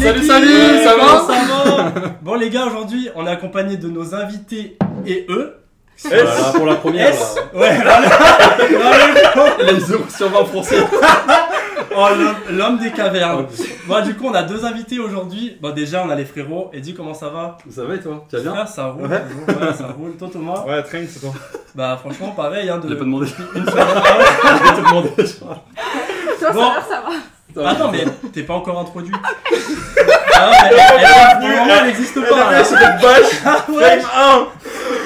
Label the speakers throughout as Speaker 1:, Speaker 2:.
Speaker 1: Salut, salut, ça va
Speaker 2: Ça va Bon les gars, aujourd'hui, on est accompagné de nos invités et eux.
Speaker 3: Voilà, pour la première.
Speaker 2: S.
Speaker 3: là.
Speaker 2: Ouais, voilà. Voilà.
Speaker 1: Il a eu 0 sur 20 français.
Speaker 2: Oh, l'homme- l'homme des cavernes. Bon, du coup, on a deux invités aujourd'hui. Bon, déjà, on a les frérots. Eddie, comment ça va
Speaker 1: Ça va et toi Tu vas bien
Speaker 2: Frère, ça roule.
Speaker 4: Ouais.
Speaker 2: toujours. Ouais, ça roule. Toi, Thomas
Speaker 4: Ouais, train, c'est toi.
Speaker 2: Bah, franchement, pareil. Hein, de...
Speaker 1: Je l'ai pas demandé.
Speaker 2: Une soirée.
Speaker 1: Je l'ai pas demandé.
Speaker 5: Toi,
Speaker 2: Bon.
Speaker 5: ça va, ça va.
Speaker 2: Attends, mais t'es pas encore introduit. Ah, elle, elle, elle- pour le moment, elle n'existe pas. là.
Speaker 1: c'était bâche
Speaker 2: Ah, ouais.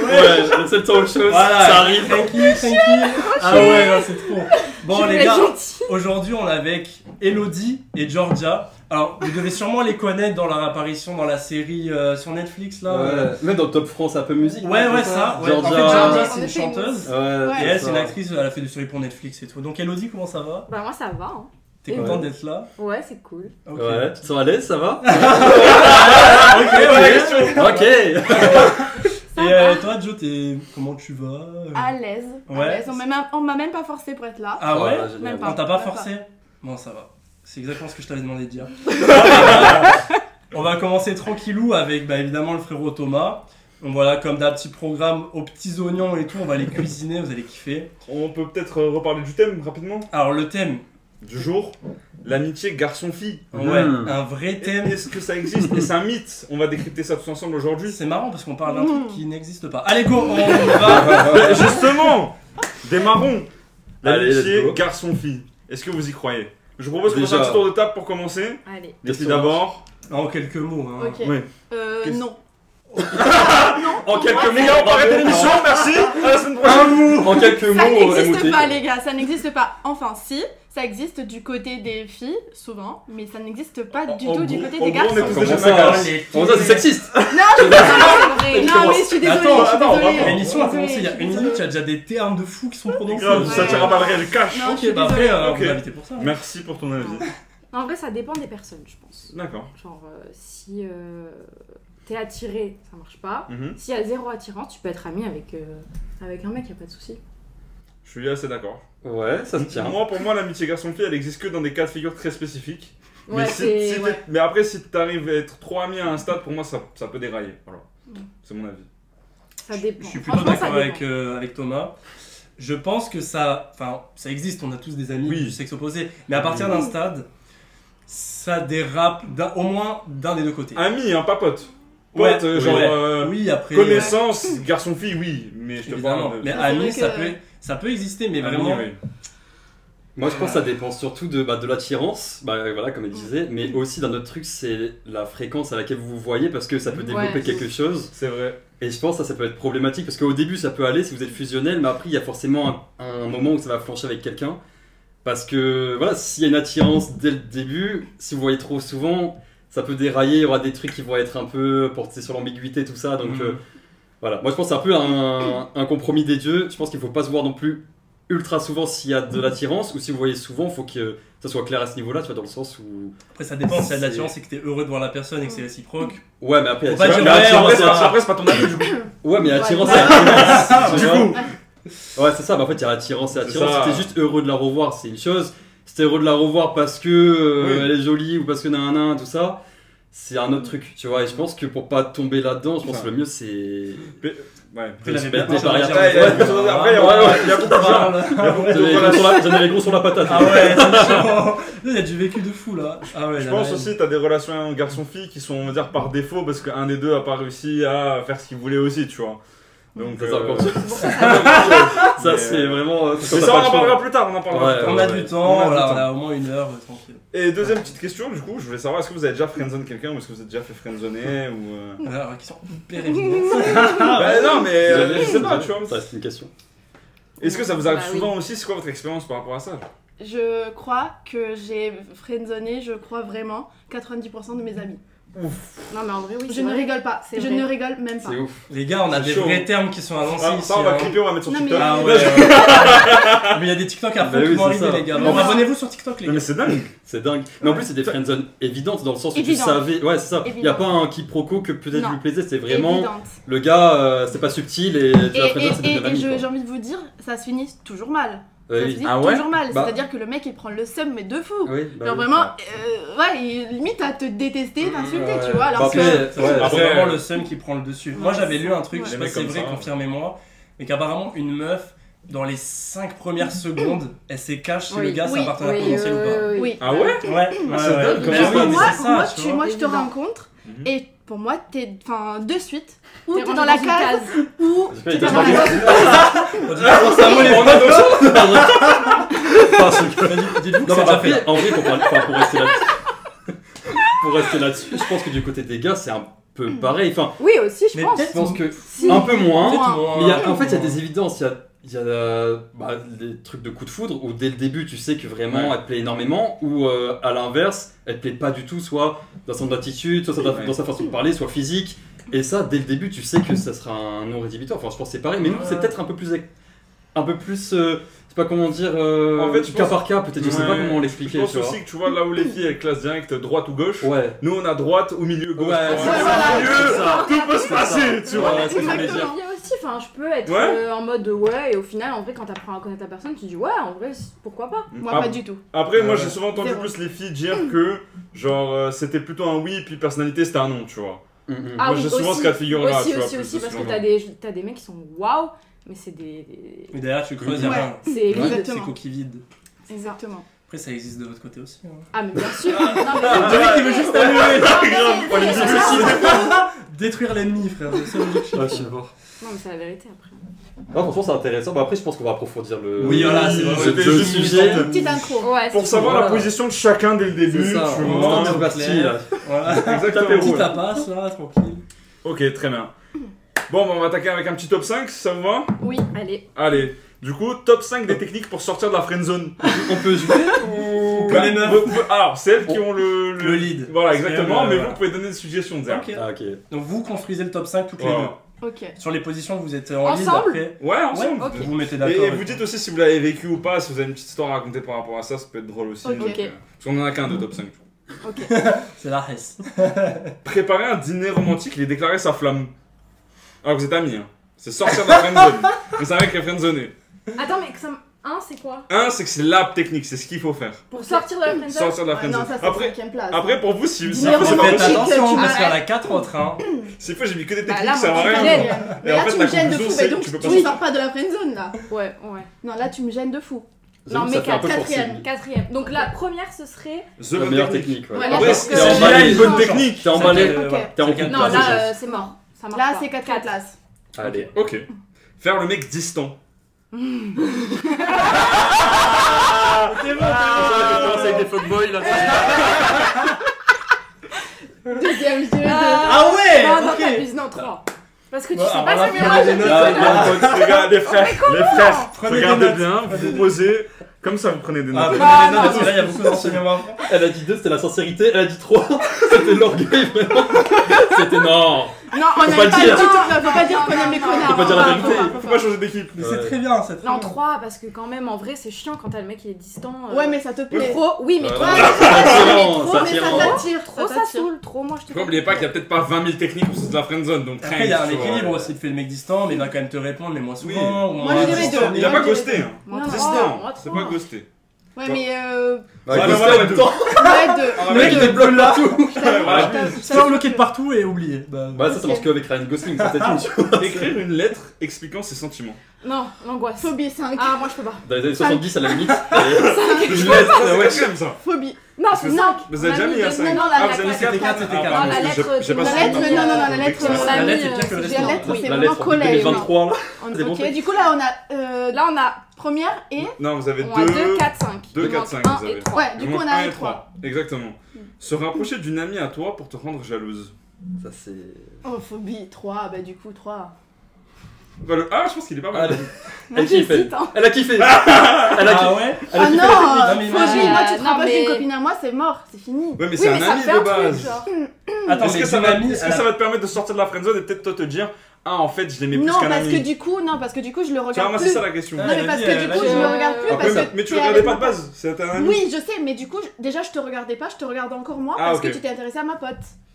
Speaker 1: Ouais, j'ai le temps aux choses.
Speaker 2: Voilà.
Speaker 1: Ça arrive.
Speaker 2: Tranquille, tranquille. Ah ouais, non, c'est trop. Bon,
Speaker 5: Je
Speaker 2: les
Speaker 5: voulais
Speaker 2: gars,
Speaker 5: être gentille.
Speaker 2: aujourd'hui, on est avec Elodie et Georgia. Alors, vous devez sûrement les connaître dans leur apparition dans la série euh, sur Netflix, là.
Speaker 1: Ouais, Même dans Top France, un peu musique.
Speaker 2: Ouais, ouais, ça. ouais. En fait,
Speaker 1: Georgia.
Speaker 2: Georgia,
Speaker 5: En
Speaker 2: c'est une
Speaker 5: effet, une-
Speaker 2: chanteuse.
Speaker 1: Ouais,
Speaker 5: Ouais.
Speaker 2: Et elle, c'est
Speaker 1: ça.
Speaker 2: une actrice, elle a fait des séries pour Netflix et tout. Donc, Elodie, comment ça va
Speaker 5: Bah moi ça va. hein.
Speaker 2: T'es
Speaker 5: Ouais.
Speaker 2: contente d'être là
Speaker 5: Ouais, c'est cool.
Speaker 2: Ok. Ah,
Speaker 1: Ouais, tu te sens à l'aise, ça va
Speaker 2: Ok, ouais.
Speaker 1: Ok Ah
Speaker 5: Ça
Speaker 2: Et
Speaker 5: va.
Speaker 2: euh, toi, Joe, t'es... comment tu vas
Speaker 5: À l'aise. à
Speaker 2: Ouais.
Speaker 5: l'aise. On m'a même- On m'a même pas forcé pour être là.
Speaker 2: Ah ouais
Speaker 1: Voilà, génial.
Speaker 5: Même pas.
Speaker 2: On t'a pas
Speaker 5: Même
Speaker 2: forcé Bon, ça va. C'est exactement ce que je t'avais demandé de dire. On va commencer tranquillou avec bah, évidemment le frérot Thomas. Donc voilà, comme d'un petit programme aux petits oignons et tout, on va les cuisiner, vous allez kiffer.
Speaker 4: On peut peut-être euh, reparler du thème rapidement
Speaker 2: Alors le thème,
Speaker 4: Du jour, l'amitié garçon-fille.
Speaker 2: ouais,
Speaker 1: Mmh.
Speaker 2: un vrai thème.
Speaker 4: Est-ce que ça existe Et c'est un mythe. On va décrypter ça tous ensemble aujourd'hui.
Speaker 2: C'est marrant parce qu'on parle d'un
Speaker 5: Hmm.
Speaker 2: truc qui n'existe pas. Allez go, on y va
Speaker 4: Mais Justement Démarrons
Speaker 1: Allez, let's go.
Speaker 4: L'amitié garçon-fille. Est-ce que vous y croyez Je vous propose qu'on fasse
Speaker 1: Déjà.
Speaker 4: un petit tour de table pour commencer.
Speaker 5: Allez.
Speaker 4: Les filles
Speaker 1: Question.
Speaker 4: d'abord.
Speaker 2: En quelques mots. hein.
Speaker 5: Ok.
Speaker 4: Oui.
Speaker 5: Euh,
Speaker 4: Qu'est-ce-
Speaker 5: non.
Speaker 4: En quelques
Speaker 5: moi,
Speaker 4: mots, on va arrêter l'émission. Merci. À
Speaker 1: Ah,
Speaker 4: la semaine prochaine.
Speaker 1: En quelques
Speaker 5: Ça
Speaker 1: mots,
Speaker 5: n'existe
Speaker 1: MOT.
Speaker 5: pas les gars, ça n'existe pas. Enfin si, ça existe du côté des filles, souvent, mais ça n'existe pas du
Speaker 4: En
Speaker 5: tout du
Speaker 4: gros-
Speaker 5: côté
Speaker 4: en
Speaker 5: des
Speaker 4: gros, on est
Speaker 5: garçons.
Speaker 4: tous
Speaker 1: Comment
Speaker 4: déjà
Speaker 1: ça
Speaker 4: macarons.
Speaker 1: Comment ça, c'est sexiste
Speaker 5: Non, je suis désolée, c'est vrai. Non
Speaker 1: Attends,
Speaker 5: mais je suis désolée,
Speaker 2: attends,
Speaker 5: je suis
Speaker 4: attends, on va
Speaker 5: désolée.
Speaker 4: voir.
Speaker 2: L'émission a
Speaker 5: Je suis
Speaker 2: commencé il y a une
Speaker 5: désolée, je suis
Speaker 2: minute, il y a déjà des termes de fous qui sont prononcés.
Speaker 4: Grave, ça
Speaker 5: Ouais.
Speaker 4: tire à balles réelles. Cash.
Speaker 5: Non, je suis
Speaker 2: Ok, bah après,
Speaker 5: désolée.
Speaker 2: euh,
Speaker 4: Ok.
Speaker 2: vous m'invitez pour ça.
Speaker 4: Merci pour ton avis.
Speaker 5: En vrai, ça dépend des personnes, je pense.
Speaker 4: D'accord.
Speaker 5: Genre euh, si euh, t'es attiré, ça marche pas.
Speaker 4: Mhm.
Speaker 5: S'il y a zéro attirance, tu peux être ami avec, euh, avec un mec, y a pas de souci.
Speaker 4: Je suis assez d'accord.
Speaker 1: Ouais, ça se tient.
Speaker 4: Moi, pour moi, l'amitié garçon-fille, elle existe que dans des cas de figure très spécifiques.
Speaker 5: Ouais,
Speaker 4: mais, si-
Speaker 5: c'est.
Speaker 4: si t'es-
Speaker 5: ouais.
Speaker 4: mais après, si t'arrives à être trop ami à un stade, pour moi, ça, ça peut dérailler. Voilà.
Speaker 5: Ouais.
Speaker 4: C'est mon avis.
Speaker 5: Ça dépend.
Speaker 2: Je suis plutôt
Speaker 5: Franchement,
Speaker 2: d'accord
Speaker 5: ça
Speaker 2: avec, euh, avec Thomas. Je pense que ça, enfin, ça existe. On a tous des amis
Speaker 4: Oui.
Speaker 2: du sexe opposé, mais à partir d'un stade, ça dérape d'un- au moins d'un des deux côtés.
Speaker 4: Ami, hein, pas pote. Pote,
Speaker 2: Ouais,
Speaker 4: euh,
Speaker 2: ouais.
Speaker 4: genre. euh,
Speaker 2: oui, après,
Speaker 4: Connaissance, garçon-fille, oui. Mais je te
Speaker 2: évidemment.
Speaker 4: parle de.
Speaker 2: Mais
Speaker 5: C'est
Speaker 2: ami,
Speaker 5: vrai
Speaker 2: ça
Speaker 5: que-
Speaker 2: peut, ça peut exister, mais
Speaker 4: Ami,
Speaker 2: vraiment.
Speaker 4: oui.
Speaker 1: Moi, je pense que ça dépend surtout de, bah, de l'attirance, bah, euh, voilà, comme elle disait, mais aussi d'un autre truc, c'est la fréquence à laquelle vous vous voyez, parce que ça peut développer
Speaker 5: Ouais.
Speaker 1: quelque chose.
Speaker 4: C'est vrai.
Speaker 1: Et je pense que ça, ça peut être problématique, parce qu'au début, ça peut aller si vous êtes fusionnel, mais après, il y a forcément un, un moment où ça va flancher avec quelqu'un. Parce que, voilà, s'il y a une attirance dès le début, si vous voyez trop souvent, ça peut dérailler, il y aura des trucs qui vont être un peu portés sur l'ambiguïté, tout ça. Donc,
Speaker 2: Mhm.
Speaker 1: euh, voilà, moi je pense que c'est un peu un, un compromis des dieux. Je pense qu'il faut pas se voir non plus ultra souvent s'il y a
Speaker 2: Mm.
Speaker 1: de l'attirance, ou si vous voyez souvent, faut que ça soit clair à ce niveau-là, tu vois, dans le sens où.
Speaker 2: Après, ça dépend. Si elle
Speaker 1: C'est-
Speaker 2: l'attirance, c'est que t'es heureux de voir la personne et que c'est réciproque.
Speaker 4: Mmh.
Speaker 1: Ouais, mais après,
Speaker 2: Faut pas
Speaker 1: attira-
Speaker 2: dire,
Speaker 1: mais
Speaker 2: ouais,
Speaker 1: attirance,
Speaker 4: après,
Speaker 2: ouais,
Speaker 4: c'est
Speaker 1: c'est
Speaker 4: pas,
Speaker 2: ça-
Speaker 4: après, c'est pas ton ami, du coup.
Speaker 1: Ouais, mais
Speaker 5: Ouais.
Speaker 1: attirance,
Speaker 5: Ouais.
Speaker 1: c'est attirance.
Speaker 2: Du
Speaker 1: tu vois.
Speaker 2: coup.
Speaker 1: Ouais, c'est ça, mais en fait, il y a l'attirance et
Speaker 4: C'est
Speaker 1: l'attirance.
Speaker 4: ça.
Speaker 1: Si t'es juste heureux de la revoir, c'est une chose. Si t'es heureux de la revoir parce que euh,
Speaker 4: Oui.
Speaker 1: elle est jolie ou parce que nanana, tout ça, c'est un autre truc, tu vois. Et je pense que pour pas tomber là-dedans, je pense
Speaker 4: Ça.
Speaker 1: que le mieux c'est.
Speaker 4: Ouais.
Speaker 2: Après, il avait
Speaker 1: Respecter
Speaker 2: bien
Speaker 1: par
Speaker 2: entendu
Speaker 4: Après, il y
Speaker 2: dire,
Speaker 4: a-
Speaker 2: ouais, voilà.
Speaker 4: après, il y a-
Speaker 1: Ouais,
Speaker 4: il y a beaucoup de gens.
Speaker 2: Voilà.
Speaker 4: beaucoup de
Speaker 1: J'en ai les
Speaker 4: Voilà.
Speaker 1: gros sur la- j'en ai les gros sur la patate.
Speaker 2: Ah ouais, c'est chiant. Il y a du vécu de fou là. Ah ouais,
Speaker 4: Je
Speaker 2: la
Speaker 4: pense
Speaker 2: haine.
Speaker 4: aussi, t'as des relations garçon-fille qui sont, on va dire, par défaut, parce qu'un des deux a pas réussi à faire ce qu'il voulait aussi, tu vois. Donc,
Speaker 1: Ça, c'est
Speaker 4: euh,
Speaker 1: encore
Speaker 5: dépend. C'est pour ça que ça dépend.
Speaker 1: Ça,
Speaker 4: Mais,
Speaker 1: c'est
Speaker 4: euh,
Speaker 1: vraiment. euh,
Speaker 4: Mais
Speaker 1: quand
Speaker 4: ça, on
Speaker 1: t'as pas
Speaker 4: en
Speaker 1: le choix.
Speaker 4: parlera plus tard, on en parlera
Speaker 1: Ouais,
Speaker 4: plus tard.
Speaker 2: On a du temps,
Speaker 4: On a du
Speaker 2: voilà,
Speaker 4: temps.
Speaker 2: on a au moins une heure euh, tranquille.
Speaker 4: Et deuxième petite question, du coup, je voulais savoir, est-ce que vous avez déjà friendzone quelqu'un ou est-ce que vous êtes déjà fait friendzoner ou... euh,
Speaker 2: Alors, qui sont hyper évidentes.
Speaker 4: Bah non, mais
Speaker 1: Désolé,
Speaker 4: euh, je sais pas, tu vois.
Speaker 1: Ça, c'est une question.
Speaker 4: Est-ce que ça vous arrive
Speaker 5: Bah oui.
Speaker 4: souvent aussi C'est quoi votre expérience par rapport à
Speaker 1: Ah,
Speaker 4: ça
Speaker 5: Je crois que j'ai friendzoné, je crois vraiment, 90% de mes amis.
Speaker 6: Non, mais en vrai, oui,
Speaker 5: Je
Speaker 6: c'est
Speaker 5: ne
Speaker 6: vrai.
Speaker 5: rigole pas,
Speaker 6: C'est
Speaker 5: je
Speaker 6: vrai.
Speaker 5: ne rigole même pas.
Speaker 1: C'est hein. ouf.
Speaker 2: Les gars, on a
Speaker 4: C'est
Speaker 2: des
Speaker 4: chaud.
Speaker 2: vrais termes qui sont avancés
Speaker 4: Ah,
Speaker 2: ici.
Speaker 4: Ça, on va
Speaker 2: hein.
Speaker 4: clipper, on va mettre sur
Speaker 5: Non, mais-
Speaker 4: TikTok.
Speaker 2: Ah ouais.
Speaker 4: Non, je-
Speaker 2: Mais il y a des TikTok à
Speaker 1: Bah
Speaker 2: fond
Speaker 1: oui,
Speaker 2: qui vont
Speaker 1: c'est
Speaker 2: arriver,
Speaker 1: ça.
Speaker 2: les gars.
Speaker 1: Non,
Speaker 2: Bon,
Speaker 1: mais-
Speaker 2: abonnez-vous sur TikTok, les
Speaker 4: Non,
Speaker 2: gars.
Speaker 4: mais c'est dingue
Speaker 1: C'est dingue. Mais en plus, c'est des friendzones évidentes dans le sens où tu
Speaker 6: Évident.
Speaker 1: savais. Ouais, c'est ça. Il n'y a
Speaker 6: Évident.
Speaker 1: pas un quiproquo que peut-être
Speaker 6: Non.
Speaker 1: lui plaisait. C'est vraiment.
Speaker 6: Évidente.
Speaker 1: Le gars, euh, c'est pas subtil et tu
Speaker 5: Et,
Speaker 1: la friendzone, c'est
Speaker 5: et- et-
Speaker 1: devenu un
Speaker 5: et
Speaker 1: ami,
Speaker 5: je-
Speaker 1: quoi. Euh,
Speaker 5: j'ai envie de vous dire, ça se finit toujours mal. Ça
Speaker 1: Oui.
Speaker 5: se finit
Speaker 4: Ah ouais
Speaker 5: toujours mal.
Speaker 1: Bah.
Speaker 5: C'est-à-dire que le mec, il prend le seum, mais de fou.
Speaker 1: Oui, bah
Speaker 5: Genre
Speaker 1: oui.
Speaker 5: vraiment, euh, ouais, il- limite à te détester, t'insulter,
Speaker 1: Ouais.
Speaker 5: tu vois. Alors
Speaker 1: Bah
Speaker 5: que.
Speaker 1: après,
Speaker 2: Ça,
Speaker 1: ouais,
Speaker 2: c'est
Speaker 4: après-
Speaker 2: vraiment le seum qui prend le dessus. Moi, j'avais lu un truc, je sais
Speaker 4: Les
Speaker 2: pas si
Speaker 4: mecs
Speaker 2: c'est
Speaker 4: comme
Speaker 2: vrai,
Speaker 4: ça.
Speaker 2: confirmez-moi, mais qu'apparemment, une meuf, dans les 5 premières secondes, elle se cache si le
Speaker 6: Oui.
Speaker 2: gars, c'est un
Speaker 5: Oui,
Speaker 2: partenaire
Speaker 6: Oui, euh,
Speaker 2: potentiel ou pas.
Speaker 6: oui, oui.
Speaker 5: Oui.
Speaker 4: Ah ouais
Speaker 2: Ouais, ouais,
Speaker 4: c'est
Speaker 2: ouais.
Speaker 4: dingue,
Speaker 2: Mais
Speaker 4: comment
Speaker 2: oui,
Speaker 4: ça
Speaker 5: pour
Speaker 2: mais
Speaker 5: moi,
Speaker 2: c'est
Speaker 5: moi,
Speaker 2: ça, tu
Speaker 5: tu,
Speaker 2: vois.
Speaker 5: moi, je te
Speaker 6: Évident.
Speaker 5: rencontre
Speaker 1: Mmh.
Speaker 4: Mhm.
Speaker 5: et pour moi, t'es. Enfin, de suite, ou
Speaker 6: T'es
Speaker 5: t'es
Speaker 6: rentré
Speaker 5: dans la
Speaker 6: une
Speaker 5: case, ou.
Speaker 1: Parce que
Speaker 5: t'es
Speaker 1: les deux
Speaker 5: dans
Speaker 1: sont
Speaker 5: la-
Speaker 2: On dit pas forcément les
Speaker 1: On a d'autres choses
Speaker 2: Dites- Dites-vous que
Speaker 1: à dire. Non,
Speaker 2: c'est
Speaker 1: mais
Speaker 2: déjà
Speaker 1: après,
Speaker 2: fait. hein.
Speaker 1: en vrai, pour, parler- enfin, pour rester là-dessus, pour rester là-dessus, je pense que du côté des gars, c'est un peu
Speaker 5: Mm.
Speaker 1: pareil. Enfin,
Speaker 5: Oui, aussi, je
Speaker 2: Mais
Speaker 5: pense.
Speaker 1: je pense que
Speaker 5: Si.
Speaker 1: un peu moins.
Speaker 5: Peut-être
Speaker 1: Mais il y
Speaker 4: Oh.
Speaker 1: a- en fait, il y a des évidences. Il y a, il y a, euh, bah, les trucs de coup de foudre où dès le début, tu sais que vraiment elle te plaît énormément, ou euh, à l'inverse, elle te plaît pas du tout, soit dans son attitude, soit dans,
Speaker 4: Ouais.
Speaker 1: dans sa façon de parler, soit physique. Et ça, dès le début, tu sais que ça sera un non rédhibitoire. Enfin, je pense que c'est pareil, mais nous, c'est
Speaker 2: Ouais.
Speaker 1: peut-être un peu plus. Un peu plus. euh, je sais pas comment dire. euh,
Speaker 4: En fait, je
Speaker 1: cas
Speaker 4: pense-
Speaker 1: par cas, peut-être, je sais pas
Speaker 4: Ouais.
Speaker 1: comment
Speaker 4: Je
Speaker 1: l'expliquer.
Speaker 4: pense
Speaker 1: tu vois.
Speaker 4: aussi que tu vois là où les filles elles classent direct droite ou gauche.
Speaker 1: Ouais.
Speaker 4: Nous on a droite au milieu gauche.
Speaker 1: Ouais,
Speaker 4: Au
Speaker 1: c'est
Speaker 5: ça.
Speaker 4: milieu,
Speaker 1: C'est ça.
Speaker 4: tout peut se passer, Ah, tu vois.
Speaker 1: Ouais, c'est ce que je voulais dire.
Speaker 6: Exactement. Il y a aussi, enfin, je peux être
Speaker 4: Ouais.
Speaker 6: euh, en mode ouais, et au final, en vrai, quand t'apprends à connaître la personne, tu dis ouais, en vrai, c- pourquoi pas.
Speaker 5: Moi,
Speaker 4: Ah,
Speaker 5: pas du tout.
Speaker 4: Après, moi
Speaker 2: Ouais.
Speaker 4: j'ai souvent entendu
Speaker 5: Zéro.
Speaker 4: plus les filles dire que genre euh, c'était plutôt un oui, puis personnalité c'était un non, tu vois.
Speaker 1: Mm, mm.
Speaker 6: Ah
Speaker 4: moi
Speaker 6: oui,
Speaker 4: j'ai souvent
Speaker 6: aussi.
Speaker 4: ce cas de figure là,
Speaker 6: aussi,
Speaker 4: tu vois.
Speaker 6: aussi,
Speaker 4: plus
Speaker 6: aussi, parce que
Speaker 4: souvent.
Speaker 6: t'as des, t'as des mecs qui sont waouh, mais c'est des. des-
Speaker 2: Mais derrière, tu creuses, il y a
Speaker 5: Ouais.
Speaker 2: rien.
Speaker 6: C'est
Speaker 1: Ouais.
Speaker 6: vide.
Speaker 2: C'est
Speaker 5: Exactement.
Speaker 2: coquille vide.
Speaker 5: Exactement.
Speaker 2: Après, ça existe de votre côté aussi. hein.
Speaker 6: Ah, mais bien sûr. non, mais-
Speaker 4: Ah,
Speaker 2: J'avais qu'il veut juste annuler.
Speaker 5: Ah,
Speaker 6: Non, mais c'est- c'est-
Speaker 2: Détruire l'ennemi, frère. C'est ça l'objectif.
Speaker 6: Non, mais c'est la vérité après.
Speaker 1: Non, franchement, c'est intéressant. Bah, après, je pense qu'on va approfondir le,
Speaker 2: Oui, voilà, c'est vrai.
Speaker 1: le-
Speaker 4: C'était
Speaker 1: le
Speaker 4: juste une
Speaker 1: sujet.
Speaker 4: sorte de-
Speaker 5: Petite intro.
Speaker 6: Ouais,
Speaker 4: Pour
Speaker 6: c'est-
Speaker 4: savoir
Speaker 1: Voilà.
Speaker 4: la position de chacun dès le début,
Speaker 1: C'est ça,
Speaker 4: tu
Speaker 1: on
Speaker 4: vois.
Speaker 1: est en Bastille, là.
Speaker 2: Voilà.
Speaker 4: Exactement.
Speaker 2: Petit tapas, là, tranquille.
Speaker 4: Ok, très bien. Bon, bah, on va attaquer avec un petit top 5, si ça vous va
Speaker 6: Oui, allez.
Speaker 4: Allez. Du coup, top 5 des techniques pour sortir de la friendzone.
Speaker 1: On peut jouer
Speaker 4: Ou...
Speaker 5: Oh.
Speaker 2: Que les meufs.
Speaker 4: vous- vous- alors, celles qui ont le,
Speaker 2: Le lead.
Speaker 4: Voilà,
Speaker 2: Parce que,
Speaker 4: exactement,
Speaker 2: euh,
Speaker 4: mais
Speaker 2: voilà.
Speaker 4: vous pouvez donner des suggestions, Zer.
Speaker 2: Ok.
Speaker 1: Ah, ok.
Speaker 2: Donc vous construisez le top 5 toutes les
Speaker 4: Voilà.
Speaker 2: deux.
Speaker 5: Ok.
Speaker 2: Sur les positions, vous êtes euh, en lead
Speaker 5: Ensemble
Speaker 2: après.
Speaker 4: Ouais, ensemble.
Speaker 2: Ouais,
Speaker 5: ok.
Speaker 2: vous vous mettez
Speaker 4: Et,
Speaker 2: d'accord. euh,
Speaker 4: vous dites aussi si vous l'avez vécu ou pas, si vous avez une petite histoire à raconter par rapport à ça, ça peut être drôle aussi.
Speaker 5: Ok.
Speaker 4: donc, euh, parce qu'on en a qu'un de top 5.
Speaker 2: C'est la hesse.
Speaker 4: Préparer un dîner romantique et déclarer sa flamme. Alors que vous êtes amis, hein. C'est sortir de la friendzone. Mais c'est un mec qui est friendzoné.
Speaker 6: Attends, mais que ça m- un, c'est quoi
Speaker 4: Un, c'est que c'est la technique, c'est ce qu'il faut faire.
Speaker 6: Pour sortir de la friendzone
Speaker 4: Sortir de la
Speaker 5: Ouais,
Speaker 4: friendzone.
Speaker 5: non, ça c'est
Speaker 4: après,
Speaker 5: cinquième place.
Speaker 4: après, pour vous, si, si
Speaker 5: Dîner
Speaker 4: faut, c'est pas
Speaker 5: romantique.
Speaker 2: Faites
Speaker 4: possible.
Speaker 2: attention
Speaker 5: tu
Speaker 2: parce qu'il y en a
Speaker 5: m'arrêtes.
Speaker 2: 4 autres. Hein.
Speaker 4: Si faut, j'ai mis que des
Speaker 5: Bah
Speaker 4: techniques,
Speaker 5: là, moi,
Speaker 4: ça va
Speaker 5: tu me
Speaker 4: rien. hein.
Speaker 5: gênes. Mais
Speaker 4: Et en
Speaker 5: là,
Speaker 4: fait,
Speaker 5: tu
Speaker 4: la
Speaker 5: me gênes de
Speaker 4: conclusion,
Speaker 5: fou.
Speaker 4: c'est
Speaker 5: Mais
Speaker 4: que
Speaker 5: donc,
Speaker 4: tu
Speaker 5: tu
Speaker 4: peux pas
Speaker 5: ne
Speaker 4: sortir.
Speaker 5: sors pas de la friend zone là.
Speaker 6: Ouais, ouais.
Speaker 5: Non, là, tu me gênes de fou.
Speaker 1: J'avoue
Speaker 5: Non,
Speaker 1: que
Speaker 5: mais
Speaker 1: ça fait un peu
Speaker 5: quatrième,
Speaker 1: forcer.
Speaker 6: Quatrième. Donc la première, ce serait.
Speaker 4: The
Speaker 1: La
Speaker 4: bonne
Speaker 1: meilleure
Speaker 4: technique.
Speaker 1: technique, ouais.
Speaker 5: Ouais, là,
Speaker 4: Après,
Speaker 5: je
Speaker 4: si
Speaker 5: pense
Speaker 1: t'es
Speaker 5: que-
Speaker 4: il y a une bonne
Speaker 2: Non,
Speaker 4: technique.
Speaker 1: T'es emballé,
Speaker 2: euh,
Speaker 5: Ok.
Speaker 2: voilà.
Speaker 1: t'es en
Speaker 2: C'est
Speaker 1: couple.
Speaker 2: quatre
Speaker 6: Non,
Speaker 2: places.
Speaker 6: là, euh, c'est mort. Ça marche
Speaker 5: Là,
Speaker 6: pas. Ah.
Speaker 5: c'est quatrième place.
Speaker 1: Allez.
Speaker 4: Ok. Faire le mec distant.
Speaker 2: C'est bon,
Speaker 1: avec des fuckboys là.
Speaker 5: Deuxième, je dirais deux.
Speaker 6: Ah
Speaker 2: Ah ouais
Speaker 6: Non, non,
Speaker 2: ok.
Speaker 6: t'abuses, non, trois. Parce que tu
Speaker 2: Ouais,
Speaker 6: sais
Speaker 2: alors
Speaker 6: pas
Speaker 2: là,
Speaker 6: ça, mais
Speaker 2: prenez
Speaker 6: moi,
Speaker 2: des
Speaker 6: je-
Speaker 2: notes,
Speaker 4: Ah,
Speaker 2: les gars.
Speaker 4: les potes, les gars, les frères, les frères,
Speaker 2: Prenez des
Speaker 4: regardez
Speaker 2: notes.
Speaker 4: bien, vous vous posez, comme ça vous prenez des
Speaker 2: Ah,
Speaker 4: notes.
Speaker 2: prenez
Speaker 5: Ah,
Speaker 2: des
Speaker 5: non,
Speaker 2: notes, parce que là, il y a beaucoup d'enseignements à faire.
Speaker 1: Elle a dit 2, c'était la sincérité. Elle a dit 3, c'était l'orgueil vraiment. C'était non.
Speaker 4: Ah,
Speaker 5: Non, on n'aime
Speaker 1: pas le
Speaker 5: pas
Speaker 1: dire.
Speaker 5: du tout. Faut pas dire qu'on aime les
Speaker 6: Faut
Speaker 5: connards.
Speaker 1: pas dire la vérité.
Speaker 4: Faut pas changer d'équipe.
Speaker 2: Mais
Speaker 1: Ouais.
Speaker 2: c'est très bien, c'est très
Speaker 6: Non,
Speaker 2: bien.
Speaker 6: trois, parce que quand même, en vrai, c'est chiant quand t'as le mec qui est distant. euh,
Speaker 5: Ouais, mais ça te plaît.
Speaker 6: Trop, oui, mais
Speaker 1: Ouais,
Speaker 6: trop,
Speaker 1: non,
Speaker 5: Ouais,
Speaker 1: ça
Speaker 5: mais
Speaker 1: Ça tire
Speaker 5: ça t'attire,
Speaker 1: en haut.
Speaker 5: ça t'attire.
Speaker 6: trop Oh, ça saoule, trop, moi, je te.
Speaker 4: N'oubliez pas qu'il y a peut-être pas 20 000 techniques pour sortir de la friendzone, donc
Speaker 2: Après, il y a un
Speaker 4: tu vois.
Speaker 2: équilibre aussi. Tu fais le mec distant, mais il va quand même te répondre, mais moins souvent. ou
Speaker 5: Moi,
Speaker 2: moins
Speaker 5: je dirais
Speaker 2: distant.
Speaker 5: deux.
Speaker 4: Il a
Speaker 5: Moi,
Speaker 4: pas
Speaker 5: je dirais
Speaker 4: ghosté.
Speaker 5: deux.
Speaker 4: hein.
Speaker 6: Moi,
Speaker 5: Non,
Speaker 4: C'est
Speaker 5: non.
Speaker 4: ça,
Speaker 6: moi,
Speaker 4: c'est
Speaker 6: trois.
Speaker 4: pas ghosté.
Speaker 5: Ouais, mais euh.
Speaker 4: Ouais,
Speaker 1: Ouais,
Speaker 4: mais
Speaker 1: mais
Speaker 4: voilà,
Speaker 1: en même
Speaker 4: deux.
Speaker 1: temps.
Speaker 5: Ouais, deux.
Speaker 4: Ah,
Speaker 2: Le mec, il
Speaker 1: Ouais.
Speaker 2: te bloque partout.
Speaker 5: Je
Speaker 4: voilà.
Speaker 5: t'avoue, je t'avoue, je
Speaker 2: Tu vas
Speaker 5: t'avoue.
Speaker 2: bloquer de partout et oublier. Bah,
Speaker 1: Bah, ça, ça
Speaker 5: Ok.
Speaker 1: marche que avec Ryan Gosling, ça peut-être une chose.
Speaker 4: Écrire une lettre expliquant ses sentiments.
Speaker 6: Non, l'angoisse.
Speaker 5: Phobie 5.
Speaker 6: Ah, moi, je peux pas.
Speaker 1: Dans les années 70, à la limite. et-
Speaker 4: Une lettre, c'est quatrième, ça.
Speaker 5: Phobie.
Speaker 6: Non,
Speaker 4: Parce que
Speaker 6: c'est cinq.
Speaker 4: Vous
Speaker 6: On
Speaker 4: avez
Speaker 6: a
Speaker 4: déjà
Speaker 6: mis
Speaker 4: mis à
Speaker 6: deux-
Speaker 4: 5
Speaker 6: Non, non,
Speaker 4: Ah,
Speaker 6: la
Speaker 4: vous avez mis
Speaker 6: lettre.
Speaker 2: c'était
Speaker 4: quatre
Speaker 2: quatre, c'était
Speaker 4: Ah,
Speaker 2: quatre.
Speaker 4: pardon,
Speaker 6: Non, la
Speaker 4: parce que
Speaker 6: lettre,
Speaker 4: j'ai- j'ai
Speaker 6: tu-
Speaker 4: pas
Speaker 5: La
Speaker 6: Non,
Speaker 4: sorti ma
Speaker 5: lettre, non,
Speaker 6: non,
Speaker 5: non,
Speaker 4: parole.
Speaker 5: non, la
Speaker 4: Donc,
Speaker 5: lettre,
Speaker 4: ça,
Speaker 5: on
Speaker 4: c'est
Speaker 5: l'a
Speaker 6: la
Speaker 5: mis.
Speaker 6: lettre,
Speaker 5: euh,
Speaker 6: bien que le
Speaker 5: c'est
Speaker 6: reste,
Speaker 5: la
Speaker 6: non.
Speaker 5: lettre,
Speaker 6: Oui.
Speaker 5: c'est
Speaker 1: La
Speaker 5: vraiment
Speaker 1: lettre
Speaker 5: collège.
Speaker 1: les 23 là.
Speaker 5: On-
Speaker 6: C'est bon,
Speaker 5: Ok,
Speaker 6: c'est-
Speaker 5: du coup, là, on a. euh, Là, on a première et.
Speaker 4: Non, vous avez
Speaker 6: On a 2,
Speaker 4: 2.
Speaker 6: 4, 5.
Speaker 4: deux,
Speaker 6: Il
Speaker 4: quatre,
Speaker 6: manque
Speaker 4: cinq,
Speaker 6: un
Speaker 4: vous
Speaker 6: et
Speaker 4: avez.
Speaker 6: trois.
Speaker 5: Ouais, du coup, on a
Speaker 4: un
Speaker 5: les
Speaker 4: et
Speaker 5: trois.
Speaker 4: trois. Exactement. Se rapprocher d'une amie à toi pour te rendre jalouse.
Speaker 1: Ça, c'est.
Speaker 5: Oh, phobie 3, bah, du coup, 3.
Speaker 4: Bah, le- Ah, je pense qu'il est pas mal.
Speaker 1: Allez.
Speaker 5: Moi,
Speaker 1: Elle kiffe.
Speaker 5: j'hésite,
Speaker 1: Elle
Speaker 5: hein.
Speaker 1: Elle a kiffé. Elle a
Speaker 2: Ah
Speaker 1: kiffé.
Speaker 2: ouais
Speaker 1: Elle a
Speaker 5: Ah
Speaker 1: kiffé.
Speaker 5: non,
Speaker 2: technique. Non, mais
Speaker 5: phobie,
Speaker 2: moi,
Speaker 5: moi,
Speaker 6: euh,
Speaker 5: tu te rapproches
Speaker 6: non, mais-
Speaker 5: d'une copine à moi, c'est mort, c'est fini.
Speaker 4: Ouais, mais
Speaker 6: Oui,
Speaker 4: c'est un
Speaker 6: mais ça
Speaker 4: ami
Speaker 6: fait un
Speaker 4: de
Speaker 6: truc,
Speaker 4: base.
Speaker 6: genre.
Speaker 2: Attends,
Speaker 4: Est-ce
Speaker 2: mais
Speaker 4: que, ça
Speaker 2: ton
Speaker 4: va,
Speaker 2: ami,
Speaker 4: est-ce que
Speaker 2: elle a-
Speaker 4: ça va te permettre de sortir de la friendzone et peut-être toi te dire Ah, en fait, je l'aimais plus
Speaker 5: Non,
Speaker 4: qu'un
Speaker 5: parce que
Speaker 4: ami
Speaker 5: du coup, non, parce que du coup, je le
Speaker 4: Tu vois,
Speaker 5: regarde
Speaker 4: moi,
Speaker 5: plus.
Speaker 4: c'est ça
Speaker 5: Non,
Speaker 4: la question.
Speaker 2: Ouais.
Speaker 5: mais parce que du coup, je
Speaker 6: Euh,
Speaker 5: le regarde plus.
Speaker 6: Après,
Speaker 5: parce
Speaker 4: Après, mais,
Speaker 5: que
Speaker 4: mais tu
Speaker 5: t'es
Speaker 4: regardais
Speaker 5: avec
Speaker 4: pas
Speaker 5: moi.
Speaker 4: de base, hein, c'était un ami.
Speaker 5: Oui, je sais, mais du coup, je- déjà, je te regardais pas, je te regarde encore moi,
Speaker 4: Ah,
Speaker 5: parce
Speaker 4: ok.
Speaker 5: que tu t'es intéressé à ma pote.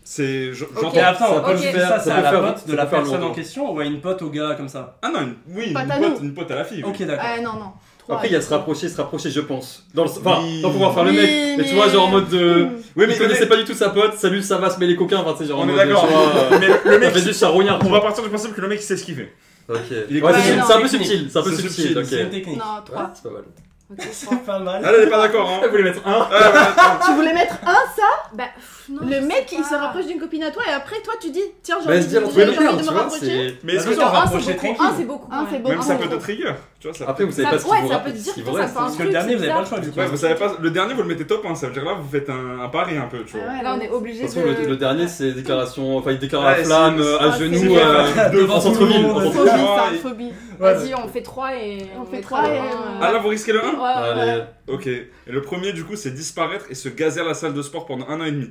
Speaker 4: C'est. je- J'entends.
Speaker 1: Ok.
Speaker 2: Mais attends,
Speaker 1: Ça peut
Speaker 2: ok,
Speaker 1: le
Speaker 2: ça,
Speaker 1: faire- ça
Speaker 2: c'est à
Speaker 1: peut
Speaker 2: la
Speaker 1: faire- ça
Speaker 2: pote de
Speaker 1: peut
Speaker 2: la
Speaker 1: faire
Speaker 2: personne en
Speaker 1: longtemps.
Speaker 2: question ou à une pote au gars comme ça
Speaker 4: Ah non, une- oui, une
Speaker 5: Pote à
Speaker 4: pote,
Speaker 5: nous.
Speaker 4: une pote à la fille. oui.
Speaker 2: Ok, d'accord.
Speaker 5: Ah non, non. trois.
Speaker 1: Après, il y a se rapprocher, se rapprocher, je pense. Dans le... Enfin,
Speaker 4: Oui.
Speaker 1: dans pouvoir faire le
Speaker 5: Oui,
Speaker 1: mec. Mais, tu
Speaker 5: mais-
Speaker 1: vois, genre en mode de.
Speaker 4: Oui,
Speaker 1: il connaissait pas du tout sa pote, salut, ça va, se met les coquins. Enfin, tu sais, genre en
Speaker 4: On est
Speaker 1: mode de,
Speaker 4: d'accord.
Speaker 1: tu vois, euh,
Speaker 4: Mais le
Speaker 1: ça
Speaker 4: mec,
Speaker 1: fait juste un rognard.
Speaker 4: on va partir du principe que le mec il sait ce qu'il fait.
Speaker 1: Ok.
Speaker 4: Il est
Speaker 1: Ouais, c'est
Speaker 5: Ouais,
Speaker 1: sub-
Speaker 5: non.
Speaker 1: c'est un peu subtil, c'est un peu
Speaker 4: C'est
Speaker 1: subtil, ok.
Speaker 2: C'est une
Speaker 1: Ouais,
Speaker 2: technique.
Speaker 5: Non, trois.
Speaker 1: c'est pas mal. Bah,
Speaker 6: Ok.
Speaker 2: C'est pas
Speaker 5: Ah,
Speaker 2: mal.
Speaker 4: Elle, elle est pas d'accord, hein.
Speaker 1: Elle voulait mettre un.
Speaker 4: Ah, voilà, attends.
Speaker 5: Tu voulais mettre un, ça
Speaker 6: Bah, pff, non, je
Speaker 5: Le
Speaker 6: sais
Speaker 5: mec, il
Speaker 6: pas.
Speaker 5: se rapproche d'une copine à toi et après, toi, tu dis Tiens, j'ai
Speaker 1: Bah,
Speaker 5: envie
Speaker 1: se dire
Speaker 5: de
Speaker 1: entre
Speaker 5: bouger,
Speaker 1: les
Speaker 5: j'ai envie
Speaker 1: merde,
Speaker 5: de me
Speaker 1: tu vois.
Speaker 5: rapprocher.
Speaker 1: c'est-
Speaker 4: Mais est-ce que
Speaker 2: Attends,
Speaker 6: Genre, un, c'est
Speaker 2: rapprocher
Speaker 6: beaucoup.
Speaker 2: tranquille.
Speaker 6: Un, c'est beaucoup.
Speaker 5: Un,
Speaker 6: ouais.
Speaker 5: c'est bon.
Speaker 4: même
Speaker 5: un,
Speaker 4: ça
Speaker 5: c'est
Speaker 4: peut te
Speaker 5: bon.
Speaker 4: trigger, tu vois ça.
Speaker 1: Après, vous savez
Speaker 6: Ça-
Speaker 1: pas ce
Speaker 6: ouais,
Speaker 1: qui vous
Speaker 6: ça
Speaker 1: rappe-
Speaker 6: peut te
Speaker 1: ce
Speaker 6: dire
Speaker 1: qui
Speaker 6: que
Speaker 1: vous
Speaker 6: ça
Speaker 1: reste.
Speaker 6: peut-
Speaker 2: Parce que le dernier, vous avez pas le choix du coup.
Speaker 4: Ouais, vous savez pas, le dernier vous le mettez top, hein, ça veut dire là vous faites un, un pari un peu, tu vois.
Speaker 5: Ah ouais,
Speaker 6: Là, on est
Speaker 1: De
Speaker 6: obligé
Speaker 1: toute
Speaker 6: de.
Speaker 1: façon, le, le dernier, c'est déclaration, enfin, il déclare
Speaker 4: Ouais,
Speaker 1: à
Speaker 4: c'est-
Speaker 1: flamme, euh, à
Speaker 5: ah, c'est-
Speaker 1: genoux,
Speaker 5: c'est-
Speaker 1: euh,
Speaker 2: Devant
Speaker 1: en
Speaker 2: tout le
Speaker 1: centre-ville,
Speaker 2: monde.
Speaker 1: en
Speaker 5: Phobie,
Speaker 1: centre-ville.
Speaker 5: ça,
Speaker 4: Ouais.
Speaker 5: phobie.
Speaker 6: Vas-y, on fait 3 et.
Speaker 5: On fait
Speaker 6: met
Speaker 5: trois et-
Speaker 6: un.
Speaker 4: Ah là vous risquez le 1
Speaker 6: Ouais, ouais.
Speaker 1: Allez.
Speaker 4: Ok. Et le premier, du coup, c'est disparaître et se gazer à la salle de sport pendant un an et demi.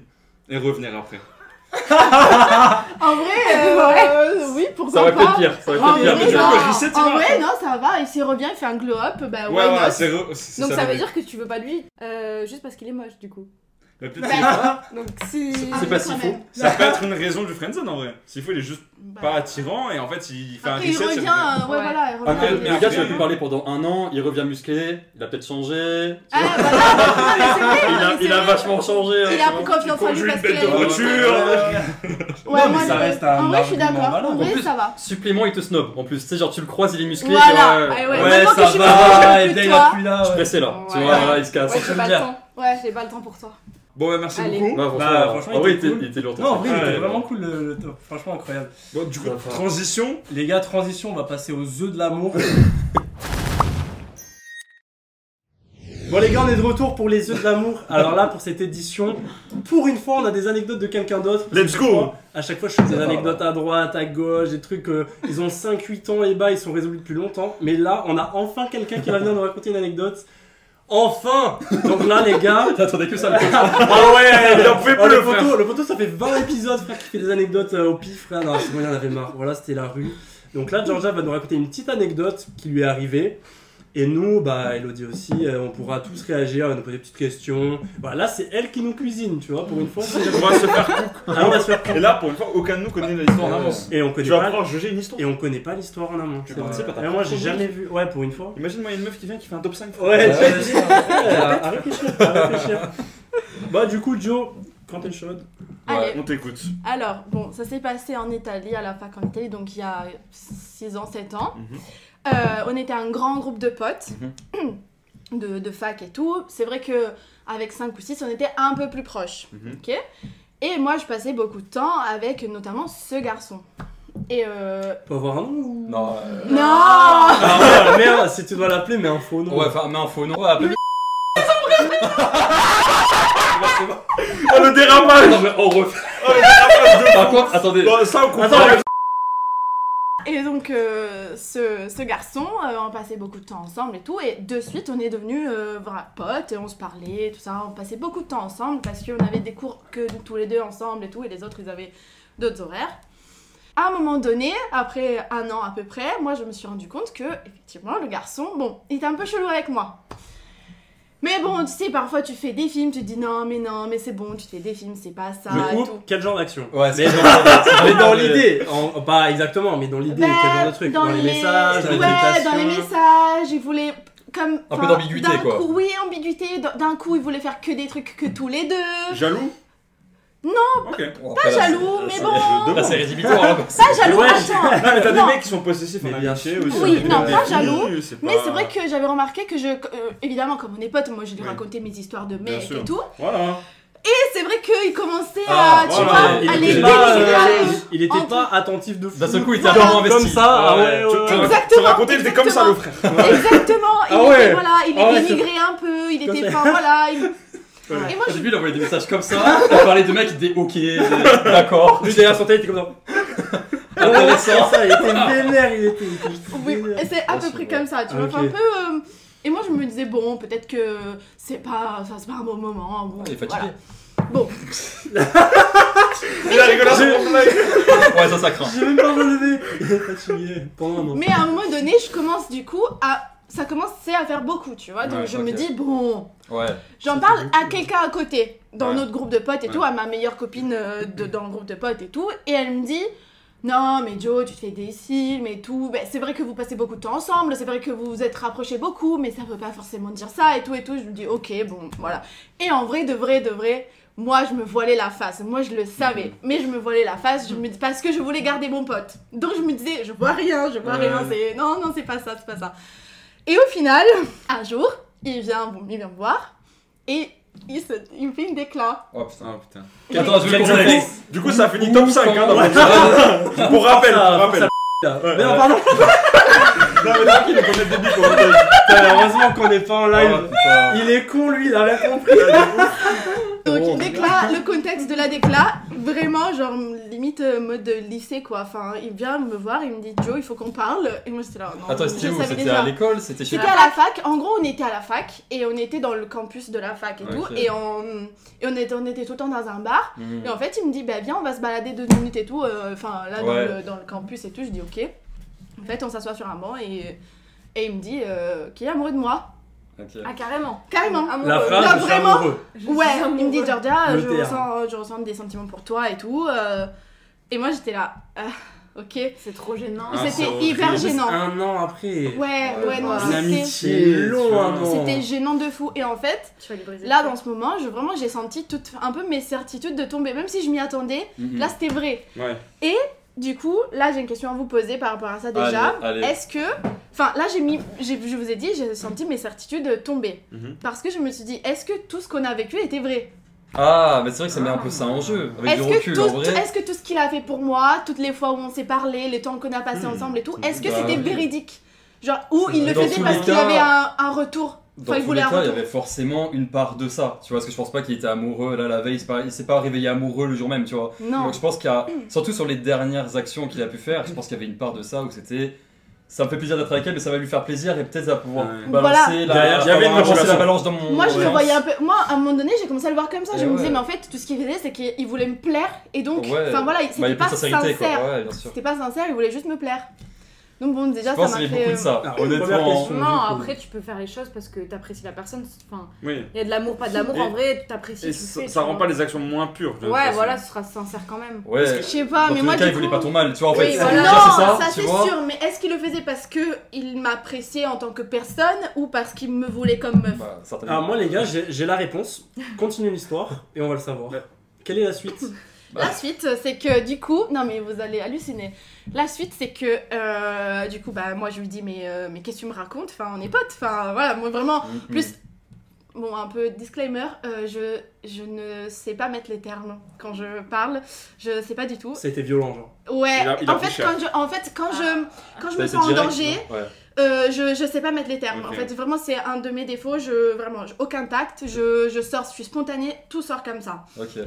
Speaker 4: Et revenir après.
Speaker 5: En vrai, euh, euh, oui,
Speaker 1: Ça
Speaker 5: pourquoi
Speaker 1: aurait pu
Speaker 5: pas
Speaker 1: être pire, ça aurait
Speaker 5: En
Speaker 1: pu être
Speaker 5: vrai,
Speaker 1: pire. mais-
Speaker 4: non.
Speaker 5: genre,
Speaker 4: je sais, tu
Speaker 5: en
Speaker 4: vois.
Speaker 5: vrai, Ah, non, ça va. Il s'y revient, il fait un glow up. Bah, why not
Speaker 4: c'est re- c'est
Speaker 6: Donc ça
Speaker 4: le
Speaker 6: veut
Speaker 4: mec.
Speaker 6: dire que tu veux pas de lui euh, juste parce qu'il est moche du coup.
Speaker 4: Mais peut-être
Speaker 5: Bah,
Speaker 4: c'est-
Speaker 6: Donc si.
Speaker 5: Ah,
Speaker 1: c'est
Speaker 5: mais
Speaker 1: pas
Speaker 5: quand
Speaker 1: si
Speaker 5: même.
Speaker 4: ça peut être une raison du friendzone en vrai. S'il faut, il est juste
Speaker 5: Bah,
Speaker 4: pas attirant et en fait, il fait un
Speaker 5: Après, il
Speaker 4: reset. c'est le
Speaker 5: revient,
Speaker 4: gars.
Speaker 5: euh, ouais,
Speaker 6: Ouais.
Speaker 5: voilà, il
Speaker 1: Ah, mais
Speaker 5: revient.
Speaker 4: Ouais,
Speaker 1: le
Speaker 4: mais
Speaker 1: gars, tu l'as
Speaker 4: après-
Speaker 1: pu parler pendant un an, il revient musclé, il a peut-être changé. tu vois.
Speaker 5: Ah, voilà, mais c'est vrai, Ah,
Speaker 1: il,
Speaker 5: mais
Speaker 1: a,
Speaker 5: c'est
Speaker 1: il a
Speaker 5: vrai.
Speaker 1: vachement changé. hein,
Speaker 5: Il
Speaker 1: tu
Speaker 5: a
Speaker 1: vois.
Speaker 5: pris confiance en lui
Speaker 4: conduit
Speaker 5: parce
Speaker 4: une
Speaker 5: qu'il
Speaker 4: bête
Speaker 5: a
Speaker 4: de
Speaker 5: été-
Speaker 4: voiture.
Speaker 5: Ouais,
Speaker 2: Non, mais
Speaker 5: moi,
Speaker 2: ça
Speaker 5: je-
Speaker 2: reste un
Speaker 5: En vrai, je suis
Speaker 2: argument
Speaker 5: d'accord. En
Speaker 2: valable.
Speaker 5: vrai,
Speaker 1: En plus-
Speaker 5: ça va.
Speaker 1: Supplément, il te snob. En plus, tu sais, genre, tu le croises, il est musclé.
Speaker 5: Voilà.
Speaker 1: tu vois,
Speaker 6: Ah
Speaker 1: ouais,
Speaker 6: ouais.
Speaker 1: ouais,
Speaker 2: Ouais,
Speaker 5: Maintenant que
Speaker 2: ça
Speaker 5: je suis
Speaker 2: va,
Speaker 5: plus
Speaker 2: et dès
Speaker 5: que
Speaker 2: il a
Speaker 5: toi.
Speaker 2: plus là.
Speaker 1: je suis
Speaker 2: ouais.
Speaker 1: pressé là. Tu
Speaker 6: Ouais.
Speaker 1: vois, voilà, il se casse.
Speaker 6: Ouais, j'ai
Speaker 2: c'est
Speaker 6: pas
Speaker 2: bien.
Speaker 6: le temps.
Speaker 5: Ouais.
Speaker 6: J'ai pas le temps pour toi.
Speaker 4: Bon, bah merci
Speaker 6: Allez.
Speaker 4: beaucoup.
Speaker 1: Non, franchement,
Speaker 2: Bah,
Speaker 1: en
Speaker 2: franchement, il
Speaker 1: vrai,
Speaker 2: était
Speaker 1: il
Speaker 2: cool.
Speaker 1: était- il était lourd.
Speaker 2: Non, en vrai, il
Speaker 4: Ouais.
Speaker 2: était vraiment cool le, le top. Franchement, incroyable.
Speaker 4: Bon, du coup,
Speaker 1: Ça va.
Speaker 4: transition.
Speaker 2: Les gars, transition, on va passer aux œufs de l'amour. Bon les gars, on est de retour pour les œufs de l'amour. Alors là, pour cette édition, pour une fois, on a des anecdotes de quelqu'un d'autre.
Speaker 4: Let's go
Speaker 2: À chaque fois, je fais des anecdotes à droite, à gauche, des trucs. euh, ils ont 5-8 ans et bas, ils sont résolus depuis longtemps. Mais là, on a enfin quelqu'un qui va venir nous raconter une anecdote. Enfin Donc là, les gars.
Speaker 1: T'attendais que ça, le coup.
Speaker 4: Ah ouais, il en fait
Speaker 2: Oh,
Speaker 4: plus,
Speaker 2: le,
Speaker 4: frère.
Speaker 2: poteau, le poteau, ça fait 20 épisodes, frère, qui fait des anecdotes euh, au pif, frère. Non, c'est bon, il en avait marre. Voilà, c'était la rue. Donc là, Georgia va nous raconter une petite anecdote qui lui est arrivée. Et nous, bah, Elodie aussi, euh, on pourra tous réagir, elle va nous poser des petites questions. Voilà, là, c'est elle qui nous cuisine, tu vois, pour une fois.
Speaker 4: On va se faire Ah cook.
Speaker 2: Ah, on va se faire
Speaker 4: Et là, pour une fois, aucun de nous connaît l'histoire en avance.
Speaker 2: Et on connaît
Speaker 4: Tu vas
Speaker 2: pas,
Speaker 4: pouvoir juger une histoire.
Speaker 2: et on connaît pas l'histoire en amont.
Speaker 4: Tu
Speaker 2: c'est
Speaker 4: participes
Speaker 2: vrai.
Speaker 4: à ta
Speaker 2: Et Moi, j'ai
Speaker 4: propre
Speaker 2: jamais vu. Ouais, pour une fois.
Speaker 4: Imagine-moi une meuf qui vient qui fait un top 5.
Speaker 2: Ouais, j'ai à réfléchir, à réfléchir. Bah, du coup, Joe, quand t'es chaude.
Speaker 5: Allez.
Speaker 4: on t'écoute.
Speaker 5: Alors, bon, ça s'est passé en Italie, à la fac en Italie, donc il y a 6 ans, 7 ans.
Speaker 4: Mhm.
Speaker 5: Euh, on était un grand groupe de potes, de, de fac et tout. C'est vrai que avec 5 ou 6, on était un peu plus proches.
Speaker 4: Mhm.
Speaker 5: ok et moi, je passais beaucoup de temps avec notamment ce garçon. Et euh...
Speaker 2: Peut avoir un nom ou.
Speaker 3: Non. euh,
Speaker 5: Non
Speaker 2: Ah ouais, merde, si tu dois l'appeler, mais un faux nom.
Speaker 3: Ouais, enfin, mais un faux nom. Ouais, appelez-
Speaker 4: Oh, le dérapage
Speaker 1: Non, mais on refait.
Speaker 4: Oh, le dérapage de
Speaker 3: Par contre, attendez.
Speaker 4: Bon, ça, on comprend.
Speaker 2: Attends,
Speaker 4: le-
Speaker 5: Et donc, euh, ce, ce garçon, euh, on passait beaucoup de temps ensemble et tout. Et de suite, on est devenus euh, vra- potes et on se parlait, tout ça. On passait beaucoup de temps ensemble parce qu'on avait des cours que tous les deux ensemble et tout. Et les autres, ils avaient d'autres horaires. À un moment donné, après un an à peu près, moi, je me suis rendu compte que, effectivement, le garçon, bon, il était un peu chelou avec moi. Mais bon, tu sais, parfois, tu fais des films, tu te dis non, mais non, mais c'est bon, tu fais des films, c'est pas ça.
Speaker 2: Mais
Speaker 5: et
Speaker 2: où
Speaker 5: tout.
Speaker 2: Quel genre d'action
Speaker 3: Ouais,
Speaker 2: Mais
Speaker 3: c'est
Speaker 2: dans, mais dans l'idée, en- pas exactement, mais dans l'idée,
Speaker 5: Bah,
Speaker 2: quel genre de truc Dans, les messages, dans
Speaker 5: ouais,
Speaker 2: les
Speaker 5: dans les
Speaker 2: invitations.
Speaker 5: messages, il voulait comme
Speaker 3: Un peu
Speaker 5: enfin,
Speaker 3: d'ambiguïté,
Speaker 5: d'un
Speaker 3: quoi.
Speaker 5: coup- oui, ambiguïté. d'un- D'un coup, il voulait faire que des trucs que tous les deux.
Speaker 4: Jaloux
Speaker 5: Non,
Speaker 4: Ok. Ah,
Speaker 5: Pas jaloux, mais bon.
Speaker 1: Ah,
Speaker 3: Là, c'est rédhibitoire. là.
Speaker 5: Pas jaloux,
Speaker 2: Ouais.
Speaker 5: attends.
Speaker 4: Non, mais t'as des
Speaker 5: Non.
Speaker 4: mecs qui sont possessifs
Speaker 2: Mais
Speaker 4: en
Speaker 2: bien
Speaker 4: amitié
Speaker 2: sûr.
Speaker 4: aussi.
Speaker 5: Oui,
Speaker 4: Des
Speaker 5: non,
Speaker 4: filles,
Speaker 5: pas jaloux,
Speaker 4: c'est
Speaker 5: Mais
Speaker 4: pas-
Speaker 5: c'est vrai que j'avais remarqué que je, euh, évidemment, comme on est potes, moi je lui
Speaker 4: Ouais.
Speaker 5: racontais mes histoires de
Speaker 4: Bien
Speaker 5: mecs
Speaker 4: sûr.
Speaker 5: et tout.
Speaker 4: Voilà.
Speaker 5: Et c'est vrai qu'il commençait
Speaker 3: Ah,
Speaker 5: à, tu
Speaker 4: voilà,
Speaker 5: vois,
Speaker 2: Il
Speaker 5: à
Speaker 2: était
Speaker 5: les
Speaker 2: pas,
Speaker 5: dénigrer
Speaker 2: euh,
Speaker 5: un peu.
Speaker 2: il était
Speaker 5: entre-
Speaker 2: pas attentif de fou.
Speaker 3: D'un seul coup, il était un
Speaker 2: Voilà,
Speaker 3: peu investi.
Speaker 2: Comme ça, ah ouais, ouais,
Speaker 4: Tu-
Speaker 2: ouais.
Speaker 4: tu- Tu
Speaker 5: Exactement,
Speaker 4: racontais, il était comme ça, le frère.
Speaker 5: Exactement, il
Speaker 4: Ah ouais.
Speaker 5: était, voilà, il
Speaker 4: Ah ouais,
Speaker 5: les dénigrait un peu, il
Speaker 2: Comme
Speaker 5: était,
Speaker 2: ça.
Speaker 5: enfin voilà. il-
Speaker 4: Ouais.
Speaker 5: Et moi
Speaker 3: Au début, il envoyait des messages comme ça. Il parlait de mecs, il disait ok, des- d'accord,
Speaker 2: Lui derrière son tête, il était comme ça.
Speaker 3: Ah intéressant.
Speaker 2: Ça, il était vénère, il était. il était
Speaker 5: Oui,
Speaker 2: vénère.
Speaker 5: et c'est à peu
Speaker 3: c'est
Speaker 5: près
Speaker 3: vrai.
Speaker 5: comme ça, tu vois.
Speaker 2: Ok.
Speaker 5: enfin, un peu. euh, Et moi, je me disais, bon, peut-être que c'est pas, enfin, c'est pas un bon moment. hein, Bon,
Speaker 3: Il est
Speaker 5: voilà.
Speaker 3: fatigué.
Speaker 5: Bon,
Speaker 4: Il a rigolé à ce moment-là.
Speaker 3: Ouais, ça, ça craint.
Speaker 2: J'ai même pas relevé. Il est fatigué pendant un an.
Speaker 5: mais à un moment donné, je commence du coup à. Ça commence c'est à faire beaucoup, tu vois. Donc
Speaker 3: Ouais,
Speaker 5: je
Speaker 3: ok.
Speaker 5: me dis, bon,
Speaker 3: Ouais.
Speaker 5: j'en
Speaker 2: Ça
Speaker 5: parle
Speaker 2: fait
Speaker 5: à quelqu'un à côté, dans
Speaker 4: Ouais.
Speaker 5: notre groupe de potes et
Speaker 4: Ouais.
Speaker 5: tout, à ma meilleure copine euh, de, dans le groupe de potes et tout. Et elle me dit, Non, mais Joe, tu te fais des cils, mais tout. Ben, c'est vrai que vous passez beaucoup de temps ensemble, c'est vrai que vous vous êtes rapprochés beaucoup, mais ça veut pas forcément dire ça et tout et tout. Je me dis, ok, bon, voilà. Et en vrai, de vrai, de vrai, moi, je me voilais la face. Moi, je le
Speaker 2: Mhm.
Speaker 5: savais, mais je me voilais la face je me dis, parce que je voulais garder mon pote. Donc, je me disais, je vois rien, je vois
Speaker 2: Ouais.
Speaker 5: rien, c'est. Non, non, c'est pas ça, c'est pas ça. Et au final, un jour, il vient, bon, il vient me voir et il, se, il me fait une déclat.
Speaker 4: Oh putain, oh, putain.
Speaker 1: Attends, je veux
Speaker 2: Quel
Speaker 1: qu'on
Speaker 2: journaliste.
Speaker 1: fasse-
Speaker 4: Du coup, ça finit top 5 hein, dans
Speaker 1: Ouais.
Speaker 4: mon jeu. Pour rappel, pour
Speaker 1: Ça-
Speaker 4: rappel.
Speaker 1: ça-
Speaker 2: Ouais.
Speaker 1: Mais non, pardon.
Speaker 4: Non, mais tranquille, on connaît le début quoi.
Speaker 2: Putain, heureusement qu'on n'est pas en
Speaker 4: Oh,
Speaker 1: Ah,
Speaker 2: live.
Speaker 4: putain.
Speaker 2: Il est con lui, il a rien compris.
Speaker 5: Donc
Speaker 2: Oh.
Speaker 5: déclat, le contexte de la décla, vraiment genre limite euh, mode lycée quoi. Enfin, il vient me voir, il me dit Joe, il faut qu'on parle. Et moi j'étais là, non,
Speaker 1: Attends,
Speaker 5: je
Speaker 1: c'était où
Speaker 5: savais
Speaker 1: C'était
Speaker 5: déjà.
Speaker 1: à l'école C'était chez
Speaker 5: C'était à la fac. En gros, on était à la fac et on était dans le campus de la fac et
Speaker 1: Ok.
Speaker 5: tout. Et, on, et on, était, on était tout le temps dans un bar.
Speaker 1: Mhm.
Speaker 5: Et en fait, il me dit, bah viens, on va se balader deux minutes et tout. euh, Enfin, là, dans,
Speaker 1: Ouais.
Speaker 5: le, dans le campus et tout. Je dis, ok. En fait, on s'assoit sur un banc et, et il me dit, euh, qui est amoureux de moi
Speaker 1: Ok.
Speaker 6: Ah, carrément.
Speaker 5: Carrément.
Speaker 6: Amoureux.
Speaker 2: La phrase,
Speaker 5: Là,
Speaker 2: je suis
Speaker 5: vraiment.
Speaker 2: amoureux.
Speaker 6: Je suis
Speaker 5: Ouais, il me dit
Speaker 6: amoureux.
Speaker 5: Georgia,
Speaker 2: Le
Speaker 5: je
Speaker 2: terme.
Speaker 5: ressens, je ressens des sentiments pour toi et tout. euh, et moi j'étais là, Ah, ok.
Speaker 6: C'est trop gênant.
Speaker 4: Ah,
Speaker 5: C'était
Speaker 4: c'est
Speaker 5: hyper
Speaker 4: horrible.
Speaker 5: gênant.
Speaker 2: Un an après.
Speaker 5: Ouais, ouais, non,
Speaker 6: ouais.
Speaker 5: je
Speaker 2: Une
Speaker 5: sais.
Speaker 2: amitié long
Speaker 4: vois.
Speaker 2: un an.
Speaker 5: C'était gênant de fou. Et en fait,
Speaker 6: Tu vas lui briser.
Speaker 5: là dans ce moment, je, vraiment j'ai senti tout, un peu mes certitudes de tomber, même si je m'y attendais.
Speaker 1: Mhm.
Speaker 5: Là c'était vrai.
Speaker 4: Hmm. Ouais.
Speaker 5: Du coup, là j'ai une question à vous poser par rapport à ça déjà.
Speaker 1: Allez, allez.
Speaker 5: Est-ce que, enfin là j'ai mis, j'ai- je vous ai dit, j'ai senti mes certitudes tomber
Speaker 4: Mhm.
Speaker 5: parce que je me suis dit, est-ce que tout ce qu'on a vécu était vrai
Speaker 1: Ah, mais c'est vrai que ça met un peu ça en jeu. Avec du
Speaker 5: Est-ce que,
Speaker 1: recul,
Speaker 5: tout,
Speaker 1: en vrai.
Speaker 5: est-ce que tout ce qu'il a fait pour moi, toutes les fois où on s'est parlé, les temps qu'on a passé ensemble et tout, est-ce que
Speaker 1: Bah
Speaker 5: c'était
Speaker 1: oui.
Speaker 5: véridique Genre, ou il le
Speaker 1: Dans
Speaker 5: faisait
Speaker 1: tous
Speaker 5: parce
Speaker 1: les
Speaker 5: qu'il
Speaker 1: cas-
Speaker 5: avait un, un retour
Speaker 1: Dans
Speaker 5: Enfin, il
Speaker 1: tous les
Speaker 5: voulait un
Speaker 1: cas, il y
Speaker 5: retour.
Speaker 1: avait forcément une part de ça, tu vois, parce que je pense pas qu'il était amoureux là la veille, c'est pas- il s'est pas réveillé amoureux le jour même, tu vois.
Speaker 5: Non.
Speaker 1: Donc je pense qu'il y a, surtout sur les dernières actions qu'il a pu faire, je pense qu'il y avait une part de ça où c'était, ça me fait plaisir d'être avec elle, mais ça va lui faire plaisir et peut-être ça va pouvoir
Speaker 4: Ouais.
Speaker 1: balancer, la,
Speaker 4: Derrière, il y avait une
Speaker 1: balancer
Speaker 4: motivation.
Speaker 1: la balance dans mon.
Speaker 5: Moi, je le
Speaker 1: Ouais. Bah,
Speaker 5: voyais un peu. Moi, à un moment donné, j'ai commencé à le voir comme ça. Je
Speaker 1: Et
Speaker 5: me
Speaker 1: ouais.
Speaker 5: disais, mais en fait, tout ce qu'il faisait, c'est qu'il voulait me plaire. Et donc,
Speaker 1: Ouais.
Speaker 5: enfin voilà, il- c'était
Speaker 1: Bah, il y a
Speaker 5: pas
Speaker 1: plus de sincérité,
Speaker 5: sincère.
Speaker 1: quoi. Ouais, bien sûr.
Speaker 5: C'était pas sincère, il voulait juste me plaire. Donc, bon, déjà,
Speaker 1: je pense
Speaker 5: ça
Speaker 1: qu'il y
Speaker 5: m'a
Speaker 1: avait
Speaker 5: fait.
Speaker 1: beaucoup de
Speaker 5: euh,
Speaker 1: ça.
Speaker 2: Ah, première
Speaker 1: Honnêtement,
Speaker 2: question.
Speaker 6: Non,
Speaker 2: Du coup.
Speaker 6: après, tu peux faire les choses parce que t'apprécies la personne. Enfin,
Speaker 4: Oui.
Speaker 6: il y a de l'amour, pas de l'amour. En
Speaker 4: Et-
Speaker 6: vrai, t'apprécies.
Speaker 4: Et
Speaker 6: tu le
Speaker 4: ça,
Speaker 6: fais,
Speaker 4: ça
Speaker 6: tu
Speaker 4: rend
Speaker 6: vois.
Speaker 4: pas les actions moins pures. de toute
Speaker 6: Ouais,
Speaker 4: façon.
Speaker 6: voilà, ce sera sincère quand même.
Speaker 1: ouais.
Speaker 5: euh, Je sais pas,
Speaker 1: Dans
Speaker 5: Ah, mais
Speaker 1: tous
Speaker 5: moi,
Speaker 1: les cas,
Speaker 5: du
Speaker 1: il voulait
Speaker 5: coup-
Speaker 1: pas ton mal, tu vois. En fait,
Speaker 6: Oui,
Speaker 1: c'est-
Speaker 6: voilà.
Speaker 1: déjà,
Speaker 5: Non,
Speaker 1: c'est
Speaker 5: ça,
Speaker 1: ça,
Speaker 5: c'est
Speaker 1: tu vois.
Speaker 5: sûr, mais est-ce qu'il le faisait parce que il m'appréciait en tant que personne ou parce qu'il me voulait comme meuf
Speaker 1: Bah, certainement.
Speaker 2: Alors Ah, moi les gars, j'ai j'ai la réponse. Continue l'histoire et on va le savoir.
Speaker 4: Ouais.
Speaker 2: Quelle est la suite
Speaker 1: Bah.
Speaker 5: La suite, c'est que du coup, non mais vous allez halluciner. La suite, c'est que euh, du coup, bah moi je lui dis mais euh, mais qu'est-ce que tu me racontes Enfin, on est potes. Enfin, voilà, moi vraiment.
Speaker 1: Mhm.
Speaker 5: Plus, bon, un peu disclaimer, euh, je je ne sais pas mettre les termes quand je parle. Je sais pas du tout.
Speaker 2: Ça a été violent genre.
Speaker 5: Ouais.
Speaker 4: Il a- il a
Speaker 5: en,
Speaker 4: pris
Speaker 5: fait,
Speaker 4: cher.
Speaker 5: quand je, en fait, quand je quand je
Speaker 1: T'as
Speaker 5: me
Speaker 1: été
Speaker 5: sens en
Speaker 1: direct,
Speaker 5: danger.
Speaker 1: non Ouais.
Speaker 5: Euh, je, je sais pas mettre les termes.
Speaker 4: Ok.
Speaker 5: En fait, vraiment, c'est un de mes défauts. Je, vraiment, j'ai aucun tact. Je, je sors, je suis spontanée. Tout sort comme ça.
Speaker 1: Ok.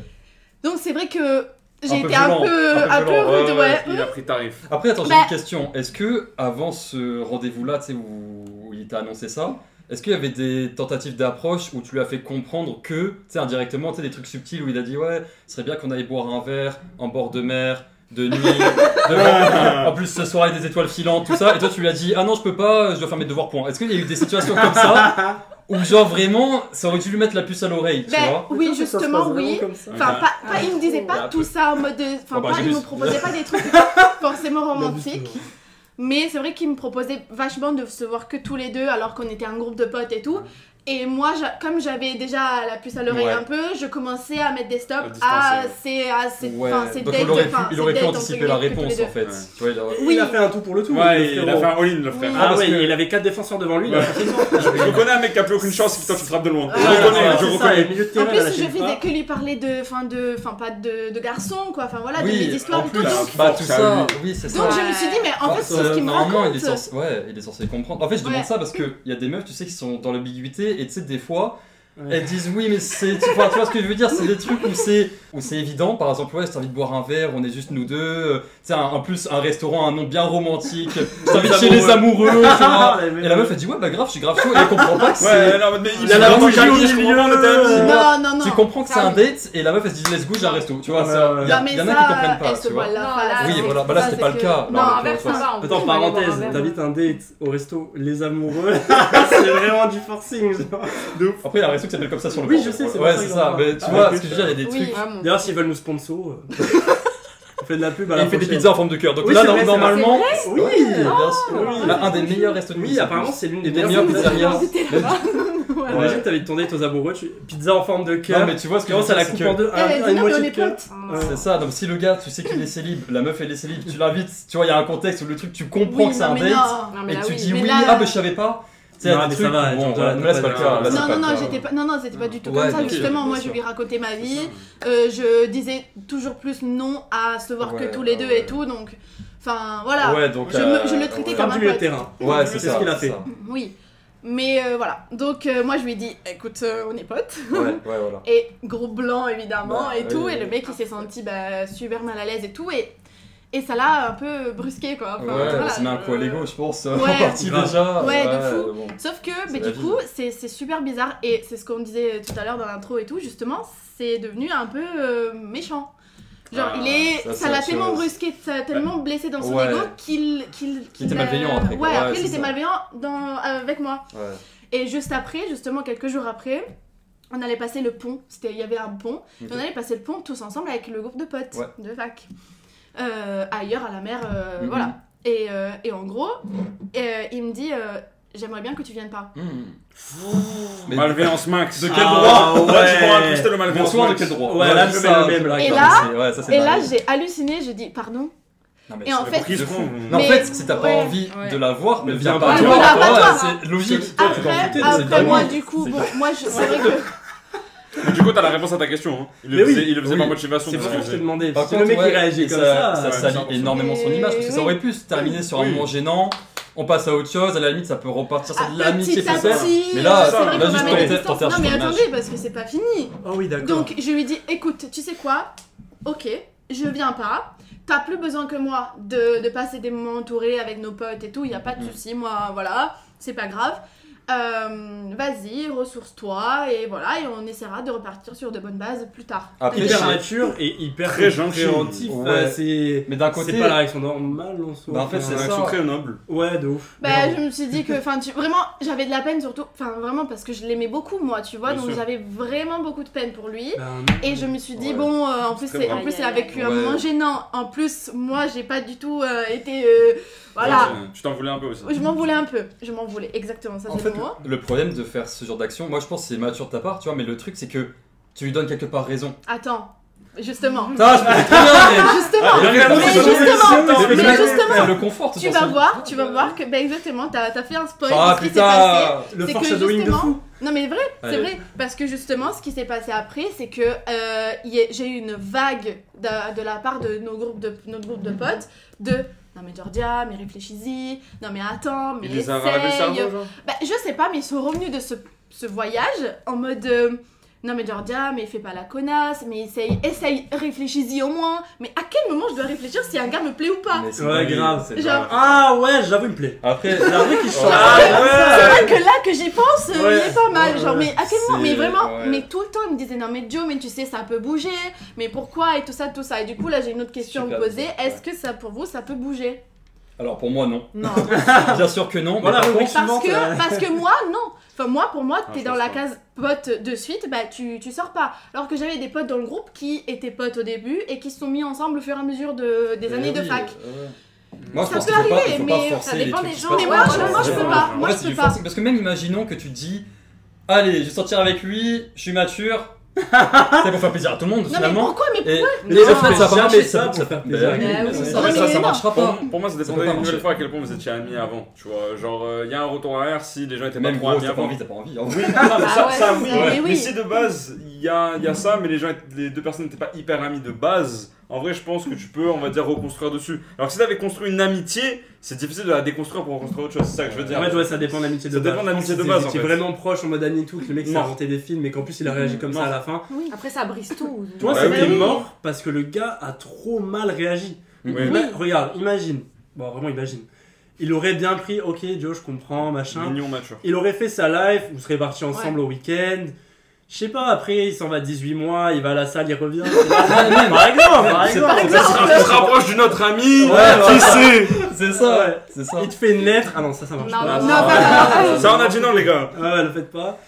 Speaker 5: Donc, c'est vrai que j'ai
Speaker 1: peu
Speaker 5: été un
Speaker 1: violent,
Speaker 5: peu,
Speaker 1: un peu
Speaker 5: un peu
Speaker 1: violent,
Speaker 5: rude.
Speaker 4: Ouais,
Speaker 5: Ouais,
Speaker 4: ouais, euh, Il a pris tarif.
Speaker 1: Après, attends, j'ai
Speaker 5: Bah-
Speaker 1: une question. Est-ce que avant ce rendez-vous-là, tu sais, où il t'a annoncé ça, est-ce qu'il y avait des tentatives d'approche où tu lui as fait comprendre que, tu sais, indirectement, tu sais, des trucs subtils où il a dit, ouais, ce serait bien qu'on aille boire un verre en bord de mer, de nuit, de- en plus ce soir, il y a des étoiles filantes, tout ça, et toi, tu lui as dit, ah non, je peux pas, je dois faire mes devoirs, point. Est-ce qu'il y a eu des situations comme ça où, genre, vraiment, ça aurait dû lui mettre la puce à l'oreille, tu
Speaker 5: Ben,
Speaker 1: vois
Speaker 5: oui, justement, oui. Enfin,
Speaker 4: Ouais.
Speaker 5: pas, pas- il me disait
Speaker 4: Il y a
Speaker 5: pas
Speaker 4: un
Speaker 5: tout
Speaker 4: peu.
Speaker 5: ça en mode. de-
Speaker 1: Bon,
Speaker 5: Enfin,
Speaker 1: bah,
Speaker 5: pas,
Speaker 1: j'ai
Speaker 5: il
Speaker 1: vu
Speaker 5: me
Speaker 1: ce-
Speaker 5: proposait pas des trucs forcément
Speaker 4: Bah,
Speaker 5: romantiques. Mais c'est vrai qu'il me proposait vachement de se voir que tous les deux alors qu'on était un groupe de potes et tout. Et moi, j'a- comme j'avais déjà la puce à l'oreille
Speaker 1: Ouais.
Speaker 5: un peu, je commençais à mettre des
Speaker 4: À
Speaker 5: stops à
Speaker 4: distancer,
Speaker 5: ces à ces-
Speaker 1: Ouais.
Speaker 5: enfin, ces
Speaker 1: Donc,
Speaker 5: dates,
Speaker 1: il aurait pu,
Speaker 5: enfin,
Speaker 1: il
Speaker 5: ces
Speaker 1: aurait pu
Speaker 5: dates, entre
Speaker 1: anticiper la
Speaker 5: guillemets, que tous
Speaker 1: réponse,
Speaker 5: les
Speaker 1: en fait.
Speaker 4: Ouais.
Speaker 1: Tu vois, il aurait-
Speaker 2: Oui. Il a fait un tout pour le tout. le
Speaker 4: euh, Ouais, il a
Speaker 2: frérot.
Speaker 4: fait un all-in, le frère.
Speaker 5: Oui.
Speaker 2: Ah,
Speaker 4: parce
Speaker 2: ouais,
Speaker 4: que-
Speaker 2: il avait quatre défenseurs devant lui. il a
Speaker 4: Ouais. Ah,
Speaker 2: fait six ans.
Speaker 4: Je je connais un mec qui a plus aucune chance si toi tu frappes de loin.
Speaker 5: Ouais.
Speaker 4: Je le connais, je
Speaker 2: C'est ça,
Speaker 4: reconnais.
Speaker 2: les milieux de
Speaker 5: En
Speaker 2: terrain,
Speaker 5: plus,
Speaker 2: là,
Speaker 5: je
Speaker 2: lâchaient
Speaker 5: faisais
Speaker 2: pas.
Speaker 5: que lui parler de, enfin de, enfin pas de, de garçon quoi, enfin voilà, de
Speaker 1: Oui,
Speaker 5: mes histoires
Speaker 4: en
Speaker 5: et tout.
Speaker 4: plus.
Speaker 5: Donc,
Speaker 1: Bah,
Speaker 4: Force
Speaker 1: tout
Speaker 4: à
Speaker 1: ça,
Speaker 4: lui.
Speaker 1: oui, c'est ça.
Speaker 5: donc je
Speaker 6: Ouais.
Speaker 5: me suis dit mais en fait
Speaker 1: Parce
Speaker 5: sur ce
Speaker 1: que
Speaker 5: qu'il me
Speaker 1: normalement,
Speaker 5: raconte,
Speaker 1: il est, censé, ouais, il est censé comprendre. En fait, je
Speaker 5: Ouais.
Speaker 1: demande ça parce qu'il y a des meufs, tu sais, qui sont dans l'ambiguïté et tu sais, des fois,
Speaker 2: Ouais.
Speaker 1: elles disent oui, mais c'est. Tu, vois- tu vois ce que je veux dire C'est des trucs où c'est où c'est évident. Par exemple, ouais, je t'invite de boire un verre, on est juste nous deux. euh, Tu sais, un- en plus, un restaurant, un nom bien romantique. Je t'invite chez les amoureux, tu vois. Et la meuf, elle dit ouais, bah grave, je suis grave chaud. Et elle comprend pas que c'est.
Speaker 4: Ouais, non, mais
Speaker 1: Il a la bougie au
Speaker 4: je
Speaker 2: milieu.
Speaker 4: comprends, on était amis.
Speaker 1: que-
Speaker 5: non non non.
Speaker 1: Tu comprends que c'est
Speaker 5: Ah
Speaker 1: un
Speaker 5: oui.
Speaker 1: date et la meuf, elle se dit let's go, j'ai un resto. Tu vois,
Speaker 2: Ouais,
Speaker 1: ça-
Speaker 2: ouais, ouais.
Speaker 1: il y, a-
Speaker 5: Non, mais
Speaker 1: il y en a
Speaker 5: ça,
Speaker 1: qui comprennent
Speaker 5: elle
Speaker 1: pas,
Speaker 5: se
Speaker 1: tu vois.
Speaker 5: voit la
Speaker 6: Non,
Speaker 5: face,
Speaker 6: là,
Speaker 5: c'est
Speaker 6: oui,
Speaker 5: que-
Speaker 1: voilà, bah là,
Speaker 5: ça,
Speaker 1: c'était
Speaker 5: c'est
Speaker 1: pas le
Speaker 5: que-
Speaker 1: cas.
Speaker 5: Non,
Speaker 6: Non,
Speaker 1: tu
Speaker 6: un verre,
Speaker 1: vois,
Speaker 6: ça
Speaker 1: ça-
Speaker 6: va. on peut
Speaker 2: Attends,
Speaker 6: même
Speaker 2: par
Speaker 6: aller boire un
Speaker 2: parenthèse,
Speaker 6: verre.
Speaker 2: t'invites un date au resto, les amoureux, c'est vraiment du forcing. genre.
Speaker 1: Après, il y a un resto qui s'appelle comme ça sur le
Speaker 2: Oui,
Speaker 1: port.
Speaker 2: je sais, c'est pour
Speaker 1: Ouais,
Speaker 2: ça
Speaker 1: c'est
Speaker 2: que
Speaker 1: ça.
Speaker 2: j'en parle.
Speaker 1: Mais tu
Speaker 2: Ah,
Speaker 1: vois,
Speaker 2: ok.
Speaker 1: ce que je veux dire, il y a des
Speaker 5: Oui.
Speaker 1: trucs.
Speaker 6: Vraiment.
Speaker 2: D'ailleurs, s'ils veulent nous sponsor, euh, On fait de la pub à
Speaker 1: Et
Speaker 2: la
Speaker 1: il fait des
Speaker 2: prochaine.
Speaker 1: pizzas en forme de cœur. Donc
Speaker 2: Oui,
Speaker 1: là,
Speaker 2: c'est
Speaker 1: non-
Speaker 2: vrai, c'est vrai.
Speaker 1: normalement,
Speaker 2: Oui, oh,
Speaker 1: bien sûr.
Speaker 2: oui.
Speaker 1: Là, un des meilleurs restos de
Speaker 2: Oui,
Speaker 1: pizza, en
Speaker 2: apparemment,
Speaker 1: plus.
Speaker 2: c'est l'une des
Speaker 1: Et des
Speaker 2: meilleures
Speaker 1: meilleures pizzerias.
Speaker 2: pizzerias.
Speaker 5: Voilà.
Speaker 2: Imagine, t'avais tourné aux amoureux, tu... pizza en forme de
Speaker 1: Non,
Speaker 2: cœur.
Speaker 1: mais tu vois ce que
Speaker 2: Comment
Speaker 1: je
Speaker 2: ça
Speaker 1: veux
Speaker 2: la
Speaker 1: dire,
Speaker 2: coupe
Speaker 1: c'est
Speaker 2: en
Speaker 1: que-
Speaker 2: deux
Speaker 5: Elle a
Speaker 2: un-
Speaker 5: dit,
Speaker 2: un- Une
Speaker 5: non, mais on
Speaker 2: moitié
Speaker 5: est
Speaker 2: de cœur. Euh,
Speaker 5: potes.
Speaker 1: C'est ça, donc si le gars, tu sais qu'il est célib, la meuf elle est célib, tu l'invites, tu vois, il y a un contexte où le truc, tu comprends
Speaker 5: Oui,
Speaker 1: que c'est un
Speaker 5: non, mais
Speaker 1: date,
Speaker 5: non.
Speaker 6: Non, mais
Speaker 1: et
Speaker 6: là,
Speaker 1: tu
Speaker 6: oui.
Speaker 1: dis
Speaker 5: mais
Speaker 1: oui,
Speaker 5: là-
Speaker 1: ah bah je savais pas. Tu sais, il y a
Speaker 2: Non,
Speaker 1: des
Speaker 2: mais ça
Speaker 1: trucs,
Speaker 2: va,
Speaker 1: bon,
Speaker 2: genre,
Speaker 1: voilà,
Speaker 2: non,
Speaker 1: mais là, c'est
Speaker 2: pas
Speaker 1: pas le
Speaker 2: de-
Speaker 1: cas, là, c'est
Speaker 5: Non,
Speaker 1: pas
Speaker 5: non,
Speaker 1: le
Speaker 5: non,
Speaker 1: cas.
Speaker 5: j'étais pas. Non, non, c'était pas du tout
Speaker 1: Ouais,
Speaker 5: comme ça,
Speaker 1: bien sûr,
Speaker 5: justement.
Speaker 1: bien
Speaker 5: Moi, je
Speaker 1: sûr.
Speaker 5: lui racontais ma vie. Euh, je disais toujours plus non à se voir
Speaker 1: Ouais, ah
Speaker 5: que tous les deux et
Speaker 1: ouais.
Speaker 5: tout. Donc, enfin, voilà.
Speaker 1: Ouais, donc,
Speaker 5: Je
Speaker 1: euh,
Speaker 5: me- je le traitais
Speaker 1: ouais.
Speaker 5: comme
Speaker 2: Comme
Speaker 5: un
Speaker 2: du milieu de
Speaker 5: pote.
Speaker 2: terrain.
Speaker 1: Ouais, c'est
Speaker 2: C'est
Speaker 1: ça,
Speaker 2: ce qu'il a
Speaker 1: c'est
Speaker 2: fait.
Speaker 1: ça.
Speaker 5: Oui. Mais euh, voilà. Donc, euh, moi, je lui ai dit écoute, euh, on est potes.
Speaker 1: Ouais, ouais, voilà.
Speaker 5: Et gros blanc, évidemment,
Speaker 1: Bah,
Speaker 5: et tout.
Speaker 1: oui,
Speaker 5: et
Speaker 1: oui.
Speaker 5: le mec, il s'est senti bah, super mal à l'aise et tout. Et, et ça l'a un peu brusqué, quoi. Enfin,
Speaker 1: Ouais, on
Speaker 5: voilà.
Speaker 1: se met un coup à l'ego, je pense, hein, en
Speaker 5: Ouais.
Speaker 1: partie
Speaker 2: Grave.
Speaker 1: déjà.
Speaker 5: Ouais, de fou.
Speaker 1: bon.
Speaker 5: Sauf que,
Speaker 1: C'est
Speaker 5: mais
Speaker 1: la
Speaker 5: du
Speaker 1: vie.
Speaker 5: coup, c'est c'est super bizarre. Et c'est ce qu'on disait tout à l'heure dans l'intro et tout, justement, c'est devenu un peu euh, méchant. Genre,
Speaker 4: Ah,
Speaker 5: il est,
Speaker 1: ça,
Speaker 5: ça,
Speaker 1: c'est
Speaker 5: l'a
Speaker 1: autre
Speaker 5: tellement
Speaker 1: chose.
Speaker 5: brusqué, ça l'a tellement blessé dans son
Speaker 1: Ouais.
Speaker 5: ego qu'il, qu'il, qu'il
Speaker 1: était
Speaker 5: a-
Speaker 1: malveillant après, quoi.
Speaker 5: Ouais,
Speaker 1: Ouais,
Speaker 5: après il
Speaker 1: c'est
Speaker 5: était
Speaker 1: ça.
Speaker 5: malveillant dans, avec moi.
Speaker 1: Ouais.
Speaker 5: Et juste après, justement, quelques jours après, on allait passer le pont. C'était, il y avait un pont.
Speaker 1: Ok.
Speaker 5: Et on allait passer le pont tous ensemble avec le groupe de potes
Speaker 1: Ouais.
Speaker 5: de fac. Euh, ailleurs, à la mer, euh,
Speaker 1: Mhm.
Speaker 5: voilà. Et, euh, et en gros, euh, il me dit euh, J'aimerais bien que tu viennes pas.
Speaker 1: Hmm. Mais-
Speaker 4: Malveillance max.
Speaker 1: De quel
Speaker 2: Ah,
Speaker 4: droit Là, tu
Speaker 2: ouais.
Speaker 4: pourras incruster le malveillance
Speaker 1: Bonsoir, de
Speaker 4: max.
Speaker 1: quel droit
Speaker 2: Ouais, là, je
Speaker 1: c'est
Speaker 2: mets
Speaker 1: ça,
Speaker 2: le même, là,
Speaker 1: c'est-
Speaker 5: Et là-
Speaker 1: ouais, ça, c'est
Speaker 5: Et là,
Speaker 1: pareil.
Speaker 5: j'ai halluciné, je dis Pardon
Speaker 1: Non, mais
Speaker 5: et
Speaker 1: c'est-
Speaker 5: en fait-
Speaker 4: Qui se
Speaker 1: de fou.
Speaker 4: prend,
Speaker 1: Non, en
Speaker 5: Mais-
Speaker 1: fait, si t'as pas
Speaker 5: ouais,
Speaker 1: envie
Speaker 6: ouais.
Speaker 1: de la voir, ne
Speaker 2: Mais
Speaker 1: viens
Speaker 2: viens
Speaker 1: pas
Speaker 2: pas
Speaker 1: te
Speaker 2: toi.
Speaker 1: voir.
Speaker 5: Voilà, pas
Speaker 1: Ouais,
Speaker 5: toi.
Speaker 1: C'est logique.
Speaker 2: Toi, tu t'en foutais
Speaker 5: Après,
Speaker 2: de cette
Speaker 5: après
Speaker 2: amie.
Speaker 5: moi, du coup,
Speaker 1: C'est
Speaker 5: bon, moi, je- c'est vrai que.
Speaker 4: Mais du coup, t'as la réponse à ta question. hein. Il
Speaker 2: Mais
Speaker 4: le
Speaker 2: oui.
Speaker 4: faisait, il le faisait
Speaker 1: Oui.
Speaker 4: par motivation.
Speaker 2: C'est
Speaker 4: de
Speaker 2: pour ça que je t'ai
Speaker 4: s'excuser.
Speaker 2: demandé.
Speaker 1: Par
Speaker 2: Si
Speaker 1: contre,
Speaker 2: le mec
Speaker 1: ouais,
Speaker 2: il réagit
Speaker 1: et
Speaker 2: comme ça.
Speaker 1: ça
Speaker 4: ouais,
Speaker 1: salit
Speaker 4: ça,
Speaker 1: énormément son
Speaker 5: Et
Speaker 1: image parce que ça
Speaker 5: oui.
Speaker 1: aurait pu se terminer sur un
Speaker 4: Oui.
Speaker 1: moment gênant. On passe à autre chose, à la limite ça peut repartir, c'est
Speaker 5: Ah,
Speaker 1: de
Speaker 5: petit
Speaker 1: l'amitié
Speaker 5: à
Speaker 1: sincère.
Speaker 5: petit,
Speaker 1: Mais là,
Speaker 5: c'est vrai
Speaker 1: là,
Speaker 5: qu'on va
Speaker 1: juste
Speaker 5: mettre
Speaker 1: tenter-
Speaker 5: distance.
Speaker 1: tenter un
Speaker 5: Non, mais
Speaker 1: petit peu
Speaker 5: attendez, parce que c'est pas fini.
Speaker 2: Ah oui, d'accord.
Speaker 5: Donc, je lui dis Écoute, tu sais quoi Ok, je viens pas. T'as plus besoin que moi de, de passer des moments entourés avec nos potes et tout. Y a pas de
Speaker 1: Mhm.
Speaker 5: souci, moi, voilà, c'est pas grave. Euh, Vas-y, ressource-toi et voilà, et on essaiera de repartir sur de bonnes bases plus tard.
Speaker 1: Après,
Speaker 5: Et
Speaker 1: j'ai-
Speaker 2: hyper mature et hyper
Speaker 4: Très gentil.
Speaker 2: compréhensif.
Speaker 1: Ouais.
Speaker 2: Euh, c'est
Speaker 1: Mais d'un
Speaker 2: c'est
Speaker 1: côté,
Speaker 2: pas la réaction normale en soi.
Speaker 1: Bah, en fait,
Speaker 2: Enfin,
Speaker 1: c'est ça.
Speaker 4: Réaction très noble.
Speaker 2: Ouais, de ouf.
Speaker 5: Bah, je me suis dit que, enfin, tu... vraiment, j'avais de la peine surtout, enfin, vraiment parce que je l'aimais beaucoup, moi, tu vois,
Speaker 4: Bien
Speaker 5: donc
Speaker 4: sûr.
Speaker 5: j'avais vraiment beaucoup de peine pour lui.
Speaker 2: Ben,
Speaker 5: Et je me suis dit,
Speaker 1: Bah, Ouais.
Speaker 5: bon, euh, en plus,
Speaker 4: Très
Speaker 5: c'est,
Speaker 4: brave.
Speaker 5: en plus, c'est
Speaker 6: Aïe, aïe,
Speaker 5: avec
Speaker 1: aïe.
Speaker 5: un
Speaker 1: Ouais.
Speaker 5: moment gênant. En plus, moi, j'ai pas du tout euh, été. euh, voilà.
Speaker 4: Ouais, Tu t'en voulais un peu aussi.
Speaker 5: Je m'en voulais un peu. Je m'en voulais, exactement, ça
Speaker 1: En
Speaker 5: c'est
Speaker 1: fait,
Speaker 5: le mot.
Speaker 1: le problème de faire ce genre d'action, moi je pense que c'est mature de ta part, tu vois, mais le truc c'est que tu lui donnes quelque part raison.
Speaker 5: Attends, justement.
Speaker 1: Ça, je me très bien,
Speaker 5: justement,
Speaker 4: Ah,
Speaker 5: mais
Speaker 4: mais
Speaker 5: justement,
Speaker 4: c'est-
Speaker 5: mais
Speaker 4: c'est-
Speaker 5: justement,
Speaker 1: le conforte.
Speaker 5: tu vas voir, tu vas voir que, bah, exactement, t'as, t'as fait un spoil
Speaker 1: Ah
Speaker 5: de ce qui s'est passé.
Speaker 1: putain
Speaker 2: Le
Speaker 5: c'est que
Speaker 2: foreshadowing de
Speaker 5: justement-
Speaker 2: fou.
Speaker 5: Non mais vrai, c'est
Speaker 1: Allez.
Speaker 5: vrai, parce que justement, ce qui s'est passé après, c'est que euh, il y a- j'ai eu une vague de, de la part de nos groupes de notre groupe de potes de non mais Georgia, mais réfléchis-y, non mais attends, mais
Speaker 4: Il les a ravé le
Speaker 5: essaye.
Speaker 4: cerveau, genre
Speaker 5: Bah, je sais pas, mais ils sont revenus de ce, ce voyage en mode euh, non mais Georgia, mais fais pas la connasse, mais essaye, essaye, réfléchis-y au moins. Mais à quel moment je dois réfléchir si un gars me plaît ou pas
Speaker 1: Mais c'est
Speaker 2: Ouais,
Speaker 1: dingue,
Speaker 2: grave.
Speaker 1: c'est
Speaker 5: Genre-
Speaker 1: dingue.
Speaker 2: Ah ouais, j'avoue, il me plaît. Ah
Speaker 1: Après,
Speaker 2: J'avoue qu'il change.
Speaker 5: C'est vrai que là que j'y pense, euh,
Speaker 2: Ouais.
Speaker 5: il est pas mal.
Speaker 2: Ouais,
Speaker 5: Genre,
Speaker 2: ouais.
Speaker 5: mais à quel moment Mais
Speaker 1: Euh, C'est-
Speaker 5: vraiment,
Speaker 1: ouais.
Speaker 5: mais tout le temps, il me disait non, mais Joe, mais tu sais, ça peut bouger, mais pourquoi Et tout ça, tout ça. Et du coup, là, j'ai une autre question à
Speaker 1: Super
Speaker 5: vous poser
Speaker 1: bizarre,
Speaker 5: est-ce que ça, pour vous, ça peut bouger
Speaker 1: alors pour moi non.
Speaker 5: Non.
Speaker 1: Bien sûr que non. mais
Speaker 2: Ah. Voilà,
Speaker 1: par
Speaker 2: rubrique
Speaker 1: contre,
Speaker 5: parce,
Speaker 2: suivante.
Speaker 5: que, parce que moi, non. Enfin, moi, pour moi,
Speaker 4: Ah,
Speaker 5: t'es
Speaker 4: je
Speaker 5: dans
Speaker 4: pense
Speaker 5: la
Speaker 4: pas.
Speaker 5: case pote de suite, bah, tu, tu sors pas. Alors que j'avais des potes dans le groupe qui étaient potes au début et qui se sont mis ensemble au fur et à mesure de, des
Speaker 1: eh
Speaker 5: années de
Speaker 1: oui,
Speaker 5: fac.
Speaker 1: euh, Moi je
Speaker 5: Ça
Speaker 1: pense
Speaker 5: peut
Speaker 1: qu'il faut pas,
Speaker 5: arriver,
Speaker 1: il faut pas
Speaker 5: mais ça
Speaker 1: forcer les
Speaker 5: dépend
Speaker 1: trucs
Speaker 5: des
Speaker 1: qui
Speaker 5: gens.
Speaker 1: se passent.
Speaker 5: Mais moi,
Speaker 1: Ouais,
Speaker 5: je- moi, je
Speaker 1: c'est
Speaker 5: peux
Speaker 1: vrai.
Speaker 5: pas.
Speaker 1: En
Speaker 5: Moi,
Speaker 1: vrai,
Speaker 5: je
Speaker 1: c'est
Speaker 5: peux
Speaker 1: du
Speaker 5: pas.
Speaker 1: forcing, Parce que même imaginons que tu te dis allez, je vais sortir avec lui, je suis mature. C'est pour faire plaisir à tout le monde
Speaker 5: Non, mais
Speaker 1: finalement. eh,
Speaker 5: pourquoi Mais
Speaker 1: Et
Speaker 2: Mais
Speaker 1: mais en
Speaker 2: ça
Speaker 1: fait
Speaker 2: fait
Speaker 1: ça va
Speaker 2: jamais
Speaker 1: marcher,
Speaker 2: ça
Speaker 1: ça
Speaker 2: pour
Speaker 1: ça
Speaker 2: faire
Speaker 1: mais
Speaker 2: plaisir.
Speaker 1: oui,
Speaker 5: Bah
Speaker 1: mais
Speaker 5: oui,
Speaker 1: c'est
Speaker 5: c'est
Speaker 1: vrai,
Speaker 5: vrai.
Speaker 1: ça ça
Speaker 5: Mais
Speaker 1: marchera pas.
Speaker 4: Pour, pour moi, ça
Speaker 1: Ça
Speaker 4: dépend
Speaker 1: peut pas
Speaker 4: une nouvelle
Speaker 1: marcher.
Speaker 4: fois à quel point vous étiez amis avant. Tu vois, genre, il y a un retour arrière si les gens étaient
Speaker 1: Même
Speaker 4: pas trop
Speaker 1: gros,
Speaker 4: amis
Speaker 1: t'as pas
Speaker 4: avant.
Speaker 1: envie, t'as pas envie. hein. en vrai.
Speaker 4: Oui, non, mais ça,
Speaker 6: Ah ouais,
Speaker 4: ça, oui.
Speaker 5: c'est- mais oui.
Speaker 4: Mais si de base, il y a, il y a ça, mais les, gens, les deux personnes n'étaient pas hyper amies de base, en vrai, je pense que tu peux, on va dire, reconstruire dessus. Alors que si t'avais construit une amitié, c'est difficile de la déconstruire pour reconstruire autre chose, c'est ça que je veux dire.
Speaker 2: En fait, ouais, ça dépend de l'amitié de
Speaker 4: Ça
Speaker 2: base.
Speaker 4: dépend de
Speaker 2: Je
Speaker 4: l'amitié
Speaker 2: pense
Speaker 4: de
Speaker 2: que
Speaker 4: base, en
Speaker 2: c'est-
Speaker 4: fait.
Speaker 2: C'est vraiment proche en mode ami et tout, que le mec s'est
Speaker 4: Non.
Speaker 2: inventé des films et qu'en plus il a réagi comme ça à la fin.
Speaker 6: Après, ça brise tout.
Speaker 2: Tu vois,
Speaker 4: Bah
Speaker 2: c'était
Speaker 4: oui.
Speaker 2: mort parce que le gars a trop mal réagi.
Speaker 4: Oui.
Speaker 2: Ima- Regarde, imagine. Bon, vraiment, imagine. Il aurait bien pris, ok, Joe, je comprends, machin.
Speaker 4: Mignon, mature.
Speaker 2: Il aurait fait sa life, vous serez partis ensemble au week-end. Je sais pas, après, il s'en va 18 mois, il va à la salle, il revient. par exemple, par
Speaker 1: C'est-
Speaker 2: exemple.
Speaker 5: c'est
Speaker 4: Ça se, ra- se rapproche d'une autre amie,
Speaker 2: Ouais,
Speaker 4: qui sait
Speaker 1: C'est ça,
Speaker 2: Ouais.
Speaker 1: c'est ça.
Speaker 2: Il te fait une lettre. Ah non, ça, ça marche
Speaker 6: Non,
Speaker 2: pas.
Speaker 6: non,
Speaker 5: non,
Speaker 2: ouais.
Speaker 5: non,
Speaker 1: non, non.
Speaker 4: Ça, on a dit non, les gars.
Speaker 2: Ah ouais, le faites pas.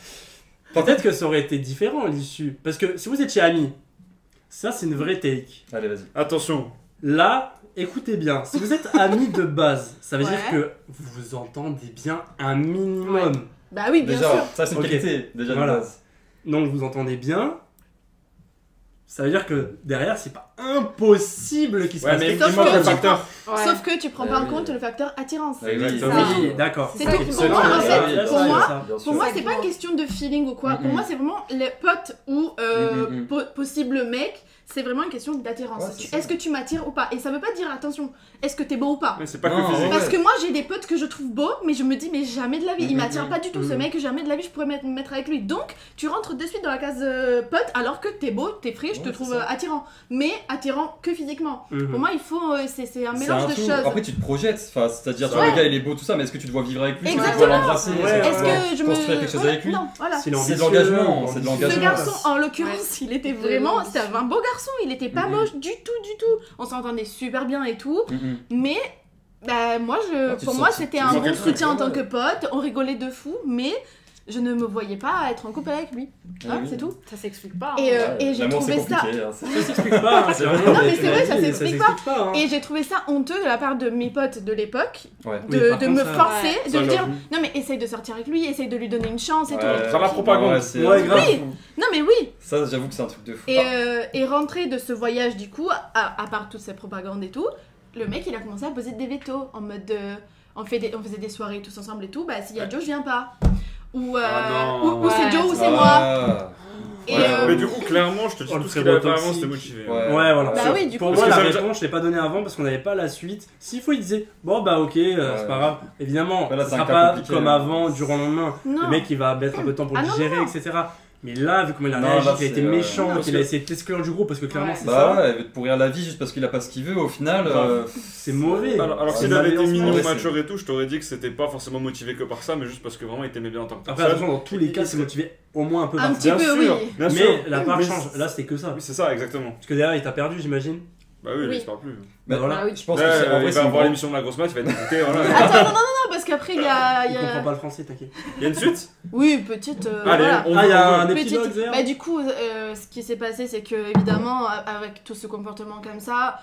Speaker 2: Peut-être que ça aurait été différent l'issue. Parce que si vous étiez amis, ça c'est une vraie take.
Speaker 1: Allez, vas-y.
Speaker 4: Attention,
Speaker 2: Là, écoutez bien, si vous êtes amis de base, ça veut dire
Speaker 5: Ouais.
Speaker 2: que vous vous entendez bien un minimum.
Speaker 5: Bah oui, bien
Speaker 1: Déjà,
Speaker 5: sûr.
Speaker 1: ça c'est une
Speaker 2: Ok.
Speaker 1: qualité. Déjà, de
Speaker 2: Voilà.
Speaker 1: base.
Speaker 2: Donc vous entendez bien. Ça veut dire que derrière, c'est pas impossible qu'il se
Speaker 4: Ouais,
Speaker 2: passe
Speaker 4: mais il
Speaker 2: quelque
Speaker 5: Sauf
Speaker 4: manque
Speaker 5: que
Speaker 4: un
Speaker 5: tu
Speaker 4: facteur.
Speaker 5: Sauf que tu prends
Speaker 1: Euh,
Speaker 5: pas en
Speaker 1: oui.
Speaker 5: compte le facteur attirance.
Speaker 1: Oui,
Speaker 4: Exactement.
Speaker 5: ça.
Speaker 2: chose. Oui, d'accord.
Speaker 5: C'est
Speaker 6: ça
Speaker 5: ça
Speaker 6: qui
Speaker 5: qui
Speaker 6: compte.
Speaker 5: pour moi, en
Speaker 6: Ah,
Speaker 5: fait.
Speaker 2: oui,
Speaker 5: pour moi,
Speaker 1: bien sûr.
Speaker 5: Pour moi, c'est
Speaker 6: Exactement.
Speaker 5: pas une question de feeling ou quoi.
Speaker 1: Mm,
Speaker 5: Pour
Speaker 1: mm.
Speaker 5: moi, c'est vraiment les potes ou euh,
Speaker 1: Mm, mm, mm.
Speaker 5: po- possible mec. C'est vraiment une question d'attirance.
Speaker 1: Ouais, c'est
Speaker 5: Tu-
Speaker 1: ça.
Speaker 5: est-ce que tu m'attires ou pas Et ça veut pas dire, attention, est-ce que t'es beau ou pas
Speaker 4: Mais c'est pas
Speaker 1: Non,
Speaker 4: que physique.
Speaker 1: ouais.
Speaker 5: Parce que moi, j'ai des potes que je trouve beaux, mais je me dis, mais jamais de la vie.
Speaker 1: Mm,
Speaker 5: Il
Speaker 1: mm,
Speaker 5: m'attire
Speaker 1: mm.
Speaker 5: pas du tout, ce
Speaker 2: Mm.
Speaker 5: mec. Jamais de la vie, je pourrais me mettre avec lui. Donc, tu rentres de suite dans la case euh, pote alors que t'es beau, t'es frais, je
Speaker 1: Ouais,
Speaker 5: te
Speaker 1: c'est
Speaker 5: trouve
Speaker 1: ça. Mm.
Speaker 5: euh, attirant. Mais attirant que physiquement.
Speaker 2: Mhm.
Speaker 5: Pour moi, il faut. euh, c'est, c'est un
Speaker 1: C'est
Speaker 5: mélange
Speaker 1: un
Speaker 5: de
Speaker 1: tout.
Speaker 5: choses.
Speaker 1: Après, tu te projettes. Enfin, c'est-à-dire, tu vois,
Speaker 5: Ouais.
Speaker 1: le gars, il est beau, tout ça, mais est-ce que tu te vois vivre avec lui Est-ce que tu
Speaker 5: Exactement.
Speaker 1: dois l'embrasser
Speaker 2: Ouais,
Speaker 1: Est-ce que tu
Speaker 5: Est-ce
Speaker 1: dois
Speaker 5: que je me.
Speaker 1: construire quelque chose
Speaker 5: voilà,
Speaker 1: avec lui
Speaker 5: Non, voilà.
Speaker 2: S'il est
Speaker 1: C'est de
Speaker 2: ambitieux,
Speaker 1: l'engagement,
Speaker 2: ou
Speaker 1: c'est de
Speaker 2: ambitieux.
Speaker 5: Ce
Speaker 1: l'engagement.
Speaker 5: garçon, en l'occurrence, il était vraiment. C'était un beau garçon, il était pas
Speaker 1: Mhm.
Speaker 5: moche du tout, du tout. On s'entendait super bien et tout.
Speaker 1: Mm, mm.
Speaker 5: Mais, bah, moi, je,
Speaker 1: Ouais, tu
Speaker 5: pour
Speaker 1: te
Speaker 5: moi,
Speaker 1: sens-
Speaker 5: c'était
Speaker 1: tu
Speaker 5: un
Speaker 1: sens
Speaker 5: bon
Speaker 1: quelque
Speaker 5: soutien en
Speaker 1: chose,
Speaker 5: tant que
Speaker 1: ouais.
Speaker 5: pote. On rigolait de fou, mais je ne me voyais pas être en couple avec lui.
Speaker 1: Eh
Speaker 5: Hein,
Speaker 1: oui.
Speaker 5: C'est tout.
Speaker 6: Ça s'explique pas.
Speaker 5: Et,
Speaker 6: hein.
Speaker 5: euh, et j'ai
Speaker 1: L'amour, c'est
Speaker 5: trouvé ça.
Speaker 1: compliqué, hein, c'est-
Speaker 2: Ça s'explique pas. hein,
Speaker 1: C'est
Speaker 2: vrai.
Speaker 1: vrai. Non, mais
Speaker 5: c'est vrai, ça
Speaker 2: dit,
Speaker 5: s'explique
Speaker 2: hein.
Speaker 5: Et j'ai trouvé ça honteux de la part de mes potes de l'époque
Speaker 1: Ouais.
Speaker 5: de,
Speaker 2: Oui, par
Speaker 5: de
Speaker 2: contre,
Speaker 5: me
Speaker 2: ça-
Speaker 5: forcer, de
Speaker 4: Ça,
Speaker 5: me dire
Speaker 4: j'avoue.
Speaker 5: non mais essaye de sortir avec lui, essaye de lui donner une chance et
Speaker 1: Ouais,
Speaker 5: tout.
Speaker 4: Ça va,
Speaker 1: ouais,
Speaker 4: propagande.
Speaker 1: ouais, c'est-
Speaker 2: Ouais, grave.
Speaker 5: Oui. Non mais oui,
Speaker 1: Ça, j'avoue que c'est un truc de fou. Ah.
Speaker 5: Et, euh, et rentré de ce voyage, du coup, à, à part toutes ces propagandes et tout, le mec il a commencé à poser des vétos en mode euh, on, fait des- on faisait des soirées tous ensemble et tout. Bah, s'il y a Joe, je viens pas. Ou, euh,
Speaker 4: Ah non.
Speaker 5: ou, ou c'est
Speaker 6: Ouais,
Speaker 5: Joe ou
Speaker 6: ça
Speaker 5: c'est
Speaker 1: Ah.
Speaker 5: moi. Et
Speaker 1: Ouais,
Speaker 5: euh,
Speaker 4: Mais du coup, clairement, je te dis
Speaker 2: Oh, le
Speaker 4: tout ce qu'il avait
Speaker 2: frérot
Speaker 4: avant, c'était
Speaker 2: toxique.
Speaker 4: motivé.
Speaker 1: Ouais.
Speaker 2: Ouais, voilà.
Speaker 5: Bah oui, du
Speaker 2: Pour
Speaker 5: coup.
Speaker 2: moi,
Speaker 4: Parce que
Speaker 2: la
Speaker 4: ça me-
Speaker 2: réponse, je l'ai pas donnée avant parce qu'on n'avait pas la suite. S'il faut, il disait Bon, bah ok, euh,
Speaker 1: Ouais.
Speaker 2: c'est pas grave. Évidemment,
Speaker 1: Voilà,
Speaker 2: ça
Speaker 1: c'est un
Speaker 2: sera
Speaker 1: cas
Speaker 2: pas
Speaker 1: compliqué, hein.
Speaker 2: comme
Speaker 1: là.
Speaker 2: avant, du jour au lendemain.
Speaker 5: Non.
Speaker 2: Le mec, il va mettre un peu de temps pour
Speaker 5: Ah
Speaker 2: le
Speaker 5: non,
Speaker 2: gérer,
Speaker 5: non.
Speaker 2: etc. Mais là, vu comment il a
Speaker 1: Non,
Speaker 2: réagi,
Speaker 1: là,
Speaker 2: qu'il a été
Speaker 1: c'est, euh,
Speaker 2: méchant,
Speaker 1: parce
Speaker 2: qu'il
Speaker 1: que-
Speaker 2: a essayé de t'exclure du groupe parce que clairement,
Speaker 6: Ouais.
Speaker 2: c'est
Speaker 1: Bah
Speaker 2: ça.
Speaker 1: ouais, il veut te pourrir la vie juste parce qu'il a pas ce qu'il veut au final.
Speaker 2: Grave.
Speaker 1: euh,
Speaker 2: C'est mauvais.
Speaker 4: Alors, alors
Speaker 1: Ouais,
Speaker 4: s'il
Speaker 1: c'est
Speaker 4: avait été
Speaker 2: malveillant,
Speaker 4: mignon,
Speaker 1: ouais, c'est-
Speaker 4: mature et tout, je t'aurais dit que c'était pas forcément motivé que par ça, mais juste parce que vraiment il t'aimait bien en tant que
Speaker 2: Après,
Speaker 4: personne.
Speaker 2: attention, dans tous les cas, c'est motivé au moins un peu par
Speaker 5: Un
Speaker 2: ça.
Speaker 5: petit
Speaker 4: Bien
Speaker 5: peu,
Speaker 4: sûr,
Speaker 5: oui.
Speaker 4: bien sûr.
Speaker 2: Mais la part
Speaker 4: Mais-
Speaker 2: change. Là, c'était que ça.
Speaker 4: Oui, c'est ça, exactement.
Speaker 2: Parce que derrière, il t'a perdu, j'imagine.
Speaker 4: Bah oui,
Speaker 5: Oui.
Speaker 4: il se parle plus.
Speaker 2: Bah voilà.
Speaker 6: Ah oui.
Speaker 1: Je pense que c'est en
Speaker 4: Ouais,
Speaker 1: vrai,
Speaker 4: il
Speaker 1: c'est
Speaker 4: va
Speaker 1: une
Speaker 4: avoir
Speaker 1: grande-
Speaker 4: l'émission de la grosse match, il va être dégoûté, voilà.
Speaker 5: Attends, non, non, non, non, parce qu'après il y a. il
Speaker 2: Il
Speaker 5: y a-
Speaker 2: comprend pas le français, t'inquiet.
Speaker 4: Il y a une suite
Speaker 5: Oui, petite. euh,
Speaker 4: Allez,
Speaker 5: voilà.
Speaker 4: on
Speaker 2: Ah, il y a un
Speaker 4: on-
Speaker 5: Petite-
Speaker 2: épilogue, d'ailleurs.
Speaker 5: Bah, du coup, euh, ce qui s'est passé, c'est que évidemment, a- avec tout ce comportement comme ça,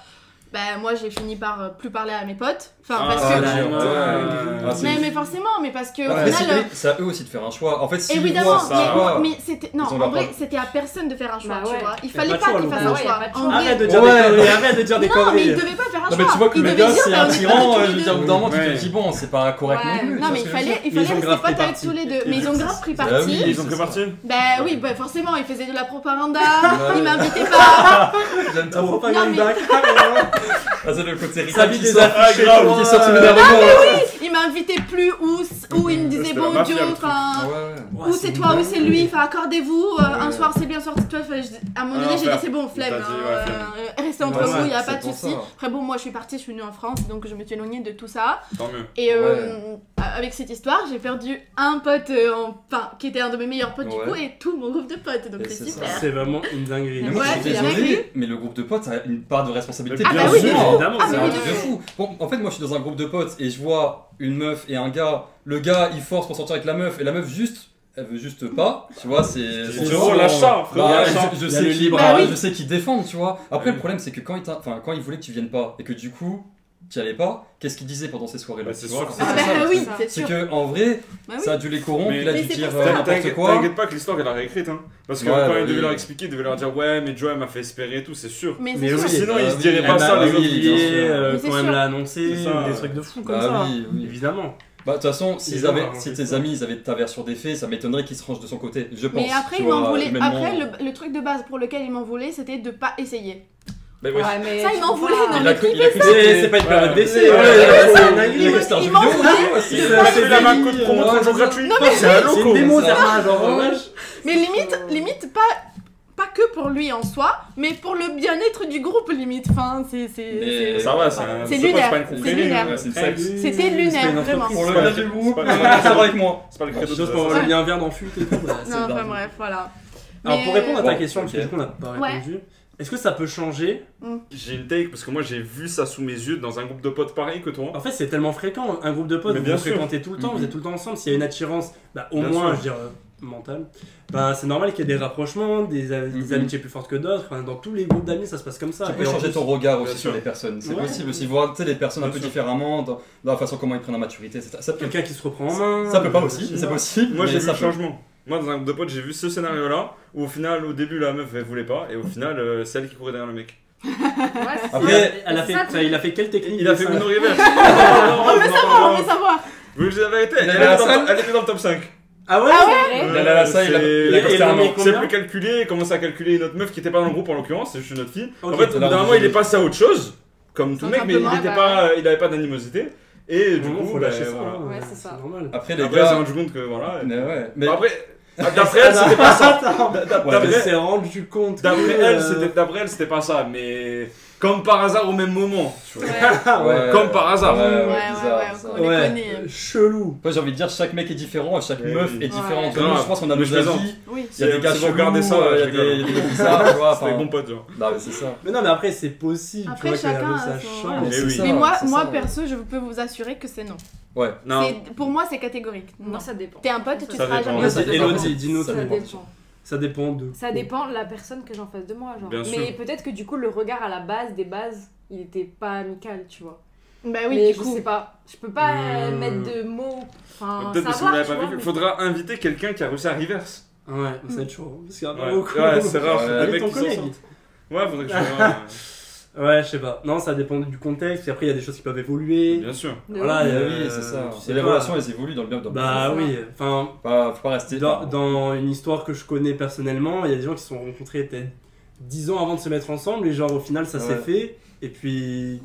Speaker 5: bah, moi j'ai fini par euh, plus parler à mes potes. Enfin,
Speaker 4: Ah,
Speaker 5: parce
Speaker 1: Ah,
Speaker 5: que.
Speaker 1: là,
Speaker 2: Ouais.
Speaker 1: ouais. Ah, c'est-
Speaker 5: mais, mais forcément, mais parce que au
Speaker 1: Après,
Speaker 5: final,
Speaker 1: c'est eux- c'est à eux aussi de faire un choix. En fait, si
Speaker 5: Évidemment,
Speaker 4: ça,
Speaker 5: mais,
Speaker 4: va.
Speaker 5: mais c'était non,
Speaker 1: Ils ont leur
Speaker 5: en vrai,
Speaker 1: propre-
Speaker 5: c'était à personne de faire un choix,
Speaker 6: Bah ouais.
Speaker 5: tu vois. Il
Speaker 2: a pas
Speaker 5: fallait
Speaker 2: de choix,
Speaker 5: pas
Speaker 2: le
Speaker 5: qu'il fasse
Speaker 2: pauvre.
Speaker 5: un
Speaker 6: Ouais,
Speaker 5: choix.
Speaker 6: y a pas de
Speaker 5: En
Speaker 6: choix.
Speaker 5: vrai,
Speaker 2: Arrête de dire
Speaker 1: Ouais.
Speaker 2: des conneries, arrête de dire des
Speaker 5: non, mais
Speaker 2: conneries.
Speaker 5: il devait pas faire un
Speaker 1: Non,
Speaker 5: choix.
Speaker 1: mais tu vois que
Speaker 5: il
Speaker 1: le
Speaker 5: devait
Speaker 1: gars,
Speaker 5: dire,
Speaker 1: c'est
Speaker 5: bah,
Speaker 1: un
Speaker 5: on est
Speaker 1: tyran.
Speaker 5: tous
Speaker 1: euh, Je
Speaker 5: les
Speaker 1: veux
Speaker 5: deux.
Speaker 1: dire, au bout d'un moment, tu te
Speaker 4: Ouais.
Speaker 1: dis, bon, c'est pas correct non plus.
Speaker 6: Ouais.
Speaker 1: tu
Speaker 5: Non,
Speaker 1: vois
Speaker 5: mais
Speaker 1: ce que je
Speaker 5: il
Speaker 1: veux
Speaker 5: fallait,
Speaker 1: dire
Speaker 5: il
Speaker 2: Mais ils ont
Speaker 5: fallait rester
Speaker 2: grave
Speaker 5: potes
Speaker 2: pris
Speaker 5: avec
Speaker 2: parti.
Speaker 5: tous les deux.
Speaker 2: Et
Speaker 5: Mais ils ont
Speaker 2: c'est
Speaker 5: grave pris
Speaker 1: Bah oui,
Speaker 5: parti.
Speaker 4: Ils ont
Speaker 1: c'est
Speaker 4: pris
Speaker 1: ça.
Speaker 4: parti
Speaker 5: Bah oui, bah forcément, il faisait de la propagande.
Speaker 1: Ouais.
Speaker 5: Il m'invitait pas.
Speaker 1: J'aime
Speaker 2: La
Speaker 1: trop.
Speaker 2: propagande
Speaker 5: mais-
Speaker 2: carrément.
Speaker 1: Ah, c'est le côté
Speaker 2: Ça
Speaker 1: Rita
Speaker 2: vit
Speaker 1: qui
Speaker 2: des
Speaker 1: sort.
Speaker 2: affiches.
Speaker 4: Ah, grave,
Speaker 2: chez
Speaker 1: qui
Speaker 2: toi,
Speaker 1: est sorti
Speaker 2: euh,
Speaker 1: de la rumeur.
Speaker 5: Il m'invitait plus ou ou il me disait
Speaker 4: C'était
Speaker 5: bon
Speaker 4: la
Speaker 5: Dieu,
Speaker 4: mafia, le truc.
Speaker 5: enfin.
Speaker 1: Ah ouais.
Speaker 2: Ouais,
Speaker 5: Ou c'est toi,
Speaker 2: une
Speaker 5: ou c'est lui, enfin accordez-vous. euh, Un
Speaker 1: Ouais.
Speaker 5: soir c'est lui, un soir c'est toi. Enfin, je- À mon
Speaker 4: Ah,
Speaker 5: avis, j'ai
Speaker 4: frère.
Speaker 5: dit c'est bon, flemme.
Speaker 4: T'as dit,
Speaker 5: hein,
Speaker 4: ouais, flemme.
Speaker 5: euh, Restez entre
Speaker 2: Ouais,
Speaker 5: vous, il n'y a
Speaker 1: c'est
Speaker 5: pas de
Speaker 1: pour
Speaker 5: souci.
Speaker 1: ça.
Speaker 5: Après, bon, moi je suis partie, je suis venue en France, donc je me suis éloignée de tout ça.
Speaker 4: Tant mieux.
Speaker 5: Et euh, avec cette histoire, j'ai perdu un pote, euh, en- enfin, qui était un de mes meilleurs potes
Speaker 1: Ouais.
Speaker 5: du coup, et tout mon groupe de potes, donc
Speaker 1: Et
Speaker 5: c'est
Speaker 1: c'est
Speaker 5: super.
Speaker 1: ça.
Speaker 2: C'est vraiment une dinguerie. Bah,
Speaker 1: Mais moi,
Speaker 5: Ouais,
Speaker 1: je suis
Speaker 5: c'est
Speaker 1: désolé,
Speaker 5: dingue.
Speaker 1: mais le groupe de potes, ça a une part de responsabilité.
Speaker 4: Ah
Speaker 1: bien
Speaker 4: bah oui,
Speaker 1: sûr.
Speaker 4: de fou.
Speaker 2: évidemment.
Speaker 5: Ah,
Speaker 1: C'est
Speaker 5: mais
Speaker 1: un
Speaker 5: oui,
Speaker 1: truc
Speaker 5: oui,
Speaker 1: de
Speaker 5: oui.
Speaker 1: fou. Bon, en fait, moi, je suis dans un groupe de potes et je vois une meuf et un gars. Le gars, il force pour sortir avec la meuf et la meuf juste, elle veut juste pas. Tu vois, c'est.
Speaker 4: C'est
Speaker 1: c'est-
Speaker 2: toujours
Speaker 4: gros, lâche ça, frérot,
Speaker 1: Bah,
Speaker 4: lâche ça.
Speaker 1: je, je
Speaker 2: Il y a
Speaker 1: sais
Speaker 2: le
Speaker 1: qu'ils
Speaker 2: libre
Speaker 1: bah,
Speaker 5: arbitre.
Speaker 1: je sais qu'ils défendent, tu vois. Après,
Speaker 4: Ouais.
Speaker 1: le problème, c'est que quand ils, t'a- enfin, quand ils voulaient que tu viennes pas et que du coup, tu y allais pas, qu'est-ce qu'ils disaient pendant ces soirées-là
Speaker 4: Bah, c'est
Speaker 1: tu vois
Speaker 4: sûr que
Speaker 5: Ah
Speaker 1: C'est
Speaker 5: bah
Speaker 1: ça, le
Speaker 5: oui,
Speaker 1: truc.
Speaker 5: c'est
Speaker 1: C'est
Speaker 5: sûr.
Speaker 1: que, en vrai,
Speaker 5: Bah oui.
Speaker 1: ça a dû les corrompre,
Speaker 4: Mais-
Speaker 1: il a
Speaker 5: Mais
Speaker 1: dû
Speaker 5: c'est
Speaker 1: dire
Speaker 5: pour
Speaker 1: euh,
Speaker 5: ça.
Speaker 1: n'importe
Speaker 4: T'inquiète
Speaker 1: quoi.
Speaker 4: t'inquiète pas que l'histoire elle a réécrite hein. Parce que
Speaker 1: Ouais,
Speaker 4: quand
Speaker 1: bah
Speaker 4: il devait
Speaker 1: oui.
Speaker 4: leur expliquer, il devait leur dire ouais mais Joe elle m'a fait espérer et tout, c'est sûr.
Speaker 5: Mais
Speaker 2: Mais
Speaker 5: c'est sûr.
Speaker 2: oui.
Speaker 4: Sinon ils se
Speaker 1: Bah
Speaker 4: diraient
Speaker 1: oui,
Speaker 4: pas
Speaker 1: bah
Speaker 4: ça les
Speaker 1: oui,
Speaker 4: autres.
Speaker 1: bien sûr.
Speaker 2: oublié, euh,
Speaker 5: Mais c'est
Speaker 2: quand elle me
Speaker 5: sûr.
Speaker 2: l'a annoncé,
Speaker 4: C'est ça,
Speaker 2: ou des
Speaker 4: ouais.
Speaker 2: trucs de fou comme ça.
Speaker 1: Bah oui, oui.
Speaker 2: Évidemment.
Speaker 1: Bah de toute façon, s'ils
Speaker 2: Évidemment,
Speaker 1: avaient,
Speaker 2: vraiment,
Speaker 1: si
Speaker 2: c'est
Speaker 1: tes
Speaker 2: ça.
Speaker 1: amis ils avaient ta version des faits, ça m'étonnerait qu'ils se rangent de son côté. Je pense.
Speaker 5: Mais après,
Speaker 1: tu
Speaker 5: il m'en
Speaker 1: vois,
Speaker 5: voulait.
Speaker 1: humainement.
Speaker 5: Après, le, le truc de base pour lequel il m'en voulait, c'était de pas essayer.
Speaker 1: Bah, ouais.
Speaker 6: Ouais, mais
Speaker 5: Ça,
Speaker 6: je
Speaker 5: il m'en
Speaker 6: comprends
Speaker 5: voulait,
Speaker 6: pas.
Speaker 5: non,
Speaker 1: Il a
Speaker 5: mais
Speaker 1: cru- il a cru que
Speaker 2: C'est c'est
Speaker 1: c'était-
Speaker 2: pas une période
Speaker 4: Ouais.
Speaker 2: d'essai.
Speaker 4: Ouais,
Speaker 2: ouais,
Speaker 4: ouais,
Speaker 2: C'est une
Speaker 5: ouais.
Speaker 2: dinguerie.
Speaker 5: Il
Speaker 1: que c'était un
Speaker 5: il
Speaker 1: jeu
Speaker 5: m'en
Speaker 1: vidéo,
Speaker 5: voulait.
Speaker 1: ouais,
Speaker 4: Il a fait la
Speaker 2: c'est-
Speaker 4: marque de promo
Speaker 2: Ouais,
Speaker 4: de
Speaker 2: c'est-
Speaker 4: gratuit.
Speaker 5: Non,
Speaker 4: C'est un
Speaker 2: C'est une
Speaker 4: loco.
Speaker 2: démo,
Speaker 1: ça.
Speaker 2: ça marche, genre,
Speaker 1: Ouais.
Speaker 2: ouais.
Speaker 5: Mais limite, limite, pas. Pas que pour lui en soi, mais pour le bien-être du groupe, limite. Enfin, c'est. c'est-
Speaker 1: Mais-
Speaker 5: c'est-
Speaker 4: Ça va, c'est un- c'est pas- c'est
Speaker 5: C'est
Speaker 4: pas
Speaker 5: lunaire,
Speaker 4: une
Speaker 5: c'est
Speaker 4: confrérie,
Speaker 5: lunaire.
Speaker 1: Ouais, c'est une
Speaker 4: Ouais.
Speaker 1: secte.
Speaker 5: C'était
Speaker 2: C'est
Speaker 5: lunaire,
Speaker 2: une
Speaker 5: vraiment.
Speaker 2: entreprise.
Speaker 1: Pour le
Speaker 4: pas-
Speaker 1: bien
Speaker 4: c'est
Speaker 1: du groupe,
Speaker 4: pas-
Speaker 1: ça va avec moi.
Speaker 4: C'est pas le
Speaker 2: Quelque
Speaker 4: credo
Speaker 2: chose
Speaker 4: de
Speaker 2: pour
Speaker 4: la-
Speaker 2: enlever un verre dans le fut et tout. bah, c'est
Speaker 5: Non, enfin
Speaker 1: dingue.
Speaker 5: bref, voilà.
Speaker 2: Alors
Speaker 5: Mais- euh,
Speaker 2: pour répondre à ta
Speaker 1: Ouais,
Speaker 2: question, parce que
Speaker 1: ok.
Speaker 2: du coup on n'a pas
Speaker 5: Ouais.
Speaker 2: répondu, est-ce que ça peut changer
Speaker 4: J'ai une take parce que moi j'ai vu ça sous mes yeux dans un groupe de potes pareil que toi.
Speaker 2: En fait c'est tellement fréquent, un groupe de potes,
Speaker 4: Mais
Speaker 2: vous
Speaker 4: bien
Speaker 2: vous
Speaker 4: sûr.
Speaker 2: fréquentez tout le temps,
Speaker 1: Mhm.
Speaker 2: vous êtes tout le temps ensemble, s'il y a une attirance, bah, au
Speaker 4: Bien
Speaker 2: moins
Speaker 4: sûr.
Speaker 2: je veux dire, euh, mentale, bah, c'est normal qu'il y ait des rapprochements, des, a- des
Speaker 1: Mhm.
Speaker 2: amitiés plus fortes que d'autres. Enfin, dans tous les groupes d'amis, ça se passe comme ça.
Speaker 1: Tu peux
Speaker 2: Et en
Speaker 1: changer
Speaker 2: plus-
Speaker 1: ton regard
Speaker 4: Bien
Speaker 1: aussi sur
Speaker 4: sûr.
Speaker 1: les personnes. C'est
Speaker 2: Ouais.
Speaker 1: possible aussi voir tu sais, les personnes un
Speaker 2: Bien
Speaker 1: peu
Speaker 2: sûr.
Speaker 1: différemment, dans, dans la façon comment ils prennent la maturité. etc. Ça, peut-
Speaker 2: Quelqu'un qui se reprend en main.
Speaker 1: ça peut pas
Speaker 2: euh,
Speaker 1: aussi,
Speaker 2: machin.
Speaker 1: c'est possible.
Speaker 4: Moi
Speaker 1: mais
Speaker 4: j'ai vu
Speaker 1: ça
Speaker 4: le
Speaker 1: peut.
Speaker 4: changement. Moi dans un groupe de potes j'ai vu ce scénario là où au final au début la meuf elle voulait pas et au final euh, c'est elle qui courait derrière le mec.
Speaker 6: Ouais, c'est
Speaker 2: Après,
Speaker 1: Ouais.
Speaker 2: elle- elle a fait,
Speaker 6: Ça,
Speaker 2: enfin, il a fait quelle technique
Speaker 4: Il a
Speaker 2: de
Speaker 4: fait
Speaker 2: ça
Speaker 4: une reverse. Oh,
Speaker 5: On veut savoir, on veut savoir.
Speaker 4: Vous voulez que je dise la vérité
Speaker 1: Il
Speaker 4: elle,
Speaker 1: avait
Speaker 4: était
Speaker 1: la
Speaker 4: dans-
Speaker 1: salle
Speaker 4: elle était dans le top 5.
Speaker 2: Ah ouais,
Speaker 5: Ah ouais
Speaker 6: vrai.
Speaker 1: Là, là, là, ça, il a-
Speaker 4: C'est-
Speaker 1: il a costé
Speaker 2: il a
Speaker 1: un
Speaker 2: mis
Speaker 1: an.
Speaker 4: C'est
Speaker 2: Combien
Speaker 4: plus calculé, il commence à calculer une autre meuf qui était pas dans le groupe en l'occurrence, c'est juste une autre fille.
Speaker 2: Ok,
Speaker 4: en fait, au bout
Speaker 1: là,
Speaker 4: d'un
Speaker 1: on
Speaker 4: moment,
Speaker 1: est-
Speaker 4: il est passé à autre chose, comme tout
Speaker 5: Tout
Speaker 4: mec, mais il
Speaker 5: simplement,
Speaker 4: n'était
Speaker 5: bah
Speaker 4: pas, il avait pas d'animosité. Et du
Speaker 2: Bon,
Speaker 4: coup,
Speaker 2: faut
Speaker 4: bah,
Speaker 2: lâcher ça.
Speaker 4: voilà.
Speaker 2: hein,
Speaker 6: Ouais,
Speaker 2: euh,
Speaker 6: c'est ça.
Speaker 2: normal.
Speaker 1: Après, les
Speaker 4: Après, on s'est
Speaker 1: gars.
Speaker 4: rendu compte que voilà.
Speaker 1: Mais ouais. Mais
Speaker 4: Mais après, ah, d'après elle, c'était pas ça.
Speaker 2: Elle
Speaker 4: D'après-
Speaker 2: s'est rendue compte. que,
Speaker 4: D'après elle,
Speaker 2: euh,
Speaker 4: c'était d'après elle, c'était pas ça, mais comme par hasard au même moment. tu vois.
Speaker 2: Ah ouais.
Speaker 1: ouais,
Speaker 4: Comme par hasard.
Speaker 1: Ouais, ouais,
Speaker 5: Ouais, ouais,
Speaker 1: bizarre,
Speaker 5: ouais,
Speaker 1: ça.
Speaker 5: on les
Speaker 2: Ouais.
Speaker 5: connaît.
Speaker 2: Chelou.
Speaker 1: Moi j'ai envie de dire chaque mec est différent, chaque
Speaker 4: Ouais,
Speaker 1: meuf
Speaker 4: oui.
Speaker 1: est différente. entre
Speaker 4: Ouais.
Speaker 1: nous. Je pense qu'on a
Speaker 4: Mais
Speaker 1: nos
Speaker 4: je plaisante.
Speaker 1: avis.
Speaker 5: Oui.
Speaker 1: Il y a des gars
Speaker 4: Si vous regardez
Speaker 1: chelous,
Speaker 4: ça,
Speaker 1: euh, il y a
Speaker 4: je
Speaker 1: des
Speaker 4: rigole.
Speaker 1: des mecs bizarres, tu vois.
Speaker 4: C'était
Speaker 1: enfin.
Speaker 4: bon pote, genre.
Speaker 1: Non, mais c'est ça.
Speaker 2: Mais non, mais après, c'est possible.
Speaker 5: Après,
Speaker 2: tu vois, que la
Speaker 5: chacun
Speaker 2: meuf,
Speaker 5: a
Speaker 2: ça
Speaker 5: son-
Speaker 2: change.
Speaker 4: Mais
Speaker 1: c'est
Speaker 4: oui.
Speaker 1: ça,
Speaker 5: Mais moi,
Speaker 1: c'est
Speaker 5: moi
Speaker 1: ça.
Speaker 5: perso, je peux vous assurer que c'est non.
Speaker 1: Ouais.
Speaker 4: Non.
Speaker 5: C'est- Pour moi, c'est catégorique. Non.
Speaker 6: Non, ça dépend.
Speaker 5: T'es un pote, tu
Speaker 4: Ça
Speaker 5: seras
Speaker 4: dépend.
Speaker 5: jamais.
Speaker 2: Vas-y,
Speaker 1: Ça dépend.
Speaker 2: Elodie, dis-nous
Speaker 1: Ça
Speaker 6: Ça
Speaker 2: ton-
Speaker 6: dépend.
Speaker 2: Ça dépend de.
Speaker 6: Ça dépend de la personne que j'en face de moi, genre.
Speaker 4: Bien
Speaker 6: Mais
Speaker 4: sûr.
Speaker 6: peut-être que du coup, le regard à la base des bases, il était pas amical, tu vois.
Speaker 5: Bah
Speaker 6: mais
Speaker 5: oui, du
Speaker 6: je
Speaker 5: coup.
Speaker 6: sais pas. Je peux pas euh,
Speaker 4: Hmm.
Speaker 6: mettre de mots. Enfin,
Speaker 4: Peut-être que si vous
Speaker 6: savoir,
Speaker 4: l'avez
Speaker 6: tu
Speaker 4: pas
Speaker 6: vois,
Speaker 4: vécu,
Speaker 6: mais-
Speaker 4: faudra inviter quelqu'un qui a réussi à reverse.
Speaker 2: Ah Ouais, ça va être chaud. hein, Parce qu'il y en a pas
Speaker 4: Ouais.
Speaker 2: Ah, beaucoup.
Speaker 4: Ouais, c'est rare,
Speaker 1: Ouais.
Speaker 4: les
Speaker 2: Avec
Speaker 4: mecs
Speaker 2: ton
Speaker 4: qui s'en
Speaker 2: collègue.
Speaker 4: sortent. Ouais, faudrait que je fasse.
Speaker 2: Ouais, je sais pas. Non, ça dépend du contexte. Et après, il y a des choses qui peuvent évoluer.
Speaker 4: Bien sûr.
Speaker 6: de
Speaker 2: Voilà,
Speaker 6: ouf.
Speaker 1: Mais
Speaker 2: euh,
Speaker 1: oui, c'est ça.
Speaker 2: tu sais
Speaker 1: Et les
Speaker 2: pas.
Speaker 1: relations elles évoluent dans le bien dans le
Speaker 2: Bah
Speaker 6: C'est ça.
Speaker 2: oui, enfin,
Speaker 1: mal. Pas- Faut pas rester.
Speaker 2: Dans, dans une histoire que je connais personnellement, il y a des gens qui se sont rencontrés peut-être 10 ans avant de se mettre ensemble et genre au final ça s'est
Speaker 1: Ouais.
Speaker 2: fait. Et puis.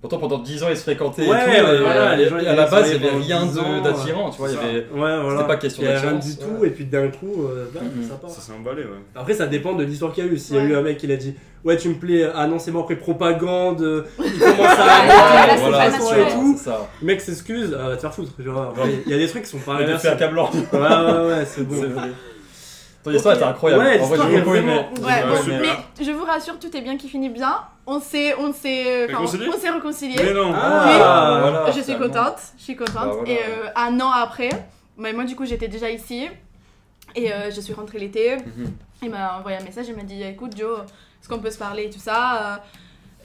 Speaker 1: Pourtant pendant 10 ans ils se fréquentaient. et
Speaker 2: Ouais,
Speaker 1: tout,
Speaker 2: ouais,
Speaker 1: et-
Speaker 2: voilà, les gens,
Speaker 1: et
Speaker 2: ils
Speaker 1: à la
Speaker 2: sont
Speaker 1: base
Speaker 2: allés
Speaker 1: il y avait
Speaker 2: pendant
Speaker 1: rien
Speaker 2: 10 ans,
Speaker 1: de- d'attirant, tu vois. Il y
Speaker 4: ça.
Speaker 1: avait.
Speaker 2: Ouais, voilà.
Speaker 1: C'était pas question
Speaker 2: Il y a rien
Speaker 1: d'attirance,
Speaker 2: du tout.
Speaker 1: ouais.
Speaker 2: Et puis d'un coup, euh, bam,
Speaker 1: Mhm.
Speaker 2: ça part.
Speaker 4: Ça s'est emballé, ouais.
Speaker 2: Après, ça dépend de l'histoire qu'il y a eu. S'il y a
Speaker 5: Ouais.
Speaker 2: eu un mec qui a dit Ouais, tu me plais, ah non, c'est mort, après propagande, euh, il commence
Speaker 6: Ouais, là,
Speaker 2: à.
Speaker 6: c'est pas
Speaker 2: façon
Speaker 6: naturel.
Speaker 2: et tout.
Speaker 1: c'est ça.
Speaker 2: Le mec s'excuse, ah, va te faire foutre. Genre, il y a des trucs qui sont pas
Speaker 1: Il était fait
Speaker 2: inversables.
Speaker 1: accablant.
Speaker 2: Ouais, ouais, ouais, c'est
Speaker 1: C'est
Speaker 2: bon.
Speaker 1: vrai. Ton histoire était incroyable.
Speaker 2: Ouais,
Speaker 1: en vrai,
Speaker 2: l'histoire
Speaker 1: j'ai
Speaker 2: est
Speaker 1: beaucoup aimé.
Speaker 2: vraiment-
Speaker 5: Ouais,
Speaker 4: Ouais,
Speaker 5: bon,
Speaker 4: super.
Speaker 5: mais je vous rassure, tout est bien qui finit bien. On s'est, on s'est, enfin,
Speaker 4: Réconcilié
Speaker 5: on s'est réconciliés.
Speaker 4: Mais non.
Speaker 2: Ah,
Speaker 1: Oui. voilà.
Speaker 5: je suis
Speaker 1: finalement.
Speaker 5: contente, je suis contente.
Speaker 1: Bah, voilà.
Speaker 5: Et euh, un an après, bah, moi du coup j'étais déjà ici et euh, je suis rentrée l'été.
Speaker 1: Mhm.
Speaker 5: Il m'a envoyé un message, il m'a dit écoute Joe, est-ce qu'on peut se parler et tout ça Euh,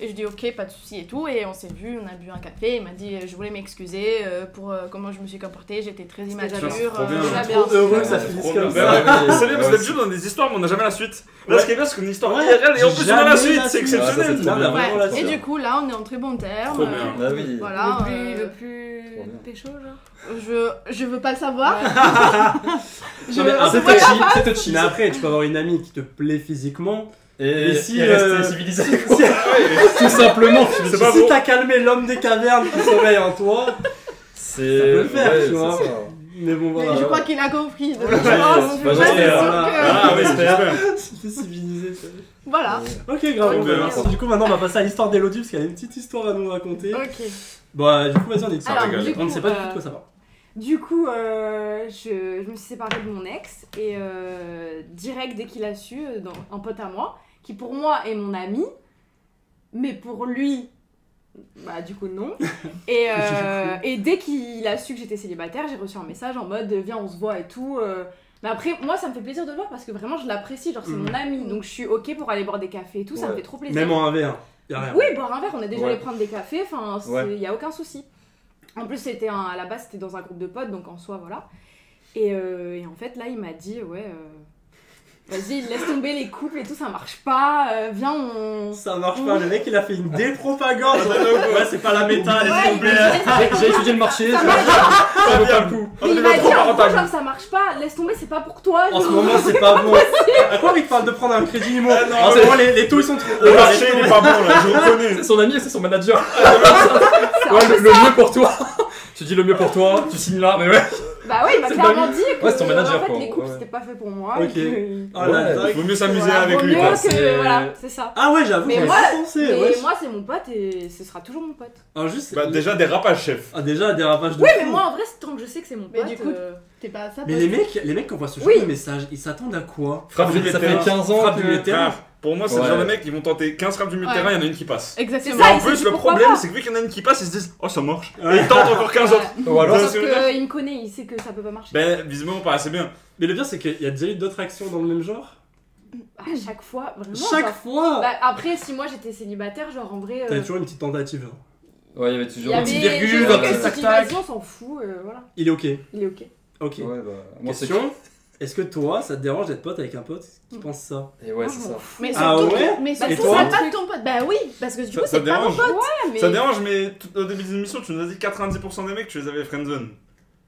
Speaker 5: Et je dis ok, pas de souci et tout. Et on s'est vu, on a bu un café. Il m'a dit je voulais m'excuser euh, pour euh, comment je me suis comportée, j'étais très
Speaker 4: Putain, c'est
Speaker 5: immature.
Speaker 4: trop
Speaker 5: euh,
Speaker 4: bien.
Speaker 5: voilà.
Speaker 6: Très bien.
Speaker 2: Trop heureux que ça
Speaker 1: Ouais,
Speaker 2: finisse
Speaker 4: trop
Speaker 2: comme
Speaker 4: bien. Bah
Speaker 2: ça.
Speaker 1: Ouais, ouais, ouais.
Speaker 4: C'est bien parce que
Speaker 1: Ouais,
Speaker 4: d'habitude on a des histoires mais on n'a jamais la suite. Là
Speaker 2: Ouais.
Speaker 4: ce qui est bien c'est qu'on a une histoire
Speaker 2: Ouais.
Speaker 4: IRL et en plus on a la
Speaker 2: Jamais
Speaker 4: suite,
Speaker 2: la suite.
Speaker 4: c'est
Speaker 1: Ah, ça,
Speaker 4: exceptionnel.
Speaker 1: c'est trop bien.
Speaker 2: Ouais.
Speaker 1: vraiment la
Speaker 5: Et
Speaker 1: suite.
Speaker 5: du coup là on est en très bons termes.
Speaker 4: Trop bien.
Speaker 1: Bah oui.
Speaker 5: Voilà,
Speaker 6: le plus,
Speaker 5: euh,
Speaker 6: le plus
Speaker 1: Trop bien.
Speaker 6: pécho, genre.
Speaker 5: je, je veux pas le savoir. je
Speaker 2: Non, mais
Speaker 5: veux-
Speaker 2: un peu
Speaker 5: voilà.
Speaker 2: touchy, c'est touchy. Mais après, tu peux avoir une amie qui te plaît physiquement.
Speaker 1: Et,
Speaker 2: Mais si,
Speaker 1: et
Speaker 2: euh,
Speaker 1: rester civilisé.
Speaker 2: si-
Speaker 1: Tout simplement.
Speaker 4: C'est pas
Speaker 2: si
Speaker 4: beau.
Speaker 2: t'as calmé l'homme des cavernes qui sommeille en toi,
Speaker 1: C'est.
Speaker 2: ça peut le faire,
Speaker 1: ouais,
Speaker 2: tu
Speaker 1: c'est
Speaker 2: vois.
Speaker 1: ça.
Speaker 2: Mais bon,
Speaker 5: Mais
Speaker 2: voilà.
Speaker 5: je crois qu'il a compris. donc je
Speaker 1: Ouais,
Speaker 5: pense, je suis
Speaker 1: bah,
Speaker 5: pas
Speaker 1: j'espère.
Speaker 5: sûre que-
Speaker 4: Ah oui, j'espère.
Speaker 2: C'était civilisé. ça.
Speaker 5: Voilà.
Speaker 2: Ok, grave.
Speaker 4: Ouais,
Speaker 2: on va
Speaker 4: mais
Speaker 2: voir.
Speaker 4: alors.
Speaker 2: Du coup, maintenant, on va passer à l'histoire d'Elodie parce qu'elle a une petite histoire à nous raconter.
Speaker 6: Ok.
Speaker 2: Bon, euh, du coup, vas-y, on est
Speaker 4: Alors,
Speaker 2: on
Speaker 4: du
Speaker 2: ne sait
Speaker 6: coup,
Speaker 2: pas du tout
Speaker 6: euh,
Speaker 2: de quoi ça va.
Speaker 6: Du coup, euh, je, je me suis séparée de mon ex et euh, direct, dès qu'il a su, euh, dans- un pote à moi, qui pour moi est mon ami, mais pour lui, bah du coup non. Et, euh, et dès qu'il a su que j'étais célibataire, j'ai reçu un message en mode viens on se voit et tout. euh. mais après, moi ça me fait plaisir de le voir parce que vraiment je l'apprécie, genre c'est
Speaker 2: Mhm.
Speaker 6: mon ami, donc je suis ok pour aller boire des cafés et tout, ça me
Speaker 1: Ouais.
Speaker 6: fait trop plaisir.
Speaker 2: Même en un verre, y'a rien.
Speaker 6: Oui, boire un verre, on est déjà
Speaker 1: Ouais.
Speaker 6: allé prendre des cafés, enfin, il
Speaker 1: Ouais.
Speaker 6: n'y a aucun souci. En plus, c'était un- à la base, c'était dans un groupe de potes, donc en soi, voilà. Et, euh, et en fait, là, il m'a dit, ouais, euh, vas-y, laisse tomber les couples et tout, ça marche pas, euh, viens, on.
Speaker 2: Ça marche pas, le mec il a fait une dépropagande. ouais, c'est pas la méta, laisse
Speaker 5: Ouais,
Speaker 2: tomber.
Speaker 1: Ah, J'ai- J'ai étudié le marché.
Speaker 6: Ça
Speaker 1: tu
Speaker 6: marche pas,
Speaker 1: Ah,
Speaker 4: Ça vaut pas le
Speaker 1: coup.
Speaker 4: On
Speaker 6: il
Speaker 4: est
Speaker 6: m'a
Speaker 4: pas
Speaker 6: dit,
Speaker 4: trop
Speaker 6: en gros,
Speaker 4: parentale.
Speaker 6: genre, ça marche pas, laisse tomber, c'est pas pour toi.
Speaker 2: En ce
Speaker 6: genre.
Speaker 2: moment, c'est pas bon.
Speaker 6: Ah,
Speaker 2: À quoi il te parle de prendre un crédit IMO
Speaker 4: Ah non,
Speaker 2: En ce
Speaker 4: mais-
Speaker 2: moment, les, les taux ils sont trop hauts.
Speaker 4: Le marché il est pas bon là, je reconnais.
Speaker 1: C'est son ami et c'est son manager.
Speaker 6: Ça-
Speaker 1: Ouais, le, le mieux pour toi. tu dis le mieux pour toi, tu signes là, mais ouais.
Speaker 6: Bah oui, il m'a
Speaker 1: C'est
Speaker 6: clairement
Speaker 1: dingue.
Speaker 6: dit que
Speaker 1: Ouais, c'est ton manager,
Speaker 6: en fait,
Speaker 1: quoi.
Speaker 6: les couples,
Speaker 1: Ouais.
Speaker 6: c'était pas fait pour moi.
Speaker 2: Ok.
Speaker 6: et que-
Speaker 2: Oh là,
Speaker 1: Ouais.
Speaker 2: dingue.
Speaker 4: Vaut mieux s'amuser
Speaker 6: Voilà,
Speaker 4: avec
Speaker 6: vaut
Speaker 4: lui.
Speaker 6: mieux
Speaker 4: quoi.
Speaker 1: quoi,
Speaker 6: que-
Speaker 1: c'est-
Speaker 6: Voilà, c'est ça.
Speaker 2: Ah ouais, j'avoue,
Speaker 6: Mais
Speaker 2: j'avais
Speaker 6: moi,
Speaker 2: pas pensé.
Speaker 6: Mais
Speaker 2: ouais.
Speaker 6: moi, c'est mon pote et ce sera toujours mon pote.
Speaker 2: Alors juste,
Speaker 4: Bah déjà dérapage chef.
Speaker 2: ah, déjà dérapage de
Speaker 6: Oui,
Speaker 2: fou.
Speaker 6: mais moi en vrai, c'est tant que je sais que c'est mon
Speaker 5: Mais
Speaker 6: pote.
Speaker 5: du coup,
Speaker 6: euh,
Speaker 5: T'es pas à ça.
Speaker 2: Mais
Speaker 5: toi.
Speaker 2: les mecs, les mecs qui envoient ce genre
Speaker 6: Oui.
Speaker 2: de message, ils s'attendent à quoi
Speaker 4: Frappe du
Speaker 1: ça fait
Speaker 4: terrain.
Speaker 1: 15 ans
Speaker 2: Frappe
Speaker 1: que-
Speaker 2: du terrain.
Speaker 4: Frère, Pour moi, c'est le
Speaker 1: Ouais.
Speaker 4: genre de mecs qui vont tenter 15 frappes du milieu de
Speaker 5: Ouais.
Speaker 4: terrain, il y en a une qui passe.
Speaker 5: Exactement.
Speaker 4: Mais
Speaker 6: ça,
Speaker 4: en
Speaker 6: ils se
Speaker 4: plus,
Speaker 6: disent
Speaker 4: le
Speaker 6: pourquoi
Speaker 4: problème,
Speaker 6: pas.
Speaker 4: c'est que vu qu'il y en a une qui passe, ils se disent Oh, ça marche. Et ils tentent encore 15 autres.
Speaker 1: Ou alors,
Speaker 4: Ouais.
Speaker 6: Sauf qu'il me connaît, euh, il sait que ça peut pas marcher.
Speaker 4: Ben, visiblement, pas assez bien.
Speaker 2: Mais le pire, c'est qu'il y a déjà eu d'autres actions dans le même genre.
Speaker 6: À chaque fois, vraiment.
Speaker 2: Chaque
Speaker 6: genre-
Speaker 2: fois
Speaker 6: Bah, après, si moi j'étais célibataire, genre en vrai.
Speaker 2: T'avais
Speaker 6: euh,
Speaker 2: toujours une petite tentative. hein. genre.
Speaker 1: ouais, il y avait
Speaker 6: Il y
Speaker 1: toujours
Speaker 6: avait
Speaker 1: une petite
Speaker 6: j'ai
Speaker 2: virgule,
Speaker 6: vu
Speaker 2: un
Speaker 6: que
Speaker 1: petit
Speaker 6: cette
Speaker 2: tac-tac.
Speaker 6: situation, on s'en fout, euh, voilà.
Speaker 2: Il est ok.
Speaker 6: Il est ok.
Speaker 2: Ok.
Speaker 1: Ouais, bah, moi, c'est.
Speaker 2: Question Est-ce que toi, ça te dérange d'être pote avec un pote
Speaker 6: Mm.
Speaker 2: qui pense ça
Speaker 1: Et ouais,
Speaker 6: Moi,
Speaker 1: c'est
Speaker 6: je
Speaker 1: ça.
Speaker 6: m'en fous.
Speaker 5: Mais
Speaker 2: Ah
Speaker 5: surtout,
Speaker 2: ouais
Speaker 5: mais
Speaker 6: Bah,
Speaker 5: surtout,
Speaker 2: toi
Speaker 5: ça pas ton pote. Bah oui, parce que du
Speaker 4: Ça- ça
Speaker 5: coup, c'est pas mon
Speaker 4: dérange.
Speaker 5: pote.
Speaker 6: Ouais, mais-
Speaker 4: Ça dérange, mais tout- au début de l'émission, tu nous as dit que 90% des mecs, tu les avais friendzone.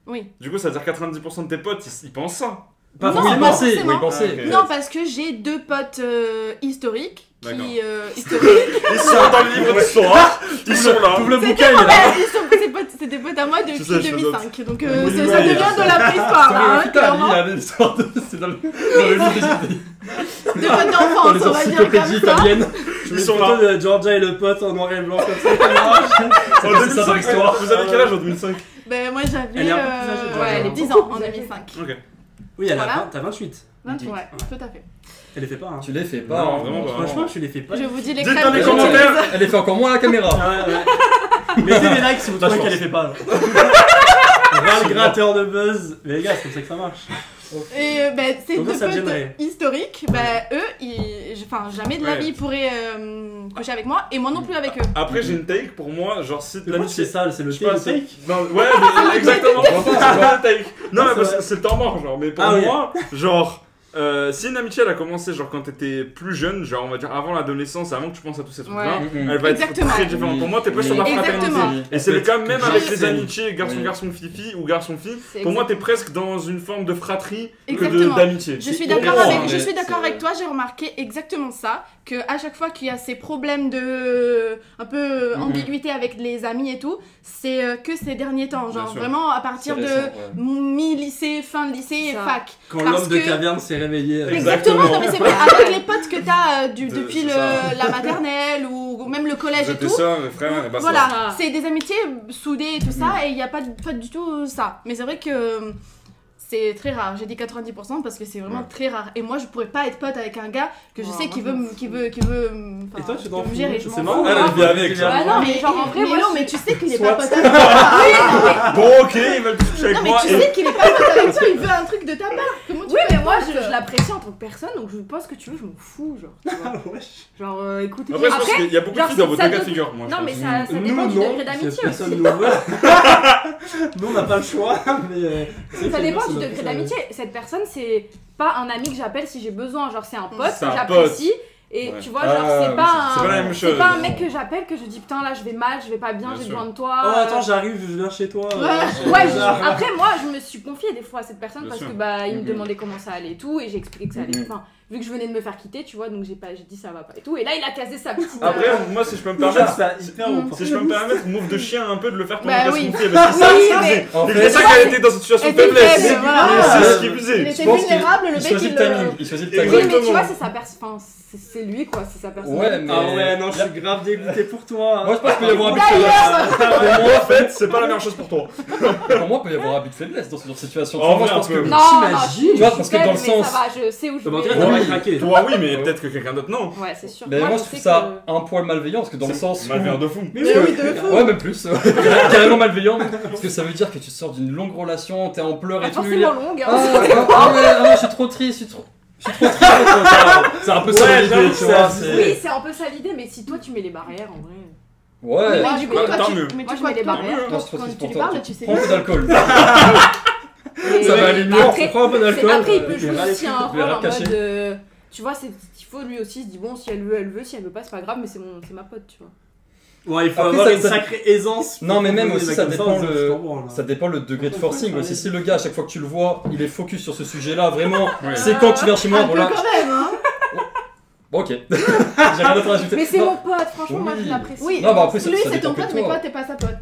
Speaker 5: Oui.
Speaker 4: Du coup, ça veut dire que 90% de tes potes, ils, ils pensent ça.
Speaker 7: Pas
Speaker 5: Non,
Speaker 7: forcément.
Speaker 5: non,
Speaker 7: penser,
Speaker 5: forcément.
Speaker 1: Oui, pensez.
Speaker 4: Ah, ok.
Speaker 5: Non, parce que j'ai deux potes euh, historiques
Speaker 4: D'accord.
Speaker 5: qui. euh, historiques.
Speaker 4: Ils sont dans le livre de Sora, ils sont là.
Speaker 7: Ouvre le
Speaker 5: C'était
Speaker 7: bouquin, il est là.
Speaker 5: Bah, ils sont- c'est potes- c'est des potes à moi
Speaker 4: Je
Speaker 5: depuis
Speaker 4: sais, je
Speaker 5: 2005. Donc euh,
Speaker 2: Oui,
Speaker 5: ça,
Speaker 2: oui,
Speaker 5: ça
Speaker 2: oui,
Speaker 5: devient de la préhistoire.
Speaker 1: Putain,
Speaker 5: Hein,
Speaker 1: mais putain, lui, il
Speaker 5: clairement.
Speaker 1: y avait l'histoire de. C'est dans le. Dans le livre des-
Speaker 5: Deux potes
Speaker 7: Dans les
Speaker 5: d'enfance, on va dire
Speaker 7: encyclopédies
Speaker 5: comme ça.
Speaker 7: italiennes.
Speaker 2: Tu
Speaker 4: Ils
Speaker 2: mets
Speaker 4: sont
Speaker 2: une photo de Georgia et le pote en noir et blanc comme ça.
Speaker 4: En
Speaker 1: c'est ça dans
Speaker 4: 2005,
Speaker 1: l'histoire.
Speaker 4: Vous avez quel âge en 2005
Speaker 5: Ben moi
Speaker 2: Elle
Speaker 5: j'avais
Speaker 2: est un peu plus âgée,
Speaker 5: euh,
Speaker 2: Georgia.
Speaker 5: ouais, les 10 ans en 2005.
Speaker 4: Ok.
Speaker 2: Oui, elle a
Speaker 5: Voilà.
Speaker 2: 20 t'as 28.
Speaker 5: Donc, Ouais, tout à fait.
Speaker 2: Elle les fait pas, hein.
Speaker 1: Tu les fais pas.
Speaker 4: Non,
Speaker 1: hein,
Speaker 4: vraiment pas.
Speaker 2: Franchement, tu les fais pas.
Speaker 5: Je vous dis les
Speaker 4: Dites
Speaker 5: crêpes
Speaker 4: dans les
Speaker 5: que
Speaker 4: commentaires.
Speaker 5: j'utilise.
Speaker 1: Elle les fait encore moins à la caméra.
Speaker 2: Ah ouais, ouais. Mettez des likes si vous
Speaker 7: Pas de
Speaker 2: trouvez qu'elle
Speaker 7: chance.
Speaker 2: les fait pas. genre. 20 gratteurs de buzz. Mais les gars, c'est comme ça que ça marche.
Speaker 5: Et euh, ben, ces
Speaker 2: Donc,
Speaker 5: deux
Speaker 2: ça
Speaker 5: potes
Speaker 2: gênerait.
Speaker 5: historiques, ben eux, ils... enfin jamais de la
Speaker 4: Ouais.
Speaker 5: vie ils pourraient euh, coucher avec moi et moi non plus avec eux.
Speaker 4: Après, j'ai une take pour moi, genre si
Speaker 2: Mais moi, c'est
Speaker 4: l'amitié.
Speaker 2: ça, c'est le
Speaker 4: Je sais pas,
Speaker 2: take.
Speaker 4: c'est- Non, ouais, mais exactement.
Speaker 1: On voit pas, on
Speaker 4: C'est le take.
Speaker 2: Non,
Speaker 4: Non, mais
Speaker 2: c'est
Speaker 4: parce
Speaker 2: vrai.
Speaker 4: que c'est le temps mort, genre. Mais pour
Speaker 2: Ah oui.
Speaker 4: moi, genre. euh, si une amitié elle a commencé genre quand t'étais plus jeune, genre on va dire avant l'adolescence, avant que tu penses à tous ces trucs-là,
Speaker 1: Mm,
Speaker 5: Ouais.
Speaker 4: elle va
Speaker 5: Exactement.
Speaker 4: être très différente. Pour moi, t'es pas sur la
Speaker 5: Exactement.
Speaker 4: fraternité. Et c'est le cas même avec les amitiés
Speaker 1: Oui.
Speaker 4: garçon-garçon-fille-fille ou garçon-fille.
Speaker 6: C'est
Speaker 4: Pour moi, t'es
Speaker 6: exact-
Speaker 4: presque dans une forme de fratrie que de-
Speaker 5: Exactement.
Speaker 4: d'amitié.
Speaker 5: Je suis
Speaker 1: C'est
Speaker 5: d'accord
Speaker 1: incohérent,
Speaker 5: avec, je
Speaker 1: mais
Speaker 5: suis d'accord
Speaker 1: c'est-
Speaker 5: avec
Speaker 4: euh,
Speaker 5: toi. J'ai remarqué exactement ça, que à chaque fois qu'il y a ces problèmes de un peu euh,
Speaker 1: Mhm.
Speaker 5: ambiguïté avec les amis et tout, c'est euh, que ces derniers temps,
Speaker 4: Bien
Speaker 5: genre
Speaker 4: sûr.
Speaker 5: vraiment à partir de mi-lycée, fin de lycée et
Speaker 6: Ça.
Speaker 5: fac.
Speaker 2: Quand
Speaker 5: Parce
Speaker 2: l'homme de
Speaker 5: que-
Speaker 2: caverne s'est réveillé. euh,
Speaker 5: Exactement,
Speaker 4: Exactement.
Speaker 5: non, mais c'est vrai, avec les potes que t'as euh, du-
Speaker 4: De-
Speaker 5: depuis
Speaker 4: c'est
Speaker 5: le,
Speaker 4: ça.
Speaker 5: la maternelle ou même le collège et
Speaker 4: J'étais
Speaker 5: tout.
Speaker 4: ça, mes frères, et bah ça.
Speaker 5: voilà,
Speaker 6: Ça.
Speaker 5: c'est des amitiés soudées et tout ça, et il n'y a pas, de- pas du tout euh, ça. Mais c'est vrai que euh, c'est très rare, j'ai dit 90% parce que c'est vraiment
Speaker 4: Ouais.
Speaker 5: très rare. Et moi, je pourrais pas être pote avec un gars que je
Speaker 6: Ouais,
Speaker 5: sais
Speaker 6: moi,
Speaker 5: qui
Speaker 6: je
Speaker 5: veut,
Speaker 6: m'en
Speaker 5: me-
Speaker 6: fous.
Speaker 5: qui veut, qui veut, me- enfin,
Speaker 2: Et toi, tu
Speaker 5: qui
Speaker 2: t'en
Speaker 5: veut me
Speaker 2: fous
Speaker 5: gérer, je
Speaker 2: C'est
Speaker 5: m'en
Speaker 2: marrant,
Speaker 5: fous.
Speaker 4: elle, elle vit avec, genre.
Speaker 6: Bah non, mais genre en vrai,
Speaker 5: Ah mais
Speaker 6: moi.
Speaker 5: non,
Speaker 6: je-
Speaker 5: mais tu sais qu'il est
Speaker 2: Soit.
Speaker 5: pas pote avec toi. Oui, non, mais-
Speaker 4: Bon, ok, ils veulent toucher avec
Speaker 5: non, mais
Speaker 4: moi.
Speaker 5: tu
Speaker 4: et-
Speaker 5: sais qu'il est pas pote avec toi, il veut un truc de ta part. Comment tu
Speaker 6: Oui,
Speaker 5: peux
Speaker 6: mais
Speaker 5: être
Speaker 6: moi,
Speaker 5: pote
Speaker 6: je, je l'apprécie en tant que personne, donc je pense que tu veux, je m'en fous, genre. tu vois.
Speaker 2: Ah, Wesh.
Speaker 6: Genre, euh, écoute,
Speaker 4: Après, je pense
Speaker 6: après,
Speaker 4: qu'il y a beaucoup de
Speaker 6: genre,
Speaker 4: filles dans
Speaker 6: ça-
Speaker 4: vos
Speaker 6: ça
Speaker 4: deux cas de
Speaker 6: doit-
Speaker 4: figure, moi. je
Speaker 6: non, mais
Speaker 4: pense.
Speaker 6: ça, ça
Speaker 2: Nous,
Speaker 6: dépend du
Speaker 2: non,
Speaker 6: degré
Speaker 2: parce que
Speaker 6: d'amitié aussi.
Speaker 2: personne nous voit. Nous, on n'a pas le choix, mais. euh, c'est
Speaker 6: Ça
Speaker 2: que
Speaker 6: dépend
Speaker 2: nous,
Speaker 6: du
Speaker 2: c'est
Speaker 6: degré
Speaker 2: notre-
Speaker 6: d'amitié. Cette personne, c'est pas un ami que j'appelle si j'ai besoin. Genre, c'est un pote
Speaker 4: C'est
Speaker 6: que
Speaker 4: un
Speaker 6: j'apprécie. Et
Speaker 4: Ouais.
Speaker 6: tu vois,
Speaker 1: Ah,
Speaker 6: genre, c'est
Speaker 1: mais
Speaker 6: pas,
Speaker 1: c'est-
Speaker 4: c'est pas la
Speaker 6: un...
Speaker 4: même
Speaker 6: c'est
Speaker 4: chose.
Speaker 6: pas un mec que j'appelle que je dis putain, là, je vais mal, je vais pas bien,
Speaker 4: Bien
Speaker 6: j'ai
Speaker 4: sûr.
Speaker 6: besoin de
Speaker 2: Oh,
Speaker 6: toi.
Speaker 2: attends,
Speaker 6: euh,
Speaker 2: j'arrive, je viens chez toi.
Speaker 5: Ah. Ouais.
Speaker 2: euh,
Speaker 6: Ouais,
Speaker 2: je-
Speaker 6: je- après moi je me suis confiée des fois à cette personne
Speaker 4: Bien
Speaker 6: parce
Speaker 4: sûr. Mm-hmm.
Speaker 6: que bah il me
Speaker 1: Mhm.
Speaker 6: demandait comment ça allait et tout et j'ai expliqué que ça allait.
Speaker 1: Mhm.
Speaker 6: Enfin, vu que je venais de me faire quitter, tu vois, donc j'ai pas j'ai dit ça va pas et tout et là il a casé sa petite euh,
Speaker 4: Après, moi, si je peux me
Speaker 2: Je trouve
Speaker 4: permettre.
Speaker 2: ça hyper
Speaker 5: Mm.
Speaker 2: opportun.
Speaker 4: Si je peux me permettre, move de chien un peu de le faire pendant
Speaker 5: Bah
Speaker 4: qu'elle se
Speaker 5: oui.
Speaker 4: confiait, parce que
Speaker 5: Oui,
Speaker 4: c'est ça
Speaker 5: mais-
Speaker 4: qu'il faisait.
Speaker 1: En
Speaker 4: Il
Speaker 1: fait,
Speaker 4: disait qu'elle était dans une situation de
Speaker 5: était
Speaker 4: faiblesse.
Speaker 5: faible,
Speaker 4: Mais
Speaker 5: voilà.
Speaker 4: c'est ce qu'il
Speaker 5: Il
Speaker 4: faisait.
Speaker 1: Je
Speaker 5: était
Speaker 1: pense qu'il-
Speaker 5: vulnérable, le
Speaker 1: il
Speaker 5: mec
Speaker 1: choisit
Speaker 5: il
Speaker 1: le
Speaker 5: le-
Speaker 1: timing. Il choisit le
Speaker 6: Oui,
Speaker 4: Exactement.
Speaker 1: timing.
Speaker 6: mais tu vois, c'est sa personne. Enfin, c'est c'est lui quoi, c'est sa personne.
Speaker 1: Ouais, mais.
Speaker 2: Ah ouais, non, je suis grave dégoûté pour toi. hein.
Speaker 1: Moi, je pense qu'il peut y avoir un but de faiblesse.
Speaker 5: D'ailleurs,
Speaker 4: Pour moi, en fait, c'est pas la meilleure chose pour toi.
Speaker 1: Pour moi, il peut y avoir un but de faiblesse dans ce genre de situation.
Speaker 4: En
Speaker 1: Moi,
Speaker 4: vrai,
Speaker 1: je pense
Speaker 4: un peu.
Speaker 1: que.
Speaker 6: Non, non, je suis
Speaker 1: Tu vois, parce que
Speaker 6: faible,
Speaker 1: dans le
Speaker 6: mais
Speaker 1: sens-
Speaker 6: ça va, je sais où je
Speaker 2: Bah, en tout
Speaker 6: vais.
Speaker 2: cas, t'as pas
Speaker 4: Oui.
Speaker 2: craqué.
Speaker 4: Toi, oui, mais peut-être que quelqu'un d'autre, non.
Speaker 6: Ouais, c'est sûr.
Speaker 1: Mais moi, je
Speaker 6: sais
Speaker 1: trouve ça
Speaker 6: que-
Speaker 1: un poil malveillant, parce que dans le sens. où-
Speaker 4: Malveillant de fou.
Speaker 2: Mais
Speaker 5: Mais
Speaker 2: oui,
Speaker 5: oui, de fou.
Speaker 1: Ouais, même plus. Carrément malveillant. Parce que ça veut dire que tu sors d'une longue relation, t'es en pleurs
Speaker 6: Pas
Speaker 1: et tout.
Speaker 6: forcément longue.
Speaker 1: Ah,
Speaker 6: hein.
Speaker 1: ah, ah ouais, ah ouais, je suis trop triste, je suis trop. Je suis trop triste. quoi. C'est un peu ça
Speaker 2: Ouais,
Speaker 1: l'idée,
Speaker 2: j'avoue,
Speaker 1: tu
Speaker 2: ça-
Speaker 1: vois.
Speaker 6: Oui,
Speaker 1: c'est-
Speaker 6: c'est un peu ça l'idée, mais si toi tu mets les barrières en vrai.
Speaker 1: Ouais.
Speaker 5: Mais du coup,
Speaker 4: Ouais,
Speaker 5: toi,
Speaker 4: tant
Speaker 5: tu-
Speaker 4: mieux.
Speaker 5: mais
Speaker 6: Moi,
Speaker 5: tu
Speaker 6: je
Speaker 5: vois,
Speaker 6: mets les
Speaker 5: toi,
Speaker 6: barrières.
Speaker 5: quand-
Speaker 1: Moi, je trouve
Speaker 5: quand
Speaker 1: que c'est
Speaker 5: tu lui
Speaker 1: pour
Speaker 5: parles, tu sais.
Speaker 1: Prends un peu d'alcool.
Speaker 6: Et-
Speaker 1: Ça va aller mieux.
Speaker 6: Après,
Speaker 2: Prends un peu
Speaker 6: C'est-
Speaker 2: d'alcool.
Speaker 6: Après, il peut
Speaker 2: Mais
Speaker 6: jouer
Speaker 2: va les
Speaker 6: aussi un
Speaker 1: couilles,
Speaker 6: rôle en
Speaker 1: caché.
Speaker 6: mode. euh, tu vois, c'est- il faut lui aussi il se dit bon, si elle veut, elle veut, si elle veut pas, c'est pas grave, mais c'est mon- c'est ma pote, tu vois.
Speaker 2: Ouais, il faut
Speaker 1: Après,
Speaker 2: avoir
Speaker 1: ça-
Speaker 2: une
Speaker 1: ça-
Speaker 2: sacrée aisance.
Speaker 1: Non, mais même
Speaker 2: pour
Speaker 1: aussi,
Speaker 2: poser
Speaker 1: ça
Speaker 2: des
Speaker 1: dépend
Speaker 2: questions,
Speaker 1: le-
Speaker 2: je t'en branle, là.
Speaker 1: Ça dépend le degré de forcing aussi. Si le gars, à chaque fois que tu le vois, il est focus sur ce sujet-là, vraiment,
Speaker 4: Ouais.
Speaker 1: c'est quand tu viens chez moi,
Speaker 5: Un
Speaker 1: bon
Speaker 5: peu
Speaker 1: là.
Speaker 5: quand même, hein.
Speaker 1: Bon, ok. J'ai rien d'autre à rajouter.
Speaker 6: Mais c'est
Speaker 1: Non.
Speaker 6: mon pote, franchement, moi je
Speaker 1: Oui.
Speaker 6: l'apprécie.
Speaker 5: Oui,
Speaker 1: Non, bah, après, ça-
Speaker 5: lui
Speaker 1: ça
Speaker 5: c'est
Speaker 1: dépend
Speaker 5: ton
Speaker 1: que
Speaker 5: pote,
Speaker 1: toi.
Speaker 5: mais toi t'es pas sa pote.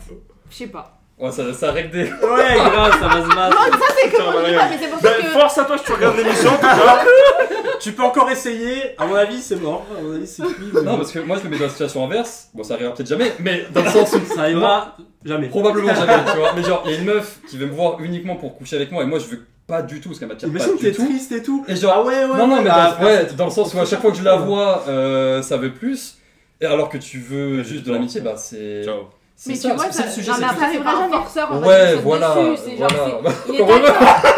Speaker 6: Je sais pas.
Speaker 1: Ouais, ça, ça règle des.
Speaker 2: Ouais, grave, ça va se battre.
Speaker 5: Non, ça c'est
Speaker 4: Putain,
Speaker 5: comment on dit
Speaker 4: voilà.
Speaker 5: pas, mais c'est
Speaker 1: Bah,
Speaker 5: pour ça
Speaker 4: Ben,
Speaker 5: que.
Speaker 4: force à toi si tu regardes l'émission, tu vois.
Speaker 2: Tu peux encore essayer. À mon avis, c'est mort. À mon avis, c'est fini.
Speaker 1: Non, parce que moi, je me mets dans la situation inverse. Bon, ça arrivera peut-être jamais, mais dans le sens où
Speaker 2: ça arrivera jamais.
Speaker 1: Probablement jamais, tu vois. Mais genre, il y a une meuf qui veut me voir uniquement pour coucher avec moi et moi je veux
Speaker 3: pas du tout, parce qu'elle m'attire pas
Speaker 2: Imagine, t'es
Speaker 3: du tout.
Speaker 2: triste et tout.
Speaker 3: Et genre,
Speaker 2: Ah ouais, ouais.
Speaker 3: non, non, mais
Speaker 2: ah,
Speaker 3: dans, ouais, dans le sens où à chaque fois que je la
Speaker 2: Ouais.
Speaker 3: vois, euh, ça veut plus. Et alors que tu veux
Speaker 4: Ouais,
Speaker 3: juste de
Speaker 4: non.
Speaker 3: l'amitié, bah c'est.
Speaker 4: Ciao.
Speaker 3: C'est
Speaker 5: Mais
Speaker 3: ça,
Speaker 5: tu vois,
Speaker 3: parce que c'est
Speaker 5: ça,
Speaker 3: le sujet,
Speaker 5: non,
Speaker 3: c'est
Speaker 5: mais
Speaker 3: que-
Speaker 5: après,
Speaker 6: C'est
Speaker 5: arrivera
Speaker 6: pas un
Speaker 5: jamais.
Speaker 6: forceur, on va
Speaker 3: Ouais,
Speaker 6: lui
Speaker 3: voilà.
Speaker 6: sauter dessus. C'est genre,
Speaker 3: voilà.
Speaker 6: c'est- il est d'accord.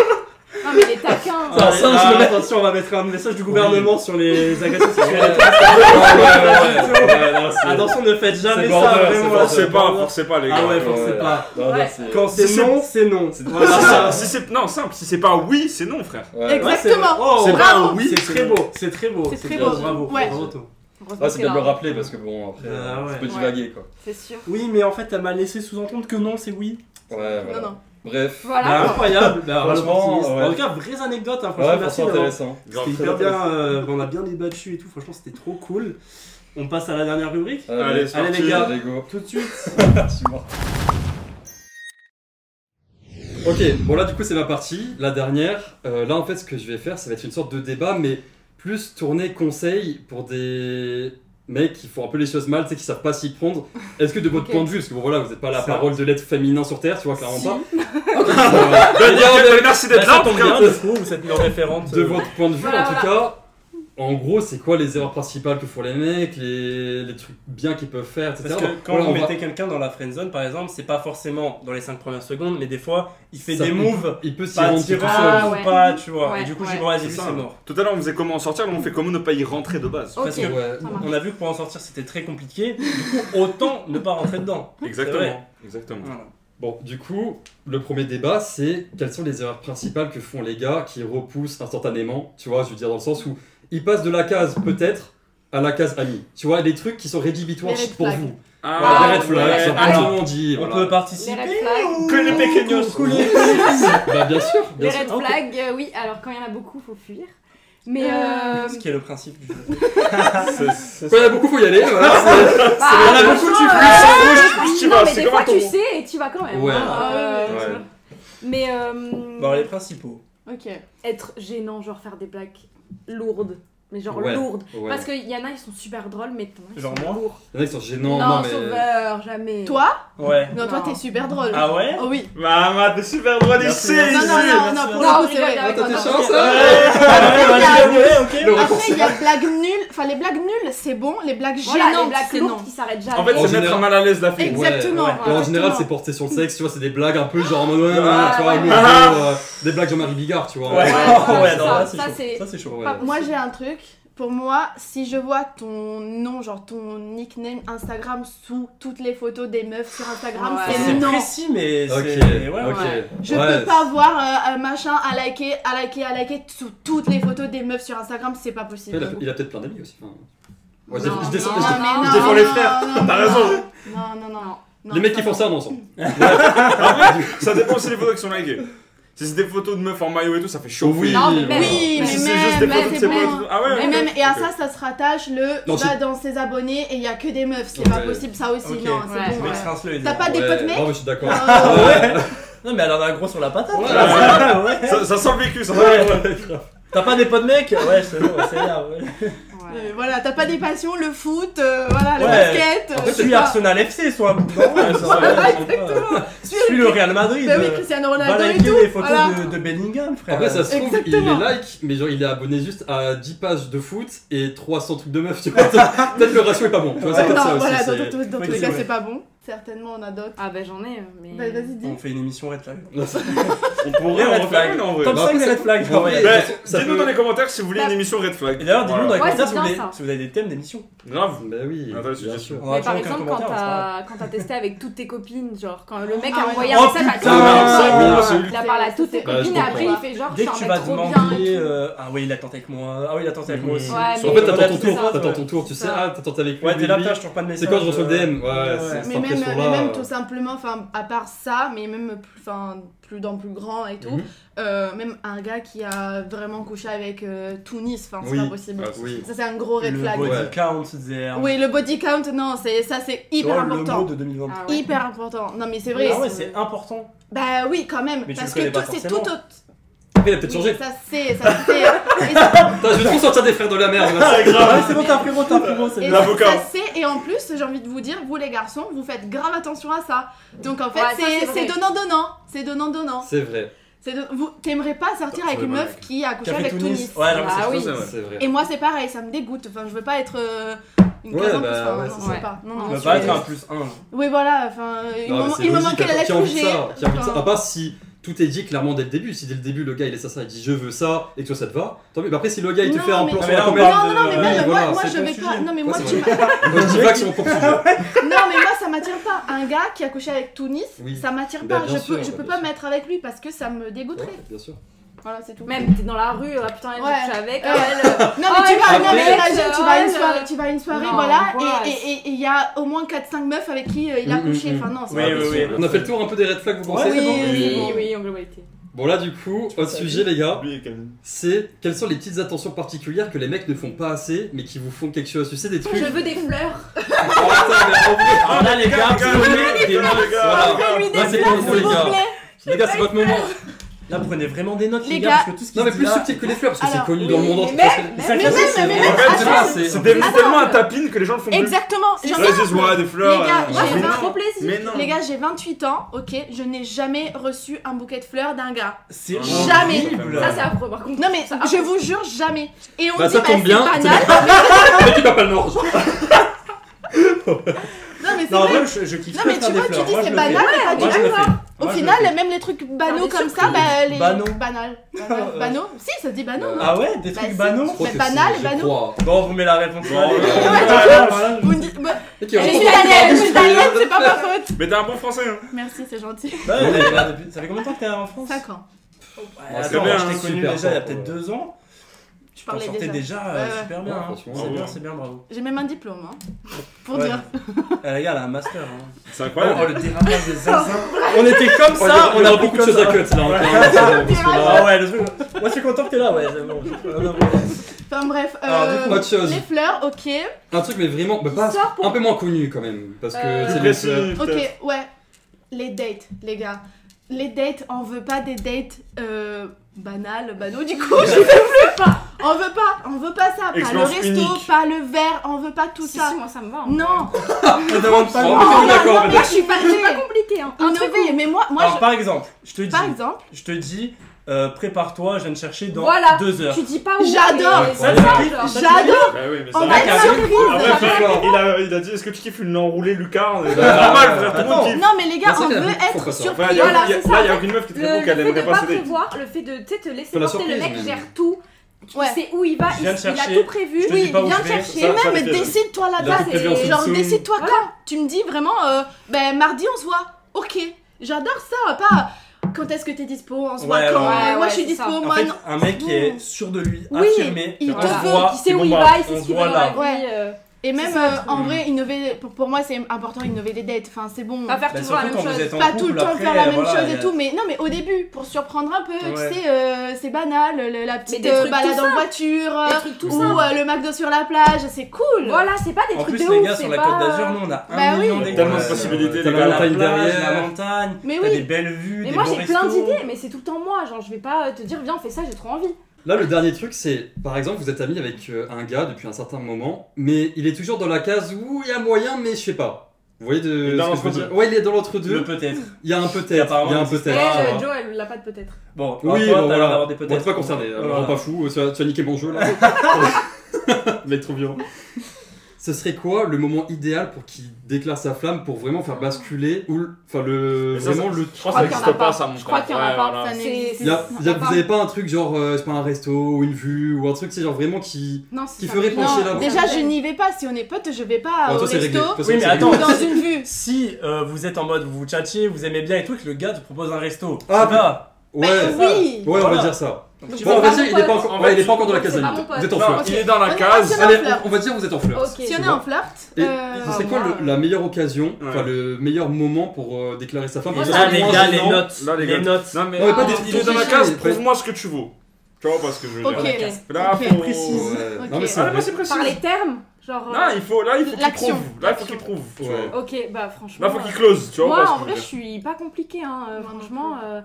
Speaker 6: Non, mais il est taquin.
Speaker 2: Ah.
Speaker 3: Ça, ça, je le mets.
Speaker 2: attention, on va mettre un message du gouvernement sur les agressions
Speaker 3: Ouais,
Speaker 2: sexuelles.
Speaker 1: Ah,
Speaker 3: ouais, ouais, ouais, ouais, non, c'est-
Speaker 2: Attention, ne faites jamais
Speaker 3: C'est
Speaker 2: ça,
Speaker 3: border, c'est border.
Speaker 2: vraiment. là, c'est
Speaker 4: Forcez pas,
Speaker 2: border.
Speaker 4: forcez pas, les gars.
Speaker 2: Ah ouais,
Speaker 3: Ouais,
Speaker 2: forcez
Speaker 3: ouais.
Speaker 2: pas.
Speaker 3: Non, non,
Speaker 6: Ouais.
Speaker 3: c'est-
Speaker 2: Quand c'est
Speaker 4: Si c'est-
Speaker 2: non, c'est non.
Speaker 4: Si
Speaker 2: Voilà.
Speaker 4: c'est- si c'est non simple, si c'est pas oui, c'est non, frère.
Speaker 3: ouais.
Speaker 5: Exact.
Speaker 2: Ouais, c'est-
Speaker 5: Exactement.
Speaker 2: Oh,
Speaker 4: C'est
Speaker 5: bravo.
Speaker 4: pas un oui,
Speaker 2: C'est très beau, c'est très beau.
Speaker 5: C'est très
Speaker 2: bien,
Speaker 5: beau.
Speaker 2: Bravo,
Speaker 5: Ouais.
Speaker 2: bravo, Tom.
Speaker 6: Heureusement
Speaker 1: Ah,
Speaker 3: Ouais, Ah, c'est
Speaker 6: qu'il est
Speaker 3: bien de
Speaker 6: là.
Speaker 3: le rappeler parce que bon, après,
Speaker 2: Ah
Speaker 3: euh,
Speaker 2: ouais.
Speaker 3: tu peux divaguer quoi.
Speaker 6: C'est sûr.
Speaker 2: Oui, mais en fait, elle m'a laissé sous-entendre que non, c'est oui.
Speaker 3: Ouais,
Speaker 5: Non,
Speaker 3: voilà.
Speaker 5: non.
Speaker 3: Bref,
Speaker 5: Ah.
Speaker 2: Bah,
Speaker 6: Voilà.
Speaker 2: incroyable. Bah,
Speaker 3: Franchement,
Speaker 2: l'opportuniste.
Speaker 3: ouais.
Speaker 2: En tout cas, vraies anecdotes. hein, franchement,
Speaker 3: ouais,
Speaker 2: merci
Speaker 3: franchement
Speaker 2: d'avoir
Speaker 3: intéressant.
Speaker 4: Grave,
Speaker 2: C'était
Speaker 4: très
Speaker 2: hyper
Speaker 4: intéressant.
Speaker 2: bien, euh, on a bien débattu et tout, franchement c'était trop cool. On passe à la dernière rubrique
Speaker 4: Allez,
Speaker 3: Allez,
Speaker 4: c'est
Speaker 2: Allez,
Speaker 4: parti.
Speaker 2: les gars.
Speaker 3: allez,
Speaker 1: Euh,
Speaker 3: go.
Speaker 2: tout de suite.
Speaker 3: Tu vois.
Speaker 1: Ok, bon là du coup c'est ma partie, la dernière. Euh, là en fait ce que je vais faire ça va être une sorte de débat mais plus tourner conseil pour des mecs qui font un peu les choses mal, tu sais qui savent pas s'y prendre. Est-ce que de votre
Speaker 6: Ok.
Speaker 1: point de vue, parce que bon voilà vous n'êtes pas la
Speaker 2: Ça.
Speaker 1: parole de l'être féminin sur Terre, tu vois clairement
Speaker 5: Si.
Speaker 1: pas. Euh,
Speaker 4: Ben, nickel, Merci d'être là, en tout cas.
Speaker 2: de fou, vous êtes nos référentes.
Speaker 1: de votre point de vue
Speaker 6: Voilà,
Speaker 1: en tout cas, en gros c'est quoi les erreurs principales que font les mecs, les, les trucs bien qu'ils peuvent faire, etc.
Speaker 2: Parce que quand
Speaker 1: Voilà,
Speaker 2: vous
Speaker 1: on va-
Speaker 2: mettez quelqu'un dans la friendzone par exemple, c'est pas forcément dans les 5 premières secondes, mais des fois il fait
Speaker 1: Ça
Speaker 2: des
Speaker 1: peut-
Speaker 2: moves
Speaker 1: il peut s'y
Speaker 2: pas
Speaker 1: rendre tout
Speaker 2: tirant
Speaker 1: seul.
Speaker 6: Ah ouais.
Speaker 2: ou pas, tu vois.
Speaker 6: Ouais,
Speaker 2: et du coup, j'ai
Speaker 6: ouais.
Speaker 2: bon, vas-y,
Speaker 4: C'est
Speaker 2: lui,
Speaker 4: ça.
Speaker 2: c'est mort.
Speaker 4: Tout à l'heure, on faisait comment en sortir, là, on fait comment ne pas y rentrer de base.
Speaker 6: Ok.
Speaker 2: Parce que-
Speaker 3: Ouais.
Speaker 6: Ça marche.
Speaker 2: On a vu que pour en sortir c'était très compliqué, du coup autant ne pas rentrer dedans. C'est vrai.
Speaker 4: Exactement. Exactement.
Speaker 2: Voilà.
Speaker 1: Bon, du coup, le premier débat, c'est quelles sont les erreurs principales que font les gars qui repoussent instantanément, tu vois, je veux dire, dans le sens où ils passent de la case peut-être à la case ami. Tu vois, des trucs qui sont rédhibitoires
Speaker 5: Les red
Speaker 1: pour
Speaker 5: flags.
Speaker 1: vous.
Speaker 6: Ah,
Speaker 1: les red flags,
Speaker 6: ouais.
Speaker 1: ça peut
Speaker 2: Ah.
Speaker 1: tout le monde dit.
Speaker 2: On
Speaker 1: voilà.
Speaker 2: peut
Speaker 6: Les
Speaker 2: participer.
Speaker 6: red flags.
Speaker 2: ou-
Speaker 4: Que les pequeños.
Speaker 2: ou les-
Speaker 1: Bah, bien sûr,
Speaker 6: Les
Speaker 1: bien sûr.
Speaker 6: red flags, euh, oui. Alors quand il y en a beaucoup, faut fuir. Mais euh...
Speaker 2: Ce qui est le principe du jeu.
Speaker 4: C'est- c'est-
Speaker 1: Quand il y a beaucoup, faut y aller. voilà,
Speaker 6: bah,
Speaker 4: Il y en a
Speaker 6: franchement,
Speaker 4: beaucoup, tu
Speaker 6: euh,
Speaker 4: plus, tu
Speaker 6: Non,
Speaker 4: vas,
Speaker 6: mais
Speaker 4: c'est
Speaker 6: des
Speaker 4: comme un
Speaker 6: fois, tu
Speaker 4: taureau.
Speaker 6: sais et tu vas quand même.
Speaker 1: Ouais.
Speaker 6: hein,
Speaker 5: Ah,
Speaker 6: euh,
Speaker 5: ouais,
Speaker 6: tu vois. Mais euh,
Speaker 2: Bon, les principaux.
Speaker 5: Ok.
Speaker 6: être gênant, genre faire des blagues lourdes. Mais genre
Speaker 1: Ouais.
Speaker 6: lourdes.
Speaker 1: c'est- ouais.
Speaker 6: Parce qu'il y en a, ils sont super drôles, mais t'en as, ils
Speaker 2: Genre
Speaker 6: sont
Speaker 2: moi
Speaker 6: lourds.
Speaker 1: Il y en a qui sont gênants,
Speaker 6: non, euh,
Speaker 1: non, mais.
Speaker 6: sauveur, jamais.
Speaker 5: Toi
Speaker 2: Ouais.
Speaker 5: Non, toi
Speaker 6: Non.
Speaker 5: t'es super drôle.
Speaker 2: Ah ouais
Speaker 5: Oh oui.
Speaker 4: Maman, t'es Bah, super drôle
Speaker 2: Merci,
Speaker 4: ici,
Speaker 2: merci.
Speaker 5: Non, non,
Speaker 4: ici.
Speaker 2: merci,
Speaker 5: non, non,
Speaker 2: merci.
Speaker 5: pour le
Speaker 6: Non,
Speaker 5: coup, c'est vrai. Ah,
Speaker 6: rigole,
Speaker 5: Attends,
Speaker 6: rigole,
Speaker 5: attends.
Speaker 1: chance,
Speaker 2: Ah Ouais, ouais, ouais, ouais, ok.
Speaker 5: Après, il y a blagues nulles. Enfin, les blagues nulles, c'est bon. Les blagues
Speaker 6: Voilà, les
Speaker 5: gênantes,
Speaker 6: blagues
Speaker 5: c'est
Speaker 6: lourdes
Speaker 5: non.
Speaker 6: qui s'arrêtent jamais.
Speaker 4: En fait,
Speaker 1: En
Speaker 4: c'est mettre
Speaker 1: général-
Speaker 4: mal à l'aise la fille.
Speaker 5: Exactement.
Speaker 2: ouais.
Speaker 1: Et en général,
Speaker 5: exactement.
Speaker 1: c'est porté sur le sexe, tu vois, c'est des blagues un peu genre en mode. ouais, ouais, tu
Speaker 2: Ah,
Speaker 1: vois,
Speaker 6: ouais.
Speaker 1: le gros, euh, des blagues Jean-Marie Bigard, tu vois.
Speaker 2: Ouais, ouais,
Speaker 6: ça,
Speaker 2: ouais, non, là,
Speaker 6: ça,
Speaker 2: c'est
Speaker 6: c'est-
Speaker 2: chaud. Ça, c'est chaud.
Speaker 1: Ouais.
Speaker 6: Pas pour
Speaker 5: Moi, j'ai un truc. Pour moi, si je vois ton nom, genre ton nickname Instagram sous toutes les photos des meufs sur Instagram,
Speaker 6: Ouais.
Speaker 5: c'est
Speaker 2: C'est
Speaker 5: non.
Speaker 2: précis, mais
Speaker 1: Ok,
Speaker 2: c'est. Ouais, ouais.
Speaker 1: ok.
Speaker 6: ouais.
Speaker 5: Je
Speaker 1: Ouais,
Speaker 5: peux pas voir euh, un machin à liker, à liker, à liker sous toutes les photos des meufs sur Instagram, c'est pas
Speaker 1: c'est- Il a,
Speaker 5: possible.
Speaker 1: il a peut-être plein d'amis aussi. enfin. Ouais,
Speaker 6: Non,
Speaker 1: je- je
Speaker 6: non,
Speaker 1: descends-
Speaker 6: non,
Speaker 1: je-
Speaker 5: mais
Speaker 1: je défends
Speaker 5: non,
Speaker 1: les
Speaker 5: non,
Speaker 1: frères, t'as
Speaker 5: non, non,
Speaker 1: raison.
Speaker 5: Non, non, non, non. non.
Speaker 1: les mecs qui font ça, non, sont.
Speaker 4: Ça dépend aussi des photos qui sont likées. Si c'est des photos de meufs en maillot et tout, ça fait chaud.
Speaker 1: Oui,
Speaker 6: Non, mais
Speaker 1: voilà.
Speaker 6: même-
Speaker 5: Oui,
Speaker 4: Mais
Speaker 5: mais,
Speaker 4: si
Speaker 5: même,
Speaker 4: c'est juste des photos de
Speaker 5: mais
Speaker 4: ses
Speaker 5: même.
Speaker 4: potes. Ah ouais,
Speaker 5: Mais
Speaker 4: ouais.
Speaker 5: même, et à
Speaker 4: Ok.
Speaker 5: ça, ça se rattache le
Speaker 1: Non,
Speaker 5: tu vas dans ses abonnés et il y a que des meufs, c'est pas
Speaker 1: Ouais.
Speaker 5: possible, ça aussi,
Speaker 2: Ok.
Speaker 5: non, c'est
Speaker 6: Ouais.
Speaker 5: bon.
Speaker 2: Mais
Speaker 5: ouais.
Speaker 2: rince-le, les
Speaker 5: T'as
Speaker 2: gars.
Speaker 5: pas Ah, des
Speaker 1: Ouais,
Speaker 5: potes mecs
Speaker 1: Non, mais je suis d'accord. Ah,
Speaker 5: Euh,
Speaker 2: Non, mais elle en a un gros sur la patate.
Speaker 1: Ouais.
Speaker 2: là. Ouais.
Speaker 4: Ça, ça sent le vécu, ça sent le vécu.
Speaker 2: Ouais. T'as pas des potes mecs Ouais, c'est bon, c'est bien. ouais.
Speaker 5: Euh, voilà, t'as pas des passions, le foot, euh, voilà, le
Speaker 2: Ouais.
Speaker 5: basket. euh,
Speaker 2: Je suis
Speaker 5: tu vois.
Speaker 2: Arsenal FC, soit. Non, ouais, ça, ouais,
Speaker 5: Exactement.
Speaker 2: Je suis le Real Madrid.
Speaker 5: Bah oui, Cristiano
Speaker 2: Va
Speaker 5: Ronaldo et
Speaker 2: liker
Speaker 5: tout.
Speaker 2: les photos
Speaker 5: voilà.
Speaker 2: de, de Bellingham, frère.
Speaker 1: Après, ça se trouve, il
Speaker 5: Exactement.
Speaker 1: est like, mais genre il est abonné juste à 10 pages de foot et 300 trucs de meufs, tu vois. Peut-être le ratio est pas bon, tu vois, c'est
Speaker 2: Ouais.
Speaker 1: comme ça
Speaker 5: Non,
Speaker 1: aussi.
Speaker 5: voilà, dans,
Speaker 1: c'est-
Speaker 5: dans- dans
Speaker 2: Oui,
Speaker 5: tous les
Speaker 2: c'est
Speaker 5: cas,
Speaker 2: vrai.
Speaker 5: c'est pas bon. Certainement, on a d'autres.
Speaker 6: Ah bah j'en ai, mais...
Speaker 5: Bah, vas-y, dis.
Speaker 2: On fait une émission Red Flag.
Speaker 1: Non, c'est-
Speaker 4: On pourrait en
Speaker 2: Red
Speaker 4: refaire
Speaker 2: flag.
Speaker 4: une en vrai.
Speaker 2: Top
Speaker 1: Bah,
Speaker 2: 5 des Red Flags.
Speaker 1: en vrai,
Speaker 4: Ben,
Speaker 1: Ça
Speaker 4: Dis-nous
Speaker 1: peut-
Speaker 4: dans les commentaires si vous voulez une
Speaker 6: Bah-
Speaker 4: émission red flag.
Speaker 2: Et d'ailleurs, dis-nous dans les
Speaker 4: Voilà.
Speaker 6: Ouais,
Speaker 2: commentaires
Speaker 6: c'est
Speaker 2: si vous
Speaker 6: bien,
Speaker 2: voulez-
Speaker 6: ça.
Speaker 2: si vous avez des thèmes d'émission.
Speaker 4: Grave.
Speaker 1: Bah oui,
Speaker 4: Ah, t'as une
Speaker 1: bien
Speaker 4: suggestion.
Speaker 1: sûr.
Speaker 2: On
Speaker 6: Mais
Speaker 2: aura
Speaker 6: par
Speaker 2: toujours
Speaker 6: exemple,
Speaker 2: aucun
Speaker 6: quand
Speaker 2: commentaire, on se parle.
Speaker 6: t'as quand t'as testé avec toutes tes copines, genre quand le mec
Speaker 5: Ah
Speaker 6: a
Speaker 5: ouais.
Speaker 6: envoyé
Speaker 2: Oh,
Speaker 6: un message à toutes tes
Speaker 2: putain.
Speaker 6: copines,
Speaker 4: Ah, celui-
Speaker 6: il a parlé à toutes tes
Speaker 5: Bah,
Speaker 1: je
Speaker 6: copines et après
Speaker 1: comprends.
Speaker 6: il fait genre je
Speaker 2: Dès
Speaker 6: suis
Speaker 2: que
Speaker 6: un
Speaker 2: tu vas
Speaker 6: mec trop bien
Speaker 2: demander,
Speaker 6: et tout.
Speaker 2: euh, ah oui, il a tenté avec moi, ah oui, il a tenté avec moi aussi.
Speaker 6: Ouais,
Speaker 2: En
Speaker 6: mais-
Speaker 1: En fait, t'attends ton
Speaker 6: Ouais,
Speaker 1: tour,
Speaker 6: c'est ça.
Speaker 1: t'attends ton tour, tu sais,
Speaker 6: Ça.
Speaker 1: ah, t'attends avec lui.
Speaker 2: Ouais, t'es là,
Speaker 1: lui,
Speaker 2: putain, je trouve pas de message.
Speaker 1: quand je reçois le
Speaker 2: euh,
Speaker 1: DM, ouais, c'est-
Speaker 5: Mais
Speaker 1: Cette
Speaker 5: même,
Speaker 1: impression-là,
Speaker 5: mais
Speaker 1: euh.
Speaker 5: même tout simplement, enfin, à part ça, mais même plus, enfin, plus dans plus grand et tout,
Speaker 1: Mhm.
Speaker 5: euh, même un gars qui a vraiment couché avec euh, tout Nice, enfin, c'est
Speaker 1: Oui.
Speaker 5: pas possible.
Speaker 4: Ah, c'est-
Speaker 1: Oui.
Speaker 5: Ça, c'est un gros red
Speaker 2: le
Speaker 5: flag.
Speaker 2: body
Speaker 1: Ouais.
Speaker 2: count, zéro.
Speaker 5: Oui, le body count, non, c'est ça, c'est hyper
Speaker 2: Genre, Le
Speaker 5: important.
Speaker 2: mot de 2023.
Speaker 6: Ah ouais.
Speaker 5: Hyper important. Non, mais c'est vrai.
Speaker 2: Ah ouais, c'est important.
Speaker 5: Bah oui, quand même.
Speaker 2: Mais tu
Speaker 5: parce
Speaker 2: le connais
Speaker 5: que
Speaker 2: pas
Speaker 5: tout- c'est tout
Speaker 2: forcément.
Speaker 5: autre.
Speaker 1: Après, il a peut-être
Speaker 5: Oui,
Speaker 1: changé.
Speaker 5: ça, c'est, ça, c'est. Et ça-
Speaker 1: Putain, je vais trop sortir des frères de la merde. là.
Speaker 4: Ah, grave.
Speaker 2: Ouais, c'est bon, t'as un frérot, t'as un frérot, c'est
Speaker 5: Et
Speaker 2: bien.
Speaker 5: ça,
Speaker 4: L'avocat.
Speaker 5: ça, c'est- et en plus, j'ai envie de vous dire, vous les garçons, vous faites grave attention à ça. Donc en fait,
Speaker 6: Ouais, ça,
Speaker 5: c'est-
Speaker 6: c'est vrai.
Speaker 5: c'est donnant-donnant. C'est donnant-donnant.
Speaker 1: C'est vrai.
Speaker 5: C'est de- vous- T'aimerais pas sortir
Speaker 4: Attends,
Speaker 5: avec
Speaker 4: c'est
Speaker 5: une
Speaker 4: vrai,
Speaker 5: meuf qui a couché
Speaker 2: Qui a fait
Speaker 5: avec
Speaker 2: Tunis.
Speaker 5: Tunis.
Speaker 2: Ouais, non, mais
Speaker 6: Bah
Speaker 2: c'est
Speaker 5: Ah
Speaker 2: autre
Speaker 5: oui.
Speaker 2: chose, ouais.
Speaker 1: C'est vrai.
Speaker 5: Et moi, c'est pareil, ça me dégoûte. Enfin, je veux pas être euh, une
Speaker 1: Ouais,
Speaker 5: 15 ans
Speaker 1: bah,
Speaker 5: plus. Enfin,
Speaker 1: ouais,
Speaker 5: non,
Speaker 1: c'est
Speaker 5: je
Speaker 6: ça.
Speaker 5: veux pas. Non,
Speaker 2: On
Speaker 5: non,
Speaker 2: va
Speaker 5: je
Speaker 2: pas
Speaker 5: suis-
Speaker 2: être un plus 1.
Speaker 5: Oui, voilà. Enfin, il
Speaker 1: Non, mais
Speaker 5: me-
Speaker 1: c'est
Speaker 5: il me
Speaker 1: logique,
Speaker 5: manquait
Speaker 1: attends,
Speaker 5: la
Speaker 1: qui a envie de
Speaker 5: toucher.
Speaker 1: ça Qui a envie de ça
Speaker 5: Enfin,
Speaker 1: Ah bah si tout est dit clairement dès le début. Si dès le début le gars il est ça, ça il dit je veux ça et que toi ça te va. Tant mieux. Bah, après si le gars il te
Speaker 5: Non,
Speaker 1: fait un
Speaker 5: mais-
Speaker 1: plan
Speaker 5: Non,
Speaker 1: sur
Speaker 2: mais
Speaker 1: la
Speaker 2: là, on
Speaker 1: comète,
Speaker 2: parle
Speaker 5: Non, non, non, mais
Speaker 1: Oui, voilà,
Speaker 5: même moi, moi
Speaker 2: c'est
Speaker 5: je
Speaker 2: ton
Speaker 5: vais pas.
Speaker 2: sujet.
Speaker 5: Non, mais
Speaker 1: Toi,
Speaker 5: moi,
Speaker 1: c'est
Speaker 5: tu
Speaker 1: vrai.
Speaker 5: m'as-
Speaker 1: moi, je dis pas que c'est mon poursuivant.
Speaker 5: Non, mais moi, ça m'attire pas. Un gars qui a couché avec Tunis,
Speaker 1: Oui.
Speaker 5: ça m'attire
Speaker 1: Bah,
Speaker 5: pas.
Speaker 1: bien
Speaker 5: Je peux,
Speaker 1: sûr,
Speaker 5: je
Speaker 1: bah,
Speaker 5: peux
Speaker 1: bien
Speaker 5: pas
Speaker 1: sûr.
Speaker 5: m'être avec lui parce que ça me dégoûterait.
Speaker 1: Ouais, Bien sûr.
Speaker 5: Voilà, c'est tout.
Speaker 6: Même t'es dans la rue, ah putain, elle
Speaker 5: Ouais.
Speaker 6: couche avec.
Speaker 5: Euh,
Speaker 6: elle, euh,
Speaker 5: Non,
Speaker 6: Oh,
Speaker 5: mais tu vas,
Speaker 1: elle
Speaker 5: non, mais
Speaker 6: fait,
Speaker 5: imagine, tu
Speaker 6: euh,
Speaker 5: vas à une
Speaker 6: elle,
Speaker 5: soirée,
Speaker 6: euh,
Speaker 5: tu vas à une soirée,
Speaker 6: non,
Speaker 5: voilà,
Speaker 6: angoisse.
Speaker 5: et- et et- et il y a au moins 4-5 meufs avec qui euh, il a
Speaker 1: Mm, mm,
Speaker 5: couché.
Speaker 1: mm.
Speaker 5: Enfin, non, c'est
Speaker 2: Oui,
Speaker 1: Ah,
Speaker 5: pas
Speaker 1: bien
Speaker 2: oui,
Speaker 1: sûr.
Speaker 2: oui.
Speaker 1: On a fait le tour un peu des red flags, vous pensez
Speaker 2: Ouais,
Speaker 1: c'est bon
Speaker 6: Oui,
Speaker 5: bon.
Speaker 6: oui, oui, en globalité.
Speaker 1: Bon là du coup, autre sujet les gars,
Speaker 4: Oubliez, Camille.
Speaker 1: c'est quelles sont les petites attentions particulières que les mecs ne font pas assez mais qui vous font quelque chose. Tu sais des trucs.
Speaker 6: Je Ah, veux des fleurs.
Speaker 1: Oh, putain, mais en vrai,
Speaker 2: Alors là, les gars,
Speaker 4: Regarde,
Speaker 2: prenez des
Speaker 4: regarde,
Speaker 2: notes.
Speaker 4: regarde.
Speaker 6: Lui, des
Speaker 3: Là, c'est
Speaker 6: fleurs,
Speaker 3: pour
Speaker 6: s'il
Speaker 3: vous, les
Speaker 6: vous
Speaker 3: gars.
Speaker 6: plaît.
Speaker 3: Les gars, c'est votre moment.
Speaker 2: Là, prenez vraiment des notes, les,
Speaker 5: Les
Speaker 2: gars,
Speaker 5: gars.
Speaker 2: parce que tout ce qui
Speaker 1: Non mais
Speaker 2: se
Speaker 1: plus
Speaker 2: dit là-
Speaker 1: subtil que les fleurs parce que
Speaker 5: Alors,
Speaker 1: c'est connu dans le
Speaker 6: oui,
Speaker 1: monde
Speaker 6: mais
Speaker 1: entier.
Speaker 6: même-
Speaker 1: c'est-
Speaker 2: Mais
Speaker 6: Mais
Speaker 2: ça,
Speaker 5: mais
Speaker 2: classe,
Speaker 5: même,
Speaker 2: c'est-
Speaker 5: mais
Speaker 4: En
Speaker 5: même,
Speaker 4: fait, c'est
Speaker 5: attends,
Speaker 4: pas-
Speaker 3: c'est-
Speaker 4: c'est devenu
Speaker 5: Attends.
Speaker 4: tellement un tapine que les gens le font plus.
Speaker 5: Exactement, j'en ai
Speaker 4: Ouais, c'est-
Speaker 5: un.
Speaker 4: voilà, des fleurs.
Speaker 5: Les gars,
Speaker 4: euh,
Speaker 5: moi, j'ai
Speaker 4: mais
Speaker 5: vingt-
Speaker 4: non.
Speaker 6: Trop plaisir.
Speaker 4: Mais non.
Speaker 5: Les gars, j'ai 28 ans, ok, je n'ai jamais reçu un bouquet de fleurs d'un gars. ah,
Speaker 2: C'est
Speaker 5: Jamais.
Speaker 2: horrible.
Speaker 6: Ça, c'est affreux, par contre.
Speaker 5: Non mais
Speaker 6: Ça,
Speaker 5: je vous jure jamais. Et on
Speaker 3: Bah,
Speaker 5: dit
Speaker 3: ça
Speaker 5: bah,
Speaker 3: tombe
Speaker 5: c'est
Speaker 3: bien,
Speaker 5: banal.
Speaker 1: Mais tu m'appelles Nord.
Speaker 5: Non mais c'est
Speaker 2: Non, en
Speaker 5: vrai.
Speaker 2: vrai, je, je kiffe
Speaker 5: Non
Speaker 2: que
Speaker 5: mais
Speaker 2: faire
Speaker 5: tu
Speaker 2: des
Speaker 5: vois,
Speaker 2: fleurs.
Speaker 5: tu dis
Speaker 2: Moi, je
Speaker 5: c'est
Speaker 2: le fais.
Speaker 5: banal, mais
Speaker 2: Moi,
Speaker 5: pas du
Speaker 2: je
Speaker 5: tout.
Speaker 2: le fais.
Speaker 5: Au
Speaker 2: Moi, je
Speaker 5: final,
Speaker 2: le fais.
Speaker 5: même les trucs banaux
Speaker 6: Faire des
Speaker 5: comme ça,
Speaker 6: surprises.
Speaker 5: bah les
Speaker 2: Banaux.
Speaker 5: banal. Banal. Banaux. Si, ça se dit banaux. non
Speaker 2: Ah ouais, des
Speaker 5: Bah,
Speaker 2: trucs
Speaker 5: si.
Speaker 2: banaux
Speaker 5: Mais banal, banal.
Speaker 2: Bon, on vous met la réponse.
Speaker 4: Bon,
Speaker 2: Allez.
Speaker 4: ouais.
Speaker 2: Voilà, voilà.
Speaker 5: Vous me dites- bah,
Speaker 1: Et qui
Speaker 5: Je suis italienne, je suis italienne, c'est pas ma faute.
Speaker 4: Mais t'es un bon français, hein.
Speaker 5: Merci, c'est gentil.
Speaker 2: Bah ouais, mais là, depuis- Ça fait combien de temps que t'es en France
Speaker 5: 5 ans.
Speaker 2: Ouais,
Speaker 1: Bon,
Speaker 2: attends,
Speaker 4: c'est bien,
Speaker 2: je
Speaker 4: hein,
Speaker 2: t'ai connu
Speaker 1: super
Speaker 2: déjà il y a
Speaker 1: fort,
Speaker 2: peut-être
Speaker 1: ouais.
Speaker 2: deux ans.
Speaker 5: Je
Speaker 2: T'en
Speaker 5: parlais
Speaker 2: sortais
Speaker 5: déjà.
Speaker 2: déjà euh,
Speaker 5: Ouais, ouais.
Speaker 2: super bien.
Speaker 1: Ouais,
Speaker 2: hein.
Speaker 1: franchement,
Speaker 2: C'est
Speaker 4: ouais.
Speaker 2: bien, c'est bien, bravo.
Speaker 5: J'ai même un diplôme, hein. Pour
Speaker 2: Ouais.
Speaker 5: dire.
Speaker 2: Eh, les gars, elle a un master. hein.
Speaker 4: C'est
Speaker 2: Oh, oh,
Speaker 4: incroyable.
Speaker 2: le dérapage des zinzins. On était comme ça, on a
Speaker 1: beaucoup
Speaker 2: beaucoup
Speaker 1: de choses à
Speaker 2: cut.
Speaker 1: cut là. hein, parce que
Speaker 2: Ah
Speaker 1: là-
Speaker 2: ouais, le truc. Moi, je suis content que t'es là. Ouais, c'est bon. Non, non, bon.
Speaker 5: Enfin bref,
Speaker 2: Alors, du
Speaker 5: euh,
Speaker 2: coup,
Speaker 1: Autre chose,
Speaker 5: les fleurs, ok.
Speaker 1: un truc mais vraiment bah, pas-
Speaker 6: Sors pour-
Speaker 1: un peu moins connu quand même parce que
Speaker 5: Euh,
Speaker 1: c'est
Speaker 4: Précis,
Speaker 1: le-
Speaker 4: peut-être.
Speaker 5: Ok, ouais. Les dates, les gars. Les dates, on veut pas des dates euh, banales, banaux du coup, je sais plus pas. On veut pas, on veut pas ça. Pas
Speaker 4: Expérience
Speaker 5: le resto,
Speaker 4: unique.
Speaker 5: pas le verre, on veut pas tout
Speaker 6: Si,
Speaker 5: ça.
Speaker 6: si, moi, ça me va. hein.
Speaker 5: Non,
Speaker 2: Je demande pas.
Speaker 1: Oh,
Speaker 2: le nom.
Speaker 1: on est d'accord,
Speaker 5: mais
Speaker 1: peut-être.
Speaker 5: je suis pas
Speaker 6: C'est pas
Speaker 5: née.
Speaker 6: compliqué, hein.
Speaker 5: Un truc, mais moi, moi
Speaker 1: Ah,
Speaker 2: Alors, par exemple, je te
Speaker 5: je- par
Speaker 2: dis,
Speaker 5: exemple,
Speaker 2: je te dis, euh, prépare-toi, je viens de chercher dans
Speaker 6: Voilà.
Speaker 2: deux heures.
Speaker 6: Tu dis pas où.
Speaker 5: J'adore.
Speaker 6: mais
Speaker 2: Ça, c'est
Speaker 6: c'est ça,
Speaker 2: kiff.
Speaker 1: Ah,
Speaker 6: genre.
Speaker 2: Ça,
Speaker 5: j'adore.
Speaker 4: Bah oui, mais
Speaker 5: On
Speaker 4: ça
Speaker 5: va
Speaker 4: va.
Speaker 2: mec a
Speaker 5: être surprise.
Speaker 4: Ah ouais,
Speaker 5: ça va.
Speaker 4: frère, il a, il a dit est-ce que tu kiffes une enroulée lucarne C'est
Speaker 1: Bah,
Speaker 4: normal, frère, tout le
Speaker 2: attends.
Speaker 4: monde kiffe.
Speaker 5: Non, mais les gars,
Speaker 1: Bah, c'est
Speaker 5: on
Speaker 1: qu'il y a
Speaker 5: veut
Speaker 1: beaucoup qui font
Speaker 5: être
Speaker 1: pas ça.
Speaker 5: surpris.
Speaker 4: Enfin, il y a-
Speaker 5: Voilà.
Speaker 4: il y a-
Speaker 6: c'est ça,
Speaker 4: Là, il y
Speaker 6: en
Speaker 4: a
Speaker 6: fait.
Speaker 4: aucune meuf qui est
Speaker 6: Le,
Speaker 4: très beau qu'elle
Speaker 6: le fait
Speaker 4: aimerait
Speaker 6: de
Speaker 4: pas se
Speaker 6: pas
Speaker 4: date.
Speaker 6: prévoir, le fait de tu sais, te laisser
Speaker 1: Faut la
Speaker 6: porter, le
Speaker 1: surprise,
Speaker 6: mec
Speaker 1: même.
Speaker 6: gère tout, tu
Speaker 5: Ouais.
Speaker 6: sais où il va,
Speaker 2: Je
Speaker 6: il,
Speaker 2: viens de
Speaker 6: il a
Speaker 2: chercher.
Speaker 6: tout prévu.
Speaker 2: Je te dis pas où
Speaker 5: viens
Speaker 2: je vais.
Speaker 5: chercher.
Speaker 4: Ça,
Speaker 5: Et
Speaker 4: ça,
Speaker 5: même,
Speaker 4: c'est-
Speaker 5: décide-toi
Speaker 1: La
Speaker 5: là-bas.
Speaker 1: petite
Speaker 5: c'est-
Speaker 1: prévention
Speaker 5: Genre,
Speaker 1: dessous.
Speaker 5: décide-toi
Speaker 6: Voilà.
Speaker 5: quand. Tu me dis vraiment, euh, ben mardi on se voit. Ok, j'adore ça. Pas quand est-ce que t'es dispo, on se voit
Speaker 2: Ouais,
Speaker 5: quand.
Speaker 2: ouais,
Speaker 5: moi
Speaker 6: ouais,
Speaker 5: je suis
Speaker 6: c'est ça.
Speaker 5: dispo,
Speaker 2: En
Speaker 5: moi
Speaker 2: fait,
Speaker 5: non.
Speaker 2: un mec qui
Speaker 5: Mmh.
Speaker 2: est sûr de lui,
Speaker 5: Oui,
Speaker 2: affirmé,
Speaker 5: il
Speaker 2: on
Speaker 5: te
Speaker 2: se
Speaker 5: veut,
Speaker 2: voit,
Speaker 6: qui sait
Speaker 2: c'est
Speaker 6: où
Speaker 2: bon,
Speaker 6: il
Speaker 2: bah,
Speaker 6: va, il sait
Speaker 2: on
Speaker 6: ce
Speaker 2: se
Speaker 6: qu'il
Speaker 2: voit
Speaker 6: veut dans la
Speaker 2: là.
Speaker 5: Ouais.
Speaker 6: vie. euh,
Speaker 5: Et même
Speaker 6: ça, le
Speaker 5: euh,
Speaker 6: truc.
Speaker 5: en vrai, innover. Pour, pour moi, c'est important innover les dates. Enfin, c'est bon.
Speaker 6: Pas faire
Speaker 2: Bah,
Speaker 6: toujours la
Speaker 2: surtout
Speaker 6: même
Speaker 2: quand vous
Speaker 6: chose.
Speaker 2: êtes en
Speaker 5: pas
Speaker 2: couple,
Speaker 5: tout le temps
Speaker 2: après,
Speaker 5: faire la même
Speaker 2: voilà,
Speaker 5: chose
Speaker 2: il y
Speaker 5: et
Speaker 2: a-
Speaker 5: tout, mais non, mais au début, pour surprendre un peu,
Speaker 2: Ouais.
Speaker 5: tu sais, euh, c'est banal, le- la petite
Speaker 6: des trucs
Speaker 5: euh, balade
Speaker 6: tout
Speaker 5: en voiture,
Speaker 6: Des
Speaker 5: euh,
Speaker 6: trucs
Speaker 5: ou
Speaker 6: tout simples.
Speaker 5: euh, le McDo sur la plage, c'est cool.
Speaker 6: Voilà, c'est pas des
Speaker 2: En
Speaker 6: trucs
Speaker 2: plus,
Speaker 6: de
Speaker 2: les
Speaker 6: ouf,
Speaker 2: gars,
Speaker 6: c'est
Speaker 2: sur la
Speaker 6: pas- euh,
Speaker 2: Côte d'Azur, nous, on a un
Speaker 5: Bah oui.
Speaker 2: million
Speaker 4: Il y a
Speaker 2: d'exemples.
Speaker 4: tellement de
Speaker 2: Ouais,
Speaker 4: possibilités,
Speaker 2: ouais,
Speaker 4: les
Speaker 2: ouais.
Speaker 4: gars,
Speaker 2: T'as
Speaker 4: la
Speaker 2: la montagne
Speaker 4: plage,
Speaker 2: derrière,
Speaker 4: la
Speaker 2: la montagne,
Speaker 5: Mais
Speaker 2: t'as des
Speaker 5: oui,
Speaker 2: belles vues,
Speaker 6: Mais
Speaker 2: des
Speaker 6: moi,
Speaker 2: beaux
Speaker 6: j'ai plein
Speaker 2: restos.
Speaker 6: d'idées, mais c'est tout le temps moi. Genre, je vais pas te dire, viens, on fait ça, j'ai trop envie.
Speaker 1: Là, le dernier truc, c'est par exemple, vous êtes ami avec euh, un gars depuis un certain moment, mais il est toujours dans la case où il y a moyen, mais je sais pas. Vous voyez de
Speaker 4: est dans
Speaker 1: ce que je veux
Speaker 4: l'entre-deux.
Speaker 1: dire Ouais, il est dans
Speaker 2: Le
Speaker 1: l'entre-deux.
Speaker 2: peut-être.
Speaker 1: Il y a un peut-être.
Speaker 2: Apparemment,
Speaker 1: Il y a un
Speaker 2: c'est-
Speaker 1: peut-être.
Speaker 6: Mais
Speaker 5: Eh,
Speaker 1: ça va.
Speaker 6: euh, Joe, elle l'a pas de peut-être.
Speaker 2: Bon,
Speaker 1: Oui,
Speaker 2: toi,
Speaker 1: bon,
Speaker 2: t'as l'air
Speaker 1: voilà.
Speaker 2: d'avoir des
Speaker 1: On
Speaker 2: peut-être.
Speaker 1: n'est pas concerné, euh,
Speaker 2: Voilà.
Speaker 1: vraiment pas fou, euh, tu as, tu as niqué mon jeu là.
Speaker 4: Mec, trop violent.
Speaker 1: Ce serait quoi le moment idéal pour qu'il déclare sa flamme pour vraiment faire basculer ou le- enfin le
Speaker 4: Mais ça,
Speaker 1: vraiment le
Speaker 4: Je crois que
Speaker 6: crois
Speaker 4: ça
Speaker 6: qu'il y en a
Speaker 4: n'existe pas,
Speaker 6: pas.
Speaker 4: ça, mon
Speaker 6: Je crois
Speaker 4: frère.
Speaker 6: qu'il y en a
Speaker 4: Ouais,
Speaker 6: pas.
Speaker 4: voilà.
Speaker 5: Ça n'existe
Speaker 6: C'est-
Speaker 1: Il y a- il y a-
Speaker 6: pas
Speaker 1: vous avez pas un truc genre euh, c'est pas un resto ou une vue ou un truc c'est genre vraiment qui
Speaker 6: Non, c'est
Speaker 1: qui
Speaker 6: ça.
Speaker 1: ferait pencher la
Speaker 5: Non,
Speaker 1: bouche.
Speaker 5: déjà, je n'y vais pas. Si on est potes, je vais pas
Speaker 1: Bon,
Speaker 5: Ah, au
Speaker 1: toi, c'est réglé. De toute
Speaker 5: resto
Speaker 1: façon,
Speaker 2: Oui, mais
Speaker 1: c'est réglé.
Speaker 2: attends.
Speaker 5: ou dans une vue.
Speaker 2: Si euh, vous êtes en mode, vous vous tchatchez, vous aimez bien et tout, et que le gars te propose un resto,
Speaker 1: Ah,
Speaker 2: c'est pas.
Speaker 1: Ouais,
Speaker 5: Bah oui.
Speaker 1: ouais, on va
Speaker 2: Voilà.
Speaker 1: dire ça.
Speaker 2: Donc, tu
Speaker 1: Bon, on
Speaker 2: vas-
Speaker 1: va
Speaker 6: pas
Speaker 1: dire
Speaker 6: mon
Speaker 1: il est pas
Speaker 6: pote.
Speaker 1: encore
Speaker 4: En
Speaker 1: ouais, il
Speaker 4: fait,
Speaker 1: est pas encore dans la
Speaker 6: c'est
Speaker 1: caserne.
Speaker 6: pas mon pote.
Speaker 1: Vous êtes en
Speaker 4: Non,
Speaker 1: flirt.
Speaker 4: il est dans la
Speaker 5: Ok.
Speaker 4: case.
Speaker 5: C'est un
Speaker 1: Allez,
Speaker 5: flirt.
Speaker 1: on, on va dire vous êtes en flirt.
Speaker 6: Ok.
Speaker 5: Si on
Speaker 1: c'est
Speaker 5: est en
Speaker 1: bon.
Speaker 5: flirt,
Speaker 1: Et
Speaker 5: euh,
Speaker 1: ce serait quoi
Speaker 5: moi,
Speaker 1: le- la meilleure occasion,
Speaker 4: Ouais.
Speaker 1: enfin le meilleur moment pour euh, déclarer sa femme
Speaker 2: Et
Speaker 1: pour que ce
Speaker 2: là,
Speaker 1: soit
Speaker 2: les
Speaker 1: moins
Speaker 2: gars, les
Speaker 1: gênant.
Speaker 2: notes.
Speaker 4: Là, les
Speaker 2: Les
Speaker 4: gars.
Speaker 2: notes.
Speaker 4: Non, mais
Speaker 1: Non, mais pas
Speaker 6: Ah,
Speaker 1: des
Speaker 4: il est dans la
Speaker 1: des-
Speaker 4: case,
Speaker 1: des-
Speaker 4: prouve-moi ce que tu vaux. Tu vois parce que je veux
Speaker 5: Ok.
Speaker 4: dire.
Speaker 6: Ok.
Speaker 4: Là,
Speaker 5: Ok.
Speaker 4: faut
Speaker 2: Précise.
Speaker 1: Ouais.
Speaker 5: Ok.
Speaker 1: Non mais c'est
Speaker 4: Ah, mais
Speaker 1: vrai.
Speaker 4: c'est précis.
Speaker 6: Par les termes, genre.
Speaker 4: Là,
Speaker 6: euh,
Speaker 4: il faut, là, il faut qu'il
Speaker 5: L'action.
Speaker 4: prouve. Là, il faut qu'il prouve. tu vois.
Speaker 1: Ouais.
Speaker 6: Ok, bah franchement.
Speaker 4: Là, faut qu'il
Speaker 6: euh,
Speaker 4: close, tu vois.
Speaker 6: Moi,
Speaker 4: parce
Speaker 6: en
Speaker 4: que-
Speaker 6: vrai, je suis pas compliquée, hein, euh,
Speaker 5: Moi non
Speaker 6: franchement. euh,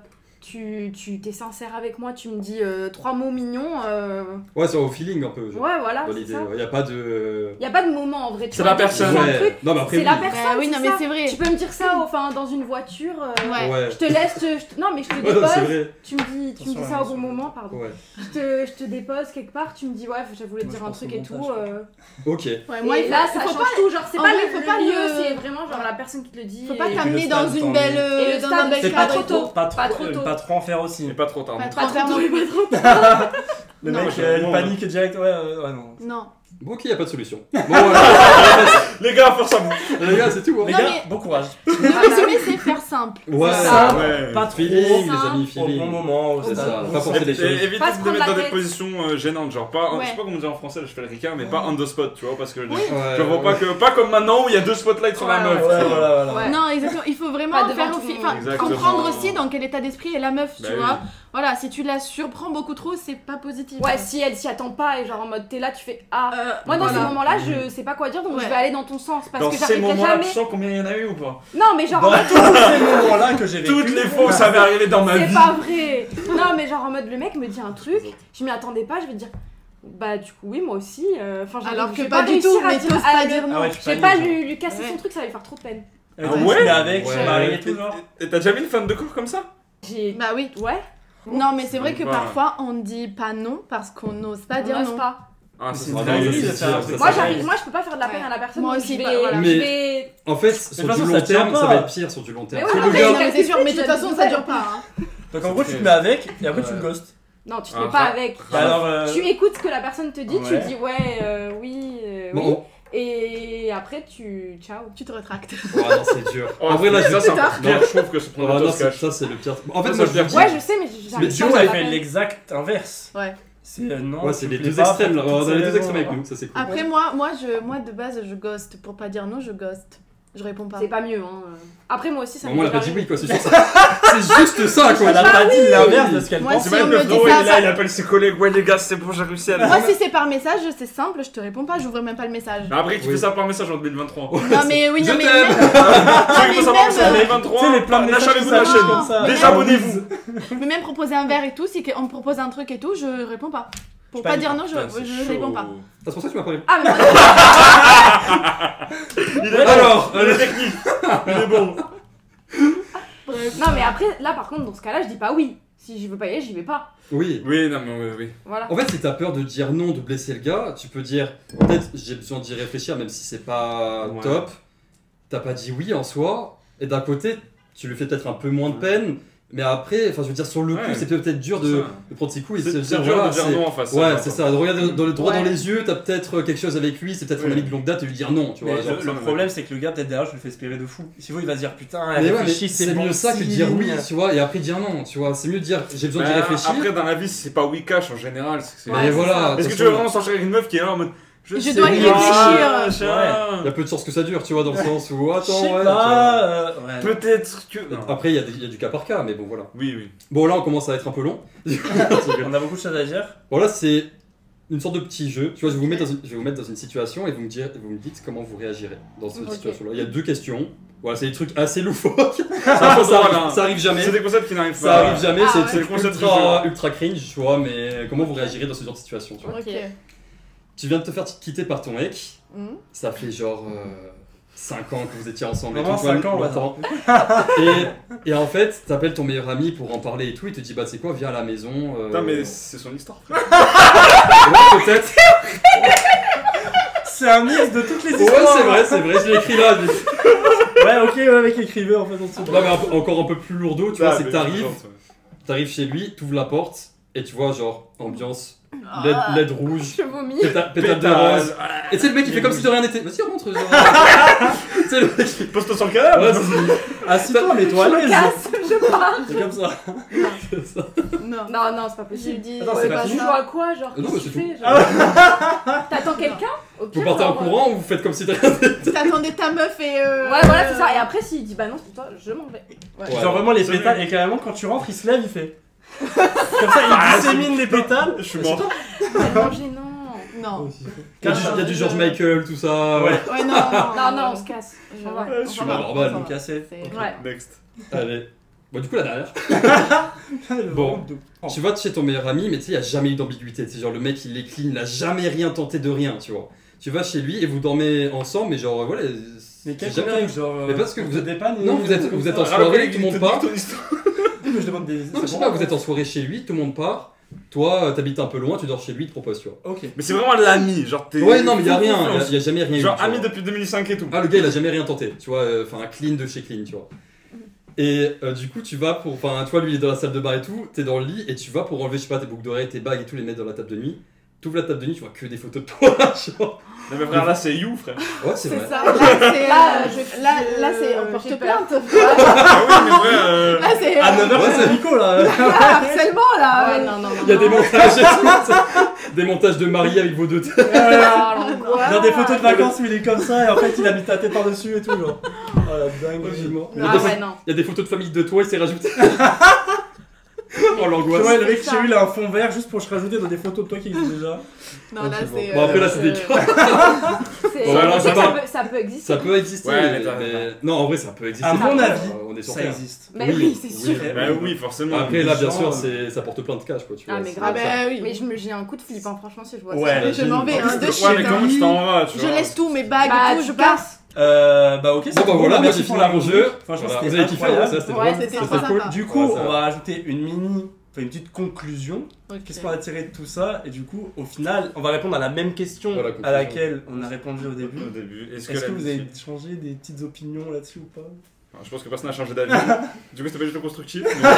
Speaker 6: tu tu- t'es sincère avec moi, tu me dis euh, trois mots mignons. euh,
Speaker 1: Ouais, c'est au feeling un peu. genre,
Speaker 6: Ouais, voilà.
Speaker 1: dans
Speaker 6: Il
Speaker 1: l'idée.
Speaker 6: n'y
Speaker 1: Il n'y a pas de.
Speaker 6: a pas de moment en vrai. tu
Speaker 4: C'est
Speaker 6: vois,
Speaker 4: la
Speaker 6: tu
Speaker 4: personne.
Speaker 6: dis un
Speaker 1: Ouais.
Speaker 6: truc,
Speaker 1: Non, mais après,
Speaker 6: C'est la
Speaker 1: oui.
Speaker 6: personne.
Speaker 5: Bah oui,
Speaker 6: c'est
Speaker 5: non, mais
Speaker 6: ça.
Speaker 5: c'est vrai.
Speaker 6: Tu peux me dire ça enfin, dans une voiture. euh,
Speaker 5: Ouais.
Speaker 1: Ouais.
Speaker 6: Je te laisse, te- je te- non mais je te
Speaker 1: Ouais, non, c'est
Speaker 6: dépose,
Speaker 1: vrai.
Speaker 6: tu me dis, tu me dis
Speaker 2: Attention,
Speaker 6: ça au
Speaker 2: attention.
Speaker 6: bon moment, pardon.
Speaker 1: Ouais.
Speaker 6: Je, te, je te dépose quelque part, tu me dis ouais, je voulais te
Speaker 2: Moi, je
Speaker 6: dire un
Speaker 2: pense
Speaker 6: truc
Speaker 2: au
Speaker 6: et tout.
Speaker 2: montage.
Speaker 6: euh.
Speaker 1: Ok.
Speaker 5: Ouais,
Speaker 6: Moi,
Speaker 5: moi, il
Speaker 6: là,
Speaker 5: faut,
Speaker 6: ça
Speaker 5: il faut
Speaker 6: change
Speaker 5: pas,
Speaker 6: tout, genre c'est
Speaker 5: en
Speaker 6: pas
Speaker 5: vrai,
Speaker 6: le,
Speaker 5: faut
Speaker 6: le
Speaker 5: pas
Speaker 6: lieu,
Speaker 5: le-
Speaker 6: c'est vraiment genre la personne qui te le dit.
Speaker 5: faut pas
Speaker 6: et-
Speaker 2: Et
Speaker 5: t'amener
Speaker 2: le
Speaker 5: dans
Speaker 2: stade,
Speaker 5: une
Speaker 2: tant
Speaker 5: belle,
Speaker 2: mieux.
Speaker 5: euh,
Speaker 6: Et le
Speaker 5: dans
Speaker 6: stade,
Speaker 5: un bel
Speaker 6: c'est
Speaker 5: cadre.
Speaker 6: pas trop tôt.
Speaker 2: Pas trop,
Speaker 6: Pas trop
Speaker 2: euh,
Speaker 6: tôt.
Speaker 2: pas trop en faire aussi.
Speaker 4: Et pas trop tard.
Speaker 5: Pas trop
Speaker 6: Pas trop tôt,
Speaker 5: tard.
Speaker 6: mais pas trop tôt.
Speaker 2: Le
Speaker 5: Non.
Speaker 2: mec,
Speaker 1: Moi,
Speaker 2: euh,
Speaker 1: je-
Speaker 2: il
Speaker 4: hein.
Speaker 2: panique direct. Ouais, euh, ouais, ouais, non.
Speaker 5: Non.
Speaker 1: Bon, ok, il n'y a pas de solution. Bon, voilà.
Speaker 4: Les gars, force à vous.
Speaker 1: Les gars, c'est tout.
Speaker 2: Les
Speaker 1: Hein.
Speaker 5: Non,
Speaker 2: gars,
Speaker 5: mais-
Speaker 2: bon courage.
Speaker 5: Le résumé, c'est faire simple.
Speaker 1: Ouais.
Speaker 2: C'est ça.
Speaker 4: Ouais.
Speaker 2: Pas trop.
Speaker 1: Feeling, les
Speaker 5: Simple,
Speaker 1: amis,
Speaker 2: Au bon
Speaker 1: feeling.
Speaker 2: moment, au
Speaker 1: C'est
Speaker 2: stade.
Speaker 1: ça.
Speaker 2: Au
Speaker 1: Pas
Speaker 2: stade.
Speaker 1: forcer les
Speaker 4: Et- et
Speaker 1: choses.
Speaker 4: évitez
Speaker 6: Pas
Speaker 4: de
Speaker 6: se
Speaker 4: vous
Speaker 6: prendre
Speaker 4: mettre dans
Speaker 6: la
Speaker 4: des
Speaker 6: tête.
Speaker 4: positions euh, gênantes, genre pas, je sais
Speaker 5: Ouais.
Speaker 4: pas comment dire en français, là, je fais le ricain, mais pas on the spot, tu vois, parce que
Speaker 5: Oui.
Speaker 4: je vois pas que, pas comme maintenant où il y a deux spotlights sur la
Speaker 6: Ouais,
Speaker 2: Ouais,
Speaker 4: meuf.
Speaker 2: voilà, voilà.
Speaker 6: Ouais.
Speaker 5: Non, exactement. Il faut
Speaker 6: Pas
Speaker 5: vraiment
Speaker 6: devant
Speaker 5: faire au
Speaker 6: tout le
Speaker 5: fil-
Speaker 6: monde.
Speaker 5: enfin,
Speaker 4: Exactement.
Speaker 5: comprendre aussi dans quel état d'esprit est la meuf,
Speaker 4: Bah
Speaker 5: tu
Speaker 4: oui.
Speaker 5: vois. Voilà, si tu la surprends beaucoup trop, c'est pas positif.
Speaker 6: Ouais, si elle s'y attend pas et genre en mode t'es là, tu fais ah.
Speaker 5: Euh,
Speaker 6: Moi dans
Speaker 5: voilà.
Speaker 6: ce moment-là, je sais pas quoi dire, donc
Speaker 5: Ouais.
Speaker 6: je vais aller dans ton sens parce
Speaker 4: Dans
Speaker 6: que
Speaker 4: ces
Speaker 6: j'arriverai
Speaker 4: moments-là, tu
Speaker 6: jamais.
Speaker 4: sens combien il y en a eu ou pas
Speaker 6: Non mais genre en
Speaker 2: Dans
Speaker 6: mode,
Speaker 2: tous ces moments-là que j'ai vécu.
Speaker 4: Toutes les fois où ça m'est arrivé dans ma
Speaker 6: c'est
Speaker 4: vie.
Speaker 6: pas vrai. Non mais genre en mode le mec me dit un truc, je m'y attendais pas, je vais te dire bah du coup oui moi aussi. euh, Enfin j'arrive-
Speaker 5: Alors
Speaker 6: je
Speaker 5: que
Speaker 6: vais
Speaker 5: pas du
Speaker 6: réussir
Speaker 5: tout,
Speaker 6: à
Speaker 5: mais
Speaker 6: dire-
Speaker 5: t'oses
Speaker 6: à
Speaker 5: pas
Speaker 6: le-
Speaker 5: dire
Speaker 2: Ah
Speaker 5: non.
Speaker 2: ouais, tu
Speaker 6: Je vais
Speaker 2: paniques,
Speaker 6: pas
Speaker 2: genre.
Speaker 6: lui, lui casser
Speaker 5: Ouais.
Speaker 6: son truc, ça va lui faire trop de peine.
Speaker 2: Elle
Speaker 4: Ah
Speaker 2: était
Speaker 4: ouais
Speaker 2: avec,
Speaker 1: Ouais.
Speaker 2: je m'arrivais et tout, genre.
Speaker 4: Et T'as déjà vu une femme de corps comme ça
Speaker 6: J'ai.
Speaker 5: Bah oui.
Speaker 6: Ouais,
Speaker 5: Non, mais c'est vrai
Speaker 4: Ouais.
Speaker 5: que parfois on dit pas non parce qu'on n'ose pas
Speaker 6: on
Speaker 5: dire
Speaker 6: n'ose
Speaker 5: non.
Speaker 6: pas.
Speaker 4: Ah,
Speaker 2: Mais
Speaker 4: ça,
Speaker 2: c'est
Speaker 4: c'est
Speaker 2: une
Speaker 1: Ah, non,
Speaker 4: dingue.
Speaker 1: ça,
Speaker 2: dinguerie de
Speaker 1: c'est-
Speaker 2: faire un
Speaker 1: ça,
Speaker 2: truc
Speaker 1: c'est
Speaker 6: Moi,
Speaker 2: pareil.
Speaker 6: j'arrive, moi, je peux pas faire de la peine
Speaker 5: Ouais.
Speaker 6: à la personne.
Speaker 5: Moi
Speaker 6: donc
Speaker 5: aussi,
Speaker 6: je vais-
Speaker 5: bah, voilà.
Speaker 6: je
Speaker 1: Mais-
Speaker 6: vais-
Speaker 1: En fait,
Speaker 2: De
Speaker 1: sur
Speaker 2: toute façon,
Speaker 1: du
Speaker 2: ça
Speaker 1: long
Speaker 2: tient
Speaker 1: terme, ça
Speaker 2: pas.
Speaker 1: va être pire sur du long terme.
Speaker 6: Mais ouais,
Speaker 1: Le
Speaker 5: Après,
Speaker 1: gars-
Speaker 5: non, mais c'est sûr, mais de toute façon ça dure pas. hein.
Speaker 2: Donc en gros, tu te mets avec, et après tu
Speaker 4: Ouais.
Speaker 2: me ghostes.
Speaker 6: Non, tu te
Speaker 4: Ah,
Speaker 6: mets pas
Speaker 4: ça-
Speaker 6: avec.
Speaker 2: Et alors, euh,
Speaker 6: Tu écoutes ce que la personne te dit,
Speaker 2: Ouais.
Speaker 6: tu dis ouais, euh, oui, euh, oui.
Speaker 1: Bon,
Speaker 6: Et après, tu. Ciao.
Speaker 5: Tu te rétractes.
Speaker 1: oh, non, c'est dur.
Speaker 4: Oh,
Speaker 1: En vrai, là,
Speaker 4: ça,
Speaker 1: je-
Speaker 4: c'est
Speaker 1: Non,
Speaker 4: encore pire, je trouve que se prendre
Speaker 1: non,
Speaker 4: un
Speaker 1: non,
Speaker 4: dos
Speaker 1: c'est-
Speaker 4: cash.
Speaker 1: ça, c'est le pire. En fait,
Speaker 4: Ça,
Speaker 1: moi,
Speaker 4: je
Speaker 1: je veux
Speaker 4: veux
Speaker 1: dire.
Speaker 6: Ouais, je sais, mais j'arrive
Speaker 1: Mais
Speaker 2: du
Speaker 1: tu
Speaker 2: coup,
Speaker 6: pas
Speaker 2: vous
Speaker 6: à
Speaker 2: avez
Speaker 6: faire
Speaker 2: fait
Speaker 6: de la peine.
Speaker 2: l'exact inverse.
Speaker 5: Ouais.
Speaker 2: C'est euh, non.
Speaker 1: Ouais,
Speaker 2: tu
Speaker 1: c'est
Speaker 2: me
Speaker 1: les
Speaker 2: plais
Speaker 1: deux
Speaker 2: pas hein. pour
Speaker 1: extrêmes là.
Speaker 2: toutes
Speaker 1: On a
Speaker 2: ces
Speaker 1: les deux
Speaker 2: raisons.
Speaker 1: extrêmes avec nous, ça, c'est cool.
Speaker 6: Ah,
Speaker 5: Après moi, moi je, moi de base je ghost pour pas dire non, je ghost. Je réponds pas.
Speaker 6: C'est pas mieux, hein. Après, moi aussi, ça
Speaker 1: Au
Speaker 6: me
Speaker 1: moins, elle a
Speaker 6: fait
Speaker 1: pas dit
Speaker 6: rire.
Speaker 1: oui, quoi. C'est juste ça. C'est juste ça, quoi.
Speaker 5: Ah
Speaker 1: Bah
Speaker 2: Elle a pas dit l'inverse de ce qu'elle
Speaker 5: Moi,
Speaker 2: pense.
Speaker 4: C'est
Speaker 5: si
Speaker 4: même
Speaker 5: on
Speaker 4: le
Speaker 5: me dit
Speaker 4: frérot, il
Speaker 5: ça,
Speaker 4: est là,
Speaker 5: ça-
Speaker 4: il appelle ses collègues. Ouais, les gars, c'est bon, j'ai réussi à
Speaker 5: Moi
Speaker 4: la.
Speaker 5: si c'est par message, c'est simple, je te réponds pas, j'ouvre même pas le message.
Speaker 4: Après, tu
Speaker 1: Oui.
Speaker 4: fais ça par message en 2023.
Speaker 5: Non mais oui,
Speaker 1: Je
Speaker 5: non mais
Speaker 1: t'aime.
Speaker 5: même,
Speaker 4: Tu veux
Speaker 5: mais
Speaker 4: savoir si en
Speaker 5: même,
Speaker 4: 2023
Speaker 2: Tu sais, les plans de messages
Speaker 4: Lâchez-vous
Speaker 2: qui
Speaker 4: de la
Speaker 2: s'affichent
Speaker 4: chaîne.
Speaker 5: Non.
Speaker 2: comme ça.
Speaker 4: Désabonnez-vous.
Speaker 5: mais même proposer un verre et tout, si on me propose un truc et tout, je réponds pas. Pour
Speaker 2: Je
Speaker 5: pas
Speaker 2: panique.
Speaker 5: dire non, je,
Speaker 4: Putain, c'est
Speaker 5: je
Speaker 4: chaud.
Speaker 5: réponds pas.
Speaker 1: C'est pour ça que tu m'as parlé.
Speaker 6: Ah, mais moi,
Speaker 4: Il est
Speaker 1: Alors,
Speaker 4: bon, il est technique. Il est bon.
Speaker 6: non, mais après, là, par contre, dans ce cas-là, je dis pas oui. Si je veux pas y aller, j'y vais pas.
Speaker 1: Oui.
Speaker 4: Oui, non, mais oui, oui.
Speaker 6: Voilà.
Speaker 1: En fait, si t'as peur de dire non, de blesser le gars, tu peux dire peut-être j'ai besoin d'y réfléchir, même si c'est pas
Speaker 4: Ouais.
Speaker 1: top. T'as pas dit oui en soi, et d'un côté, tu lui fais peut-être un peu moins de peine, mais après, enfin, je veux dire, sur le coup,
Speaker 4: Ouais.
Speaker 1: c'est peut-être dur
Speaker 4: C'est
Speaker 1: de,
Speaker 4: ça.
Speaker 1: de prendre ses coups et de
Speaker 4: C'est
Speaker 1: se dire
Speaker 4: c'est dur
Speaker 1: voilà,
Speaker 4: de dire
Speaker 1: c'est-
Speaker 4: non en face.
Speaker 1: Ouais, c'est ça, de regarder dans le droit
Speaker 6: Ouais.
Speaker 1: dans les yeux, t'as peut-être euh, quelque chose avec lui, c'est peut-être un
Speaker 4: Ouais.
Speaker 1: ami de longue date, et lui dire non, tu vois.
Speaker 2: Mais
Speaker 1: genre.
Speaker 2: le,
Speaker 4: ça,
Speaker 2: le
Speaker 4: ouais.
Speaker 2: problème, c'est que le gars, peut-être derrière, je le fais espérer de fou. Si vous, il va se dire putain,
Speaker 1: Mais
Speaker 2: elle
Speaker 1: ouais, mais
Speaker 2: réfléchit,
Speaker 1: c'est
Speaker 2: bon
Speaker 1: mieux ça que de dire
Speaker 2: signe.
Speaker 1: oui, hein. tu vois, et après dire non, tu vois. C'est mieux de dire j'ai besoin d'y
Speaker 4: Ben,
Speaker 1: réfléchir.
Speaker 4: Après, dans la vie, c'est pas oui cash en général. c'est que c'est-
Speaker 1: Mais
Speaker 6: Ouais, c'est ça.
Speaker 1: voilà.
Speaker 4: Est-ce
Speaker 1: de
Speaker 4: que tu
Speaker 1: toute
Speaker 4: veux
Speaker 1: façon,
Speaker 4: vraiment sortir avec une meuf qui est là en mode
Speaker 5: Je
Speaker 4: sais
Speaker 5: dois y
Speaker 4: pas,
Speaker 5: réfléchir.
Speaker 4: machin.
Speaker 1: Il y a peu de chances que ça dure, tu vois, dans le sens où
Speaker 2: Je
Speaker 1: attends,
Speaker 2: sais
Speaker 1: ouais.
Speaker 2: pas. euh, ouais.
Speaker 4: Peut-être que.
Speaker 1: tu vois.
Speaker 4: Non.
Speaker 1: Après, il y a des- il y, a du cas par cas, mais bon, voilà.
Speaker 4: Oui, oui.
Speaker 1: Bon, là, on commence à être un peu long.
Speaker 2: On a beaucoup de choses à dire.
Speaker 1: bon, là, c'est une sorte de petit jeu. Tu vois, je vais vous mettre dans une, je vais vous mettre dans une situation et vous me, dire, vous me dites comment vous réagirez dans cette
Speaker 6: Ok.
Speaker 1: situation-là. Il y a deux questions. Voilà, c'est des trucs assez loufoques. ça, ça
Speaker 4: Voilà.
Speaker 1: arrive, ça arrive jamais.
Speaker 4: C'est des concepts qui n'arrivent
Speaker 1: Ça
Speaker 4: pas.
Speaker 1: arrive jamais,
Speaker 5: Ah
Speaker 1: c'est
Speaker 5: ouais.
Speaker 1: c'est
Speaker 4: C'est le concept du
Speaker 1: ultra, ultra cringe, tu vois, mais comment vous réagirez dans ce genre de situation tu, vois.
Speaker 5: Ok.
Speaker 1: tu viens de te faire quitter par ton mec,
Speaker 5: Mhm.
Speaker 1: ça fait genre 5 ans que vous étiez ensemble et
Speaker 2: Vraiment
Speaker 1: tout, tu vois,
Speaker 2: 5 ans, ouais.
Speaker 1: longtemps. et, et en fait, t'appelles ton meilleur ami pour en parler et tout, il te dit bah c'est quoi, viens à la maison. euh,
Speaker 4: Putain, mais c'est son histoire.
Speaker 1: ouais, peut-être.
Speaker 2: C'est un mix de toutes les
Speaker 1: Ouais,
Speaker 2: histoires.
Speaker 1: c'est vrai, c'est vrai, je l'ai écrit là. mais-
Speaker 2: Ouais, ok, ouais, mec, écrivez en fait en dessous.
Speaker 1: Non, mais un peu- encore un peu plus lourdeau, tu
Speaker 4: Ah,
Speaker 1: vois, c'est que t'arrives,
Speaker 4: T'es
Speaker 1: t'arrives chez lui, t'ouvres la porte et tu vois, genre, ambiance, LED,
Speaker 5: Ah.
Speaker 1: LED rouge,
Speaker 6: Je vomis.
Speaker 1: péta- pétale de rose. Et c'est le mec qui fait comme si de rien n'était. Vas-y, rentre, genre. c'est le mec qui.
Speaker 4: Poste sur le cadavre.
Speaker 1: Ouais, c'est-
Speaker 2: Assis-toi, mets-toi à
Speaker 1: Oh,
Speaker 6: Je
Speaker 2: l'aise.
Speaker 6: casse, je pars.
Speaker 2: C'est comme ça.
Speaker 1: c'est ça.
Speaker 5: Non.
Speaker 6: Non, non, c'est pas
Speaker 5: Je lui
Speaker 6: possible.
Speaker 5: dis,
Speaker 2: Attends,
Speaker 5: c'est
Speaker 2: c'est
Speaker 5: pas
Speaker 2: la
Speaker 6: Tu joues
Speaker 5: ça.
Speaker 6: à quoi, genre
Speaker 1: Ah non,
Speaker 6: qu'est-ce
Speaker 1: mais
Speaker 6: que
Speaker 1: c'est
Speaker 6: tu fais, genre T'attends quelqu'un Au
Speaker 1: Vous
Speaker 6: pire,
Speaker 1: partez en
Speaker 6: genre,
Speaker 1: courant ou vous faites comme si de rien n'était.
Speaker 5: T'attendais ta meuf et. euh,
Speaker 6: Ouais, voilà, c'est ça. Et après, s'il dit bah non, c'est toi, je m'en vais.
Speaker 1: Ouais.
Speaker 2: Genre vraiment les
Speaker 4: Salut.
Speaker 2: pétales, et carrément quand tu rentres, il se lève, il fait. Comme ça,
Speaker 1: Ah,
Speaker 2: il dissémine les pétales.
Speaker 4: Je suis mort.
Speaker 6: Tellement gênant.
Speaker 5: Non.
Speaker 1: Il y a du- il y a du George Michael, tout ça.
Speaker 2: Ouais.
Speaker 5: Ouais, non.
Speaker 6: Non, non, on se casse.
Speaker 5: Je-
Speaker 6: On va.
Speaker 5: ouais, on
Speaker 4: je
Speaker 5: va
Speaker 4: suis
Speaker 5: voir,
Speaker 1: normal.
Speaker 5: on va voir.
Speaker 2: cassé.
Speaker 5: C'est-
Speaker 6: Ouais.
Speaker 4: Next.
Speaker 1: Allez. Bon, du coup, la dernière. Bon.
Speaker 2: Bon.
Speaker 1: Tu vas chez ton meilleur ami, mais tu sais, il n'y a jamais eu d'ambiguïté. C'est genre le mec, il est clean, il n'a jamais rien tenté de rien, tu vois. Tu vas chez lui et vous dormez ensemble, mais genre, voilà.
Speaker 2: Mais quel
Speaker 1: c'est jamais
Speaker 2: contexte, genre.
Speaker 1: Mais
Speaker 2: euh,
Speaker 1: parce que
Speaker 2: on
Speaker 1: vous
Speaker 2: te
Speaker 1: êtes-
Speaker 2: dépanne et-
Speaker 1: Non, vous êtes- vous êtes en
Speaker 2: Ah,
Speaker 1: soirée,
Speaker 2: mais
Speaker 1: tout le monde part.
Speaker 2: Je demande des.
Speaker 1: Non, mais je sais pas, vous êtes en soirée chez lui, tout le monde part. Toi, euh, t'habites un peu loin, tu dors chez lui, il te propose, tu vois.
Speaker 2: Ok.
Speaker 4: Mais c'est vraiment l'ami, genre t'es.
Speaker 1: Ouais, non, mais il a rien, il n'y a, jamais rien eu,
Speaker 4: Genre
Speaker 1: tu vois.
Speaker 4: ami depuis 2005 et tout.
Speaker 1: Ah, le gars, il a jamais rien tenté, tu vois, euh, enfin, clean de chez clean, tu vois. Et euh, du coup, tu vas pour. Enfin, tu vois, lui, il est dans la salle de bain et tout, t'es dans le lit, et tu vas pour enlever, je sais pas, tes boucles d'oreilles, tes bagues et tout, les mettre dans la table de nuit. T'ouvres la table de nuit, tu vois que des photos de toi, genre.
Speaker 4: Non, mais frère, là c'est You, frère.
Speaker 1: Ouais, c'est vrai.
Speaker 6: ça. Là,
Speaker 5: Là, euh,
Speaker 6: je-
Speaker 5: là, là, c'est
Speaker 6: je-
Speaker 5: on
Speaker 6: j'ai peur.
Speaker 5: porte plainte. là,
Speaker 4: Ah oui, mais frère. euh,
Speaker 5: c'est
Speaker 2: À
Speaker 5: euh,
Speaker 2: 9h, c'est Nico là
Speaker 5: ah, harcèlement là.
Speaker 6: Ouais, non, non, non.
Speaker 1: Il y a des montages et tout, c'est- des montages de mariés avec vos deux têtes.
Speaker 5: Oh,
Speaker 6: Ah, l'angoisse.
Speaker 2: Dans des photos de vacances où il est comme ça et en fait il a mis ta tête par-dessus et tout, genre. Oh la dingue.
Speaker 1: Il y, a
Speaker 6: Ah
Speaker 1: des,
Speaker 6: ouais, non.
Speaker 1: il y a des photos de famille de toi, il s'est rajouté. oh l'angoisse.
Speaker 2: Ouais, le mec
Speaker 6: C'est
Speaker 2: chez
Speaker 6: ça.
Speaker 2: lui il a un fond vert juste pour se rajouter dans des photos de toi qui existent déjà.
Speaker 5: Non,
Speaker 1: Ok,
Speaker 5: là,
Speaker 1: bon.
Speaker 5: c'est.
Speaker 1: Bon, après, là,
Speaker 5: euh,
Speaker 1: c'est des
Speaker 5: euh,
Speaker 6: C'est-
Speaker 1: Bon, alors, ça
Speaker 6: ça,
Speaker 1: va.
Speaker 6: peut, ça peut exister.
Speaker 1: Ça peut exister.
Speaker 4: Ouais, mais
Speaker 1: mais-
Speaker 4: t'as-
Speaker 1: mais- Non, en vrai, ça peut exister.
Speaker 2: À mon
Speaker 1: Euh,
Speaker 2: avis,
Speaker 1: on est sur
Speaker 2: Ça
Speaker 1: Terre.
Speaker 2: existe.
Speaker 6: Mais oui, c'est sûr.
Speaker 1: oui.
Speaker 4: Bah oui, forcément.
Speaker 1: Après, là,
Speaker 2: Les
Speaker 1: bien
Speaker 2: gens,
Speaker 1: sûr,
Speaker 2: euh,
Speaker 1: c'est- ça porte plein de cash, quoi. Tu
Speaker 6: Ah,
Speaker 1: vois,
Speaker 6: mais
Speaker 1: c'est-
Speaker 5: Ah,
Speaker 6: grave.
Speaker 5: bah oui.
Speaker 6: Mais je me- j'ai un coup de flippe, hein, franchement, si je vois
Speaker 2: Ouais.
Speaker 6: ça.
Speaker 5: Mais je m'en vais,
Speaker 1: En plus,
Speaker 5: hein, de
Speaker 1: le-
Speaker 5: chez
Speaker 4: Ouais, mais comment tu t'en vas, tu
Speaker 5: Je
Speaker 4: vois
Speaker 5: laisse tout, mes bagues
Speaker 6: Bah,
Speaker 5: et tout,
Speaker 6: tu
Speaker 5: je passe.
Speaker 2: Euh, bah ok,
Speaker 1: Bon, bah
Speaker 2: bon,
Speaker 1: voilà, moi
Speaker 2: merci
Speaker 1: j'ai
Speaker 2: pour
Speaker 1: fini
Speaker 2: la
Speaker 1: mon
Speaker 2: review.
Speaker 1: jeu.
Speaker 2: Franchement,
Speaker 1: Voilà,
Speaker 2: c'était
Speaker 1: Vous avez kiffé,
Speaker 2: incroyable.
Speaker 1: hein, ça, c'était
Speaker 6: Ouais,
Speaker 1: drôle.
Speaker 5: c'était
Speaker 1: Ça,
Speaker 5: sympa.
Speaker 1: cool.
Speaker 2: Ah, Du coup,
Speaker 1: Ouais, ça
Speaker 2: on
Speaker 1: va.
Speaker 2: va ajouter une mini, enfin une petite conclusion. Qu'est-ce qu'on a tiré de tout ça Et du coup, au final, on va répondre à la même question
Speaker 1: Voilà, conclusion.
Speaker 2: à laquelle on a répondu au début.
Speaker 4: Au début. Est-ce
Speaker 2: Est-ce que vous
Speaker 4: l'amitié-
Speaker 2: avez changé des petites opinions là-dessus ou pas
Speaker 4: Enfin, Je pense que personne n'a changé d'avis. du coup, c'était pas du tout constructif. mais-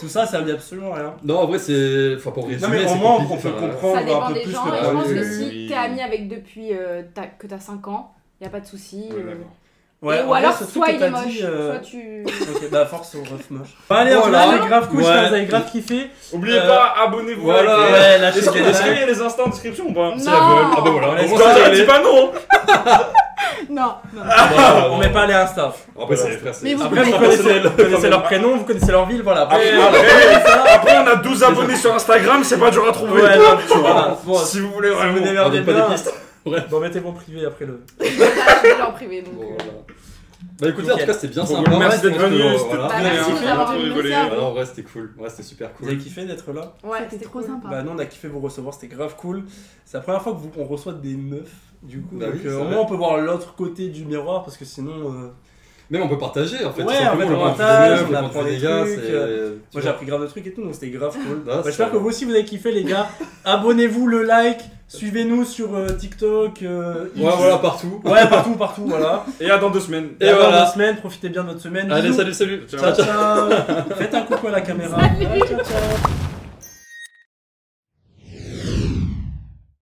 Speaker 2: Tout ça, ça ne dit absolument à rien.
Speaker 1: Non, en vrai, c'est. Enfin, pour
Speaker 2: non
Speaker 1: résumer,
Speaker 2: mais
Speaker 1: c'est
Speaker 2: au moins, on
Speaker 1: compliqué,
Speaker 2: peut
Speaker 1: enfin, euh,
Speaker 2: comprendre
Speaker 6: Ça
Speaker 2: un
Speaker 6: dépend
Speaker 2: peu
Speaker 6: des
Speaker 2: plus
Speaker 6: gens.
Speaker 2: le
Speaker 6: et
Speaker 1: Ah
Speaker 6: Je
Speaker 1: oui,
Speaker 6: pense que
Speaker 1: oui,
Speaker 4: oui.
Speaker 6: si t'es ami avec depuis euh, t'as- que t'as 5 ans, y a pas de souci.
Speaker 4: Ouais,
Speaker 6: euh.
Speaker 4: d'accord.
Speaker 2: Ouais,
Speaker 6: Et-
Speaker 2: en
Speaker 6: Ou
Speaker 2: vrai,
Speaker 6: alors,
Speaker 2: ce truc
Speaker 6: soit
Speaker 2: que
Speaker 6: il
Speaker 2: t'as
Speaker 6: est
Speaker 2: dit,
Speaker 6: moche,
Speaker 2: euh,
Speaker 6: soit tu.
Speaker 2: Ok, bah force au ref moche. Bah allez,
Speaker 1: Voilà.
Speaker 2: on c'était grave cool,
Speaker 1: Ouais.
Speaker 2: j'espère que vous avez grave kiffé.
Speaker 4: Oubliez
Speaker 2: Euh,
Speaker 4: pas, abonnez-vous.
Speaker 1: voilà.
Speaker 4: avec-
Speaker 2: Ouais, lâchez
Speaker 4: Est-ce qu'il y a- est-ce qu'il
Speaker 2: le
Speaker 4: y a les instants en description ou pas
Speaker 5: Non.
Speaker 1: C'est la gueule. Ah, bah voilà,
Speaker 2: Let's
Speaker 1: on
Speaker 2: go.
Speaker 1: s'en est
Speaker 4: Bah,
Speaker 1: allé.
Speaker 4: Dis pas non
Speaker 5: Non, non.
Speaker 1: Voilà,
Speaker 2: Ah, On met pas les Insta.
Speaker 1: Après, c'est- frère, c'est.
Speaker 5: Mais vous-
Speaker 2: Après, vous connaissez, vous connaissez leur prénom, vous connaissez leur ville, voilà.
Speaker 1: Ah,
Speaker 2: Après,
Speaker 4: Après,
Speaker 2: euh,
Speaker 4: après- après, on a 12 abonnés sur Instagram, c'est pas dur à trouver.
Speaker 2: Ouais, non, tu vois.
Speaker 4: Voilà.
Speaker 2: Bon,
Speaker 4: si vous voulez
Speaker 2: vous
Speaker 4: vraiment.
Speaker 1: On
Speaker 2: démerdez
Speaker 1: donne pas
Speaker 2: bien.
Speaker 1: des pistes. Bref.
Speaker 2: Bon, mettez-vous en privé après le.
Speaker 6: Je l'ai en privé donc.
Speaker 1: Bon,
Speaker 6: euh.
Speaker 1: voilà. Bah écoutez, en
Speaker 2: Nickel.
Speaker 1: tout cas, c'était bien
Speaker 4: Bon,
Speaker 1: sympa.
Speaker 4: merci
Speaker 1: Ouais, je
Speaker 4: d'être
Speaker 1: pense que,
Speaker 4: venu,
Speaker 1: euh,
Speaker 4: c'était
Speaker 1: voilà.
Speaker 5: Bah, merci de nous avoir
Speaker 4: Voilà.
Speaker 5: fait ça.
Speaker 1: Ouais, non, en vrai, c'était cool. Ouais, c'était super
Speaker 2: Vous avez
Speaker 1: cool.
Speaker 2: kiffé d'être là
Speaker 6: Ouais,
Speaker 5: C'était trop
Speaker 6: cool.
Speaker 5: sympa.
Speaker 2: Bah, nous, on a kiffé vous recevoir, c'était grave cool. C'est la première fois que vous- on reçoit des meufs, du coup.
Speaker 1: Bah
Speaker 2: donc,
Speaker 1: oui,
Speaker 2: euh,
Speaker 1: c'est
Speaker 2: au
Speaker 1: vrai.
Speaker 2: moins, on peut voir l'autre côté du miroir parce que sinon. euh,
Speaker 1: Même on peut partager en fait.
Speaker 2: Ouais, en
Speaker 1: tout
Speaker 2: fait,
Speaker 1: simplement,
Speaker 2: on
Speaker 1: le point de vue
Speaker 2: partage,
Speaker 1: des meufs,
Speaker 2: on
Speaker 1: le point de
Speaker 2: apprend
Speaker 1: vue
Speaker 2: des
Speaker 1: des gars,
Speaker 2: trucs,
Speaker 1: c'est.
Speaker 2: euh,
Speaker 1: tu
Speaker 2: Moi
Speaker 1: vois.
Speaker 2: j'ai appris grave de trucs et tout, donc c'était grave cool.
Speaker 1: Ah,
Speaker 2: Bah,
Speaker 1: c'est
Speaker 2: J'espère que
Speaker 1: vrai.
Speaker 2: vous aussi vous avez kiffé, les gars. Abonnez-vous, le like, suivez-nous sur euh, TikTok. euh, X.
Speaker 1: Ouais, voilà, partout.
Speaker 2: Ouais, partout, partout, voilà.
Speaker 4: Et à dans deux semaines.
Speaker 2: Et,
Speaker 1: Et
Speaker 2: alors,
Speaker 1: voilà.
Speaker 2: deux semaines, profitez bien de votre semaine.
Speaker 1: Allez,
Speaker 2: Bisous.
Speaker 1: salut, salut.
Speaker 4: Ciao.
Speaker 2: Ciao, ciao. Faites un coucou à la caméra.
Speaker 6: Salut.
Speaker 2: Ciao, ciao.